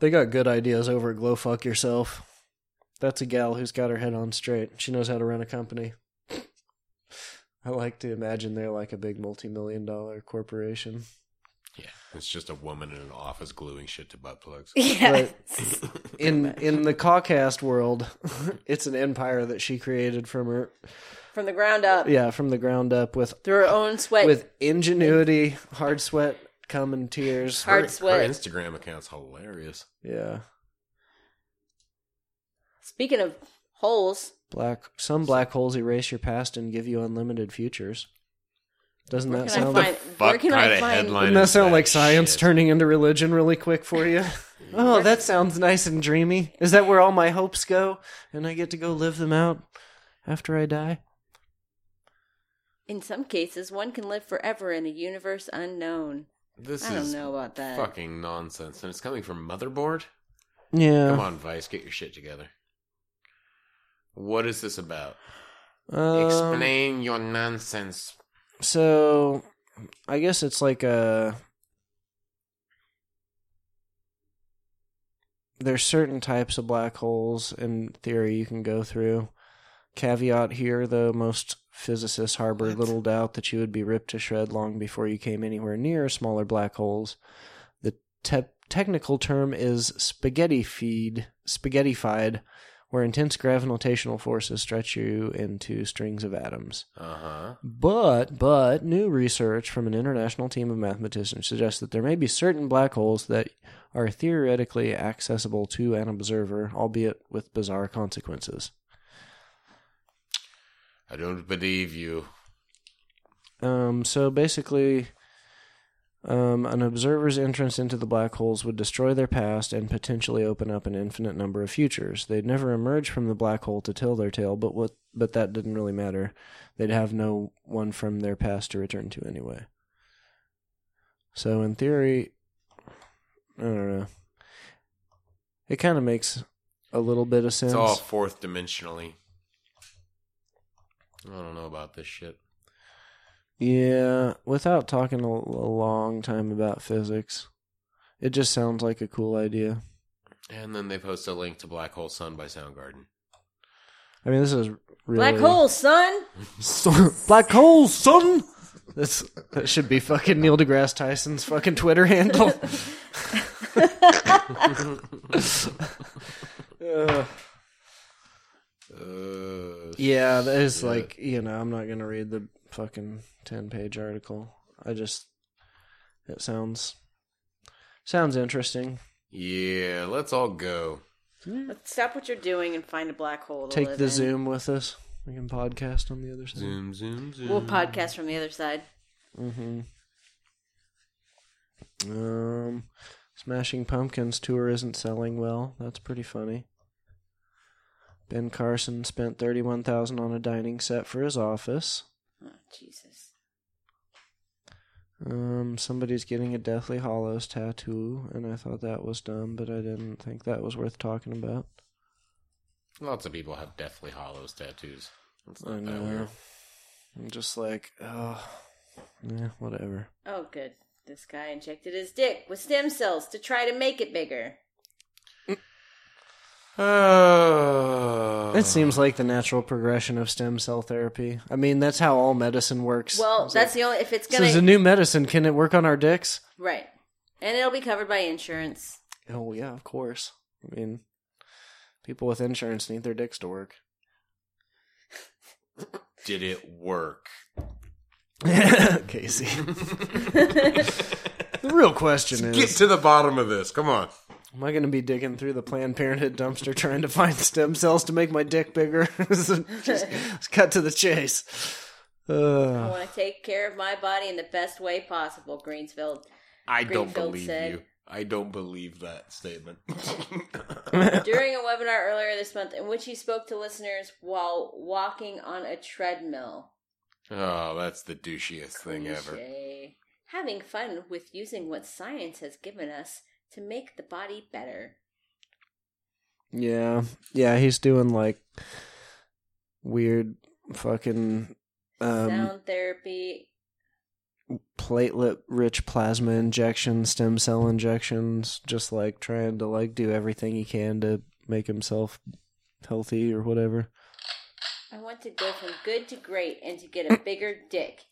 S3: They got good ideas over at Glow Fuck Yourself. That's a gal who's got her head on straight. She knows how to run a company. I like to imagine they're like a big multi-million dollar corporation.
S4: Yeah. It's just a woman in an office gluing shit to butt plugs.
S2: Yeah.
S3: In in the Caucast world, it's an empire that she created from her
S2: From the ground up,
S3: yeah, from the ground up with
S2: through her own sweat.
S3: with ingenuity, hard sweat, cum and tears.
S2: Hard
S4: Her-
S2: sweat.
S4: Her Instagram account's hilarious.
S3: Yeah.
S2: Speaking of holes,
S3: Black some black holes erase your past and give you unlimited futures. Doesn't
S2: where
S3: that
S2: can I
S3: sound
S2: find? Where
S4: Fuck
S2: can I
S4: kinda
S2: find?
S4: headline
S3: Doesn't that
S4: is
S3: sound like science
S4: shit?
S3: turning into religion really quick for you? oh, that sounds nice and dreamy. Is that where all my hopes go and I get to go live them out after I die?
S2: In some cases, one can live forever in a universe unknown.
S4: This
S2: I don't
S4: is
S2: know about that.
S4: fucking nonsense. And it's coming from Motherboard?
S3: Yeah.
S4: Come on, Vice, get your shit together. What is this about?
S3: Um,
S4: Explain your nonsense.
S3: So, I guess it's like a. There's certain types of black holes in theory you can go through. Caveat here, though, most physicists harbor little doubt that you would be ripped to shred long before you came anywhere near smaller black holes. The te- technical term is spaghetti feed, spaghettified, where intense gravitational forces stretch you into strings of atoms.
S4: Uh huh.
S3: But but new research from an international team of mathematicians suggests that there may be certain black holes that are theoretically accessible to an observer, albeit with bizarre consequences.
S4: I don't believe you.
S3: Um, so basically, um, an observer's entrance into the black holes would destroy their past and potentially open up an infinite number of futures. They'd never emerge from the black hole to tell their tale, but what? But that didn't really matter. They'd have no one from their past to return to anyway. So in theory, I don't know. It kind of makes a little bit of sense.
S4: It's all fourth dimensionally. I don't know about this shit.
S3: Yeah, without talking a, a long time about physics, it just sounds like a cool idea.
S4: And then they post a link to Black Hole Sun by Soundgarden.
S3: I mean, this is really
S2: Black hole, son.
S3: black hole, son. That's that should be fucking Neil deGrasse Tyson's fucking Twitter handle. Ugh.
S4: Uh,
S3: yeah, that is like you know I'm not gonna read the fucking ten page article. I just it sounds sounds interesting.
S4: yeah, let's all go.
S2: Stop what you're doing and find a black hole. To
S3: Take
S2: live
S3: the
S2: in.
S3: Zoom with us. We can podcast on the other side.
S4: Zoom, zoom, zoom.
S2: We'll podcast from the other side.
S3: Um, Smashing Pumpkins tour isn't selling well. That's pretty funny. Ben Carson spent thirty-one thousand on a dining set for his office.
S2: Oh, Jesus.
S3: Um, somebody's getting a Deathly Hollows tattoo, and I thought that was dumb, but I didn't think that was worth talking about.
S4: Lots of people have Deathly Hollows tattoos. That's
S3: I
S4: not that
S3: know.
S4: weird.
S3: I'm just like, oh, yeah, whatever.
S2: Oh, good. This guy injected his dick with stem cells to try to make it bigger.
S4: Oh.
S3: That seems like the natural progression of stem cell therapy. I mean, that's how all medicine works.
S2: Well, that's the only if it's
S3: so
S2: gonna
S3: there's a new medicine. Can it work on our dicks?
S2: right, and it'll be covered by insurance.
S3: Oh yeah, of course. I mean, people with insurance need their dicks to work.
S4: Did it work?
S3: Casey, the real question
S4: Get
S3: is:
S4: to the bottom of this. Come on.
S3: Am I going to be digging through the Planned Parenthood dumpster trying to find stem cells to make my dick bigger? just, just cut to the chase.
S2: I
S3: Uh,
S2: want to take care of my body in the best way possible, Greensfield.
S4: I don't
S2: Greenfield
S4: believe
S2: said.
S4: you. I don't believe that statement.
S2: During a webinar earlier this month in which he spoke to listeners while walking on a treadmill.
S4: oh, that's the douchiest thing ever.
S2: Cliche. Having fun with using what science has given us to make the body better.
S3: yeah, yeah, he's doing like weird fucking um,
S2: Sound therapy.
S3: platelet rich plasma injections, stem cell injections, just like trying to like do everything he can to make himself healthy or whatever.
S2: I want to go from good to great and to get a bigger dick.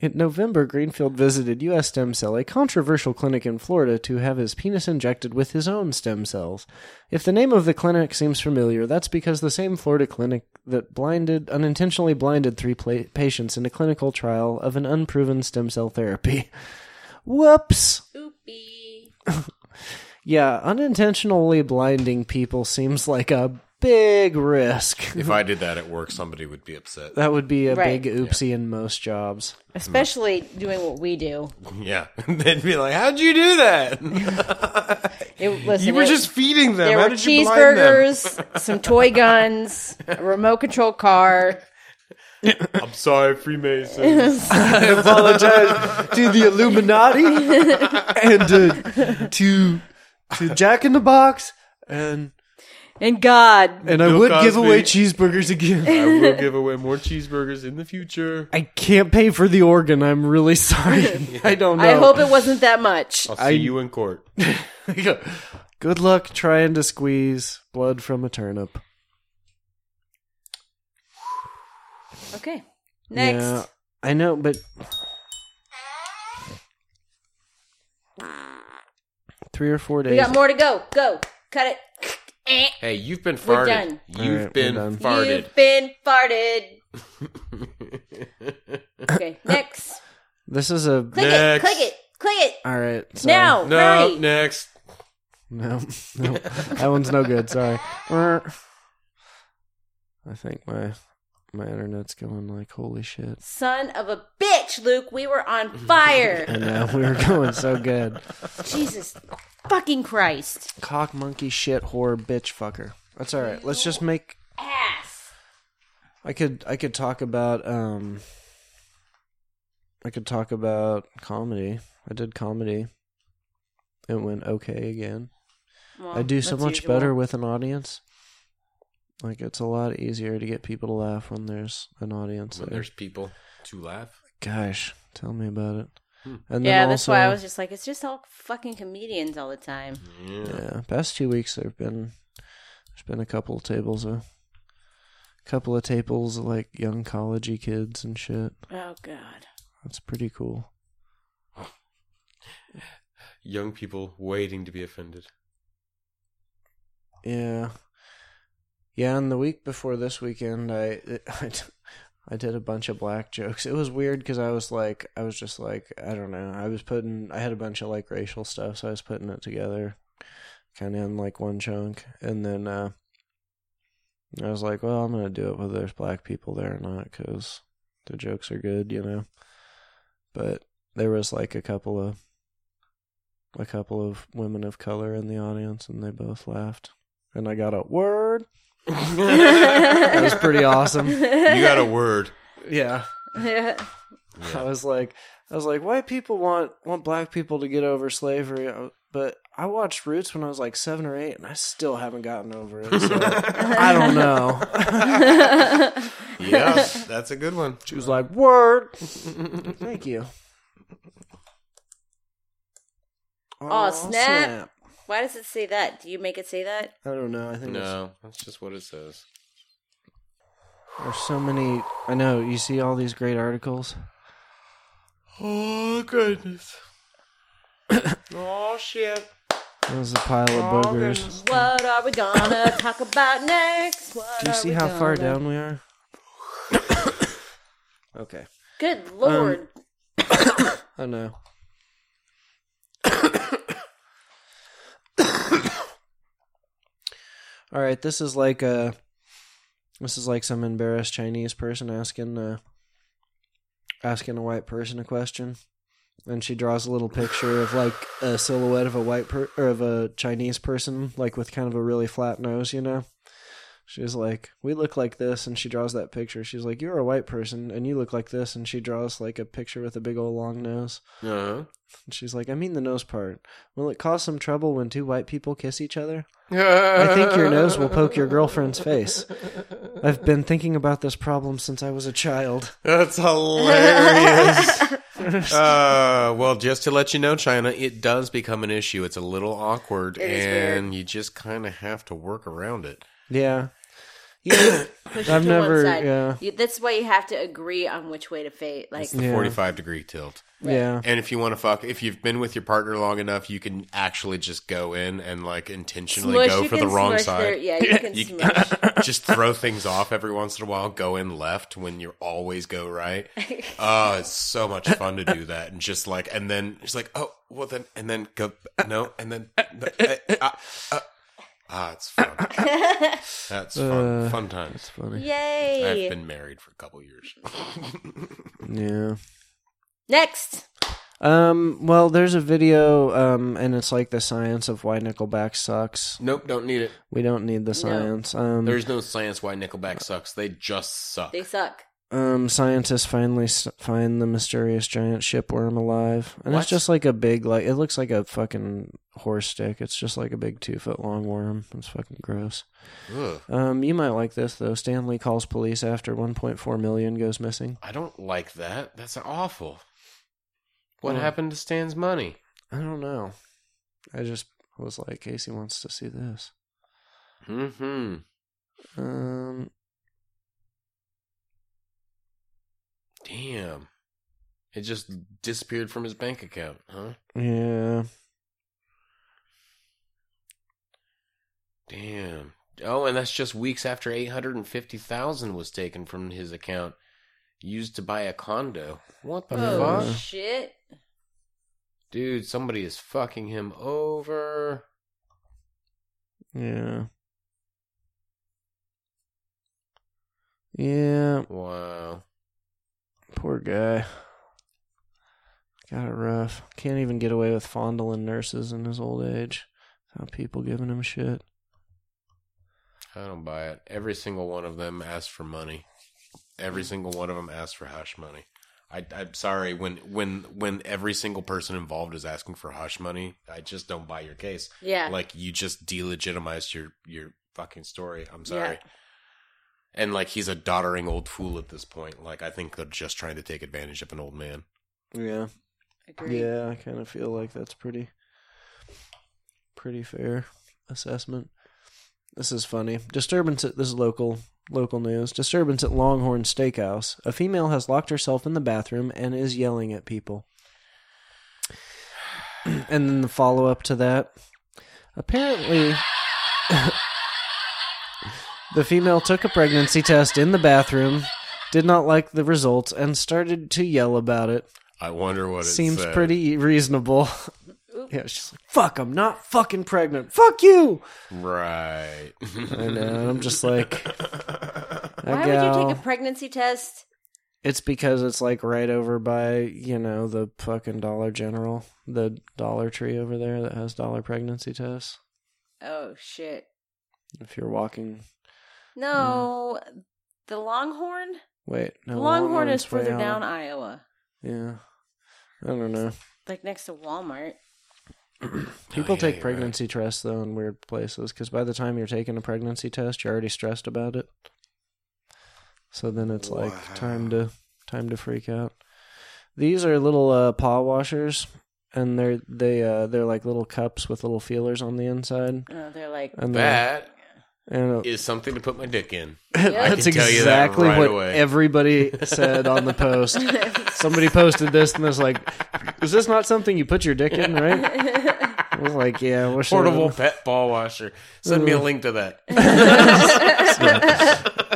S3: In November, Greenfield visited U.S. Stem Cell, a controversial clinic in Florida, to have his penis injected with his own stem cells. If the name of the clinic seems familiar, that's because the same Florida clinic that blinded, unintentionally blinded three pla- patients in a clinical trial of an unproven stem cell therapy. Whoops!
S2: Oopie.
S3: Yeah, unintentionally blinding people seems like a big risk.
S4: If I did that at work, somebody would be upset.
S3: That would be a
S2: Right.
S3: big oopsie in most jobs.
S2: Especially doing what we do.
S4: Yeah. They'd be like, How'd you do that?
S2: It, listen,
S4: You were
S2: it-
S4: just feeding them.
S2: There
S4: How
S2: were
S4: did you blind them?
S2: cheeseburgers, some toy guns, a remote control car.
S4: I'm sorry, Freemason.
S3: apologize to the Illuminati and uh, to to Jack in the Box, and
S2: And God,
S3: and I
S4: Bill
S3: would give
S4: Cosby.
S3: away cheeseburgers again.
S4: I will give away more cheeseburgers in the future.
S3: I can't pay for the organ. I'm really sorry. I don't know.
S2: I hope it wasn't that much.
S3: Oh.
S4: I'll see you in court.
S3: Good luck trying to squeeze blood from a turnip.
S2: Okay. Next.
S3: Yeah, I know, but three or four days.
S2: We got more to go. Go. Cut it. Eh.
S4: Hey, you've been farted.
S2: We're done.
S4: You've
S3: All right,
S4: been
S3: we're done.
S4: farted.
S2: You've been farted. okay. Next.
S3: This is a
S2: Click
S4: Next.
S2: it. Click it. Click it.
S3: all right. so-
S2: Now.
S4: No,
S2: Hurry.
S4: next.
S3: No, no, that one's no good. Sorry. Er. I think my my internet's going like holy shit.
S2: Son of a bitch, Luke. We were on fire.
S3: I know uh, we were going so good.
S2: Jesus fucking Christ.
S3: Cock monkey shit whore bitch fucker. That's all right. Let's just make.
S2: Ass.
S3: I could I could talk about um. I could talk about comedy. I did comedy. It went okay again.
S2: Well,
S3: I do so
S2: that's
S3: much
S2: usual.
S3: better with an audience. Like it's a lot easier to get people to laugh when there's an audience.
S4: When
S3: there.
S4: there's people to laugh.
S3: Gosh, tell me about it.
S4: Hmm.
S3: And
S2: Yeah, that's why I was just like, it's just all fucking comedians all the time.
S3: Yeah, past two weeks there've been there's been a couple of tables of couple of tables of like young collegey kids and shit.
S2: Oh God.
S3: That's pretty cool.
S4: Young people waiting to be offended.
S3: Yeah, yeah. And the week before this weekend, I I, d- I did a bunch of black jokes. It was weird because I was like, I was just like, I don't know. I was putting, I had a bunch of like racial stuff, so I was putting it together, kind of in like one chunk, and then uh I was like, well, I'm gonna do it whether there's black people there or not, because the jokes are good, you know. But there was like a couple of. A couple of women of color in the audience, and they both laughed and I got a word. That was pretty awesome.
S4: You got a word.
S3: Yeah.
S2: That's
S3: I was like, I was like, white people want want black people to get over slavery, I- but I watched Roots when I was like seven or eight, and I still haven't gotten over it. So I don't know.
S4: Yeah, that's a good one.
S3: She was like, word. Thank you.
S2: Aw, snap. Why does it say that? Do you make it say that?
S3: I don't know. I think it's-
S8: No, that's just what it says.
S3: there's so many. I know. You see all these great articles.
S8: Oh goodness. oh shit.
S3: There's a pile of
S4: Oh,
S3: boogers.
S2: What are we gonna talk about next? What
S3: Do you
S2: are
S3: see
S2: we
S3: how far
S2: gonna-
S3: down we are? okay. Oh,
S2: Good
S8: Um,
S2: lord.
S3: I know. All right, this is like a this is like some embarrassed Chinese person asking uh asking a white person a question. And she draws a little picture of like a silhouette of a white per- or of a Chinese person like with kind of a really flat nose, you know. She's like, "We look like this," and she draws that picture. She's like, "You're a white person and you look like this," and she draws like a picture with a big old long nose.
S8: Uh-huh.
S3: And she's like, I mean the nose part. Will it cause some trouble when two white people kiss each other? I
S8: I
S3: think your nose will poke your girlfriend's face. I've been thinking about this problem since I was a child.
S8: That's hilarious. uh, well, just to let you know, China, it does become an issue. It's a little awkward,
S2: is
S8: and you just kind of have to work around it.
S3: Yeah.
S2: Push it
S3: I've
S2: to
S3: never-
S2: one side.
S3: yeah.
S2: You, that's why you have to agree on which way to fade. Like,
S8: It's the
S3: Yeah.
S8: 45 degree tilt.
S3: Yeah.
S8: And if you want to fuck, if you've been with your partner long enough, you can actually just go in and like intentionally
S2: smush,
S8: go
S2: you
S8: for the
S2: can
S8: wrong
S2: smush
S8: side.
S2: Their, yeah, you can
S8: You-
S2: smush.
S8: just throw things off every once in a while. Go in left when you always go right. Oh, it's so much fun to do that, and just like, and then it's like, oh, well then, and then go no, and then no, eh, ah, ah. Ah, it's fun. That's fun.
S3: Uh,
S8: fun times.
S3: Funny.
S2: Yay!
S8: I've been married for a couple years.
S3: Yeah.
S2: Next,
S3: Um, well, there's a video, um, and it's like the science of why Nickelback sucks.
S8: nope, don't need it.
S3: We don't need the science. Um,
S8: There's no science why Nickelback sucks. They just suck.
S2: they suck.
S3: um, scientists finally s- find the mysterious giant shipworm alive, and
S8: What?
S3: it's just like a big, like it looks like a fucking horse stick. It's just like a big two foot long worm. It's fucking gross.
S8: Ugh.
S3: Um, you might like this though. Stanley calls police after 1.4 million goes missing.
S8: I don't like that. That's awful. What
S3: Hmm.
S8: happened to Stan's money?
S3: I don't know. I just was like, Casey wants to see this.
S8: Mm-hmm.
S3: Um,
S8: Damn. It just disappeared from his bank account, huh?
S3: yeah,
S8: Damn. Oh, and that's just weeks after 850,000 was taken from his account used to buy a condo. What the
S2: Oh
S8: fuck?
S2: shit!
S8: Dude, somebody is fucking him over.
S3: yeah, yeah.
S8: Wow.
S3: Poor guy. Got it rough. Can't even get away with fondling nurses in his old age. How people giving him shit.
S8: I don't buy it. Every single one of them asked for money. Every single one of them asked for hush money. I, I'm sorry when when when every single person involved is asking for hush money. I just don't buy your case.
S2: Yeah,
S8: like you just delegitimized your your fucking story. I'm sorry. And like he's a doddering old fool at this point. Like I think they're just trying to take advantage of an old man.
S3: Yeah.
S2: agree.
S3: Yeah, I kind of feel like that's pretty pretty fair assessment. This is funny. Disturbance at this is local local news. Disturbance at Longhorn Steakhouse. A female has locked herself in the bathroom and is yelling at people. and then the follow up to that. Apparently the female took a pregnancy test in the bathroom, did not like the results, and started to yell about it
S8: I wonder what it
S3: seems
S8: said.
S3: pretty reasonable. yeah, she's like, "Fuck, I'm not fucking pregnant. Fuck you."
S8: right.
S3: And, uh, I'm just like,
S2: Why would you take a pregnancy test?
S3: It's because it's like right over by you know the fucking Dollar General, the Dollar Tree over there that has dollar pregnancy tests.
S2: Oh shit!
S3: If you're walking,
S2: No,
S8: Mm.
S2: the Longhorn.
S3: wait, no,
S2: The Longhorn is
S3: Longhorn's way
S2: further
S3: out.
S2: down Iowa,
S3: Yeah, I don't know.
S2: like next to Walmart.
S3: People
S4: Oh,
S8: yeah,
S3: take
S8: you're right.
S3: pregnancy tests though in weird places because by the time you're taking a pregnancy test, you're already stressed about it. So then it's like time to time to freak out. These are little uh, paw washers, and they're they uh they're like little cups with little feelers on the inside,
S2: Oh, they're like,
S3: and they're-
S4: That
S3: and
S4: is something to put my dick in.
S2: yeah.
S3: that's
S4: can tell you that
S3: exactly
S4: right
S3: what
S4: away.
S3: everybody said on the post. Somebody posted this and was like, "Is this not something you put your dick in?" Right? I was like, "Yeah, we're sure-
S4: Portable pet ball washer. Send
S3: Uh.
S4: me a link to that.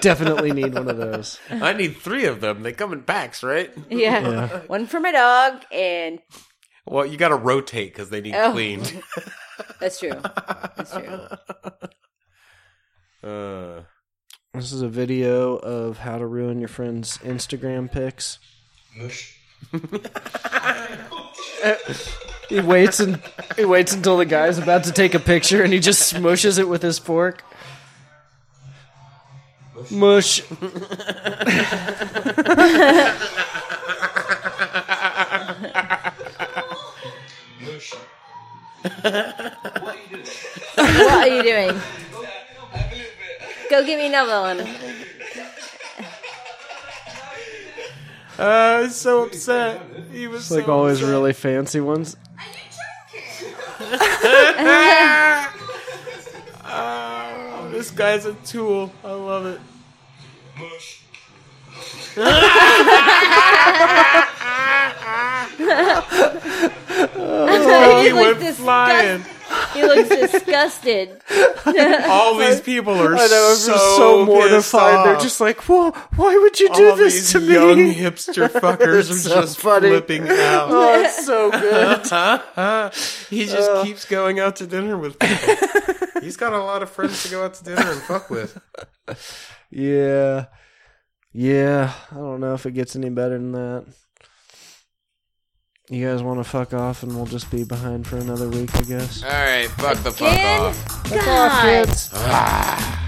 S3: definitely need one of those."
S4: I need three of them. They come in packs, right?
S2: yeah. One for my dog, and
S4: Well, you got to rotate because they need
S2: Oh.
S4: cleaned.
S2: that's true. That's true.
S4: Uh,
S3: This is a video of how to ruin your friend's Instagram pics.
S5: Mush.
S3: He waits and he waits until the guy's about to take a picture, and he just smushes it with his fork. Mush.
S5: Mush.
S2: What are you doing? Go give me another one.
S4: I was Uh, so upset. He was
S3: It's like always really fancy ones.
S4: Oh, this guy's a tool. I love it.
S5: Mush.
S2: he
S4: Oh, went
S2: looks disgust-
S4: flying.
S2: He looks disgusted.
S4: All these people are
S3: I know everyone's
S4: so,
S3: so, mortified. They're just like, "Whoa! Why would you do
S4: All
S3: this
S4: these
S3: to
S4: young
S3: me?"
S4: hipster fuckers are
S3: It's so
S4: just
S3: funny.
S4: flipping out.
S3: Oh, it's so good.
S4: he just
S3: Uh.
S4: keeps going out to dinner with people. He's got a lot of friends to go out to dinner and fuck with.
S3: yeah, yeah. I don't know if it gets any better than that. You guys want to fuck off, and we'll just be behind for another week, I guess.
S4: All right, fuck the fuck
S2: Again?
S4: off.
S2: God.
S3: Kids.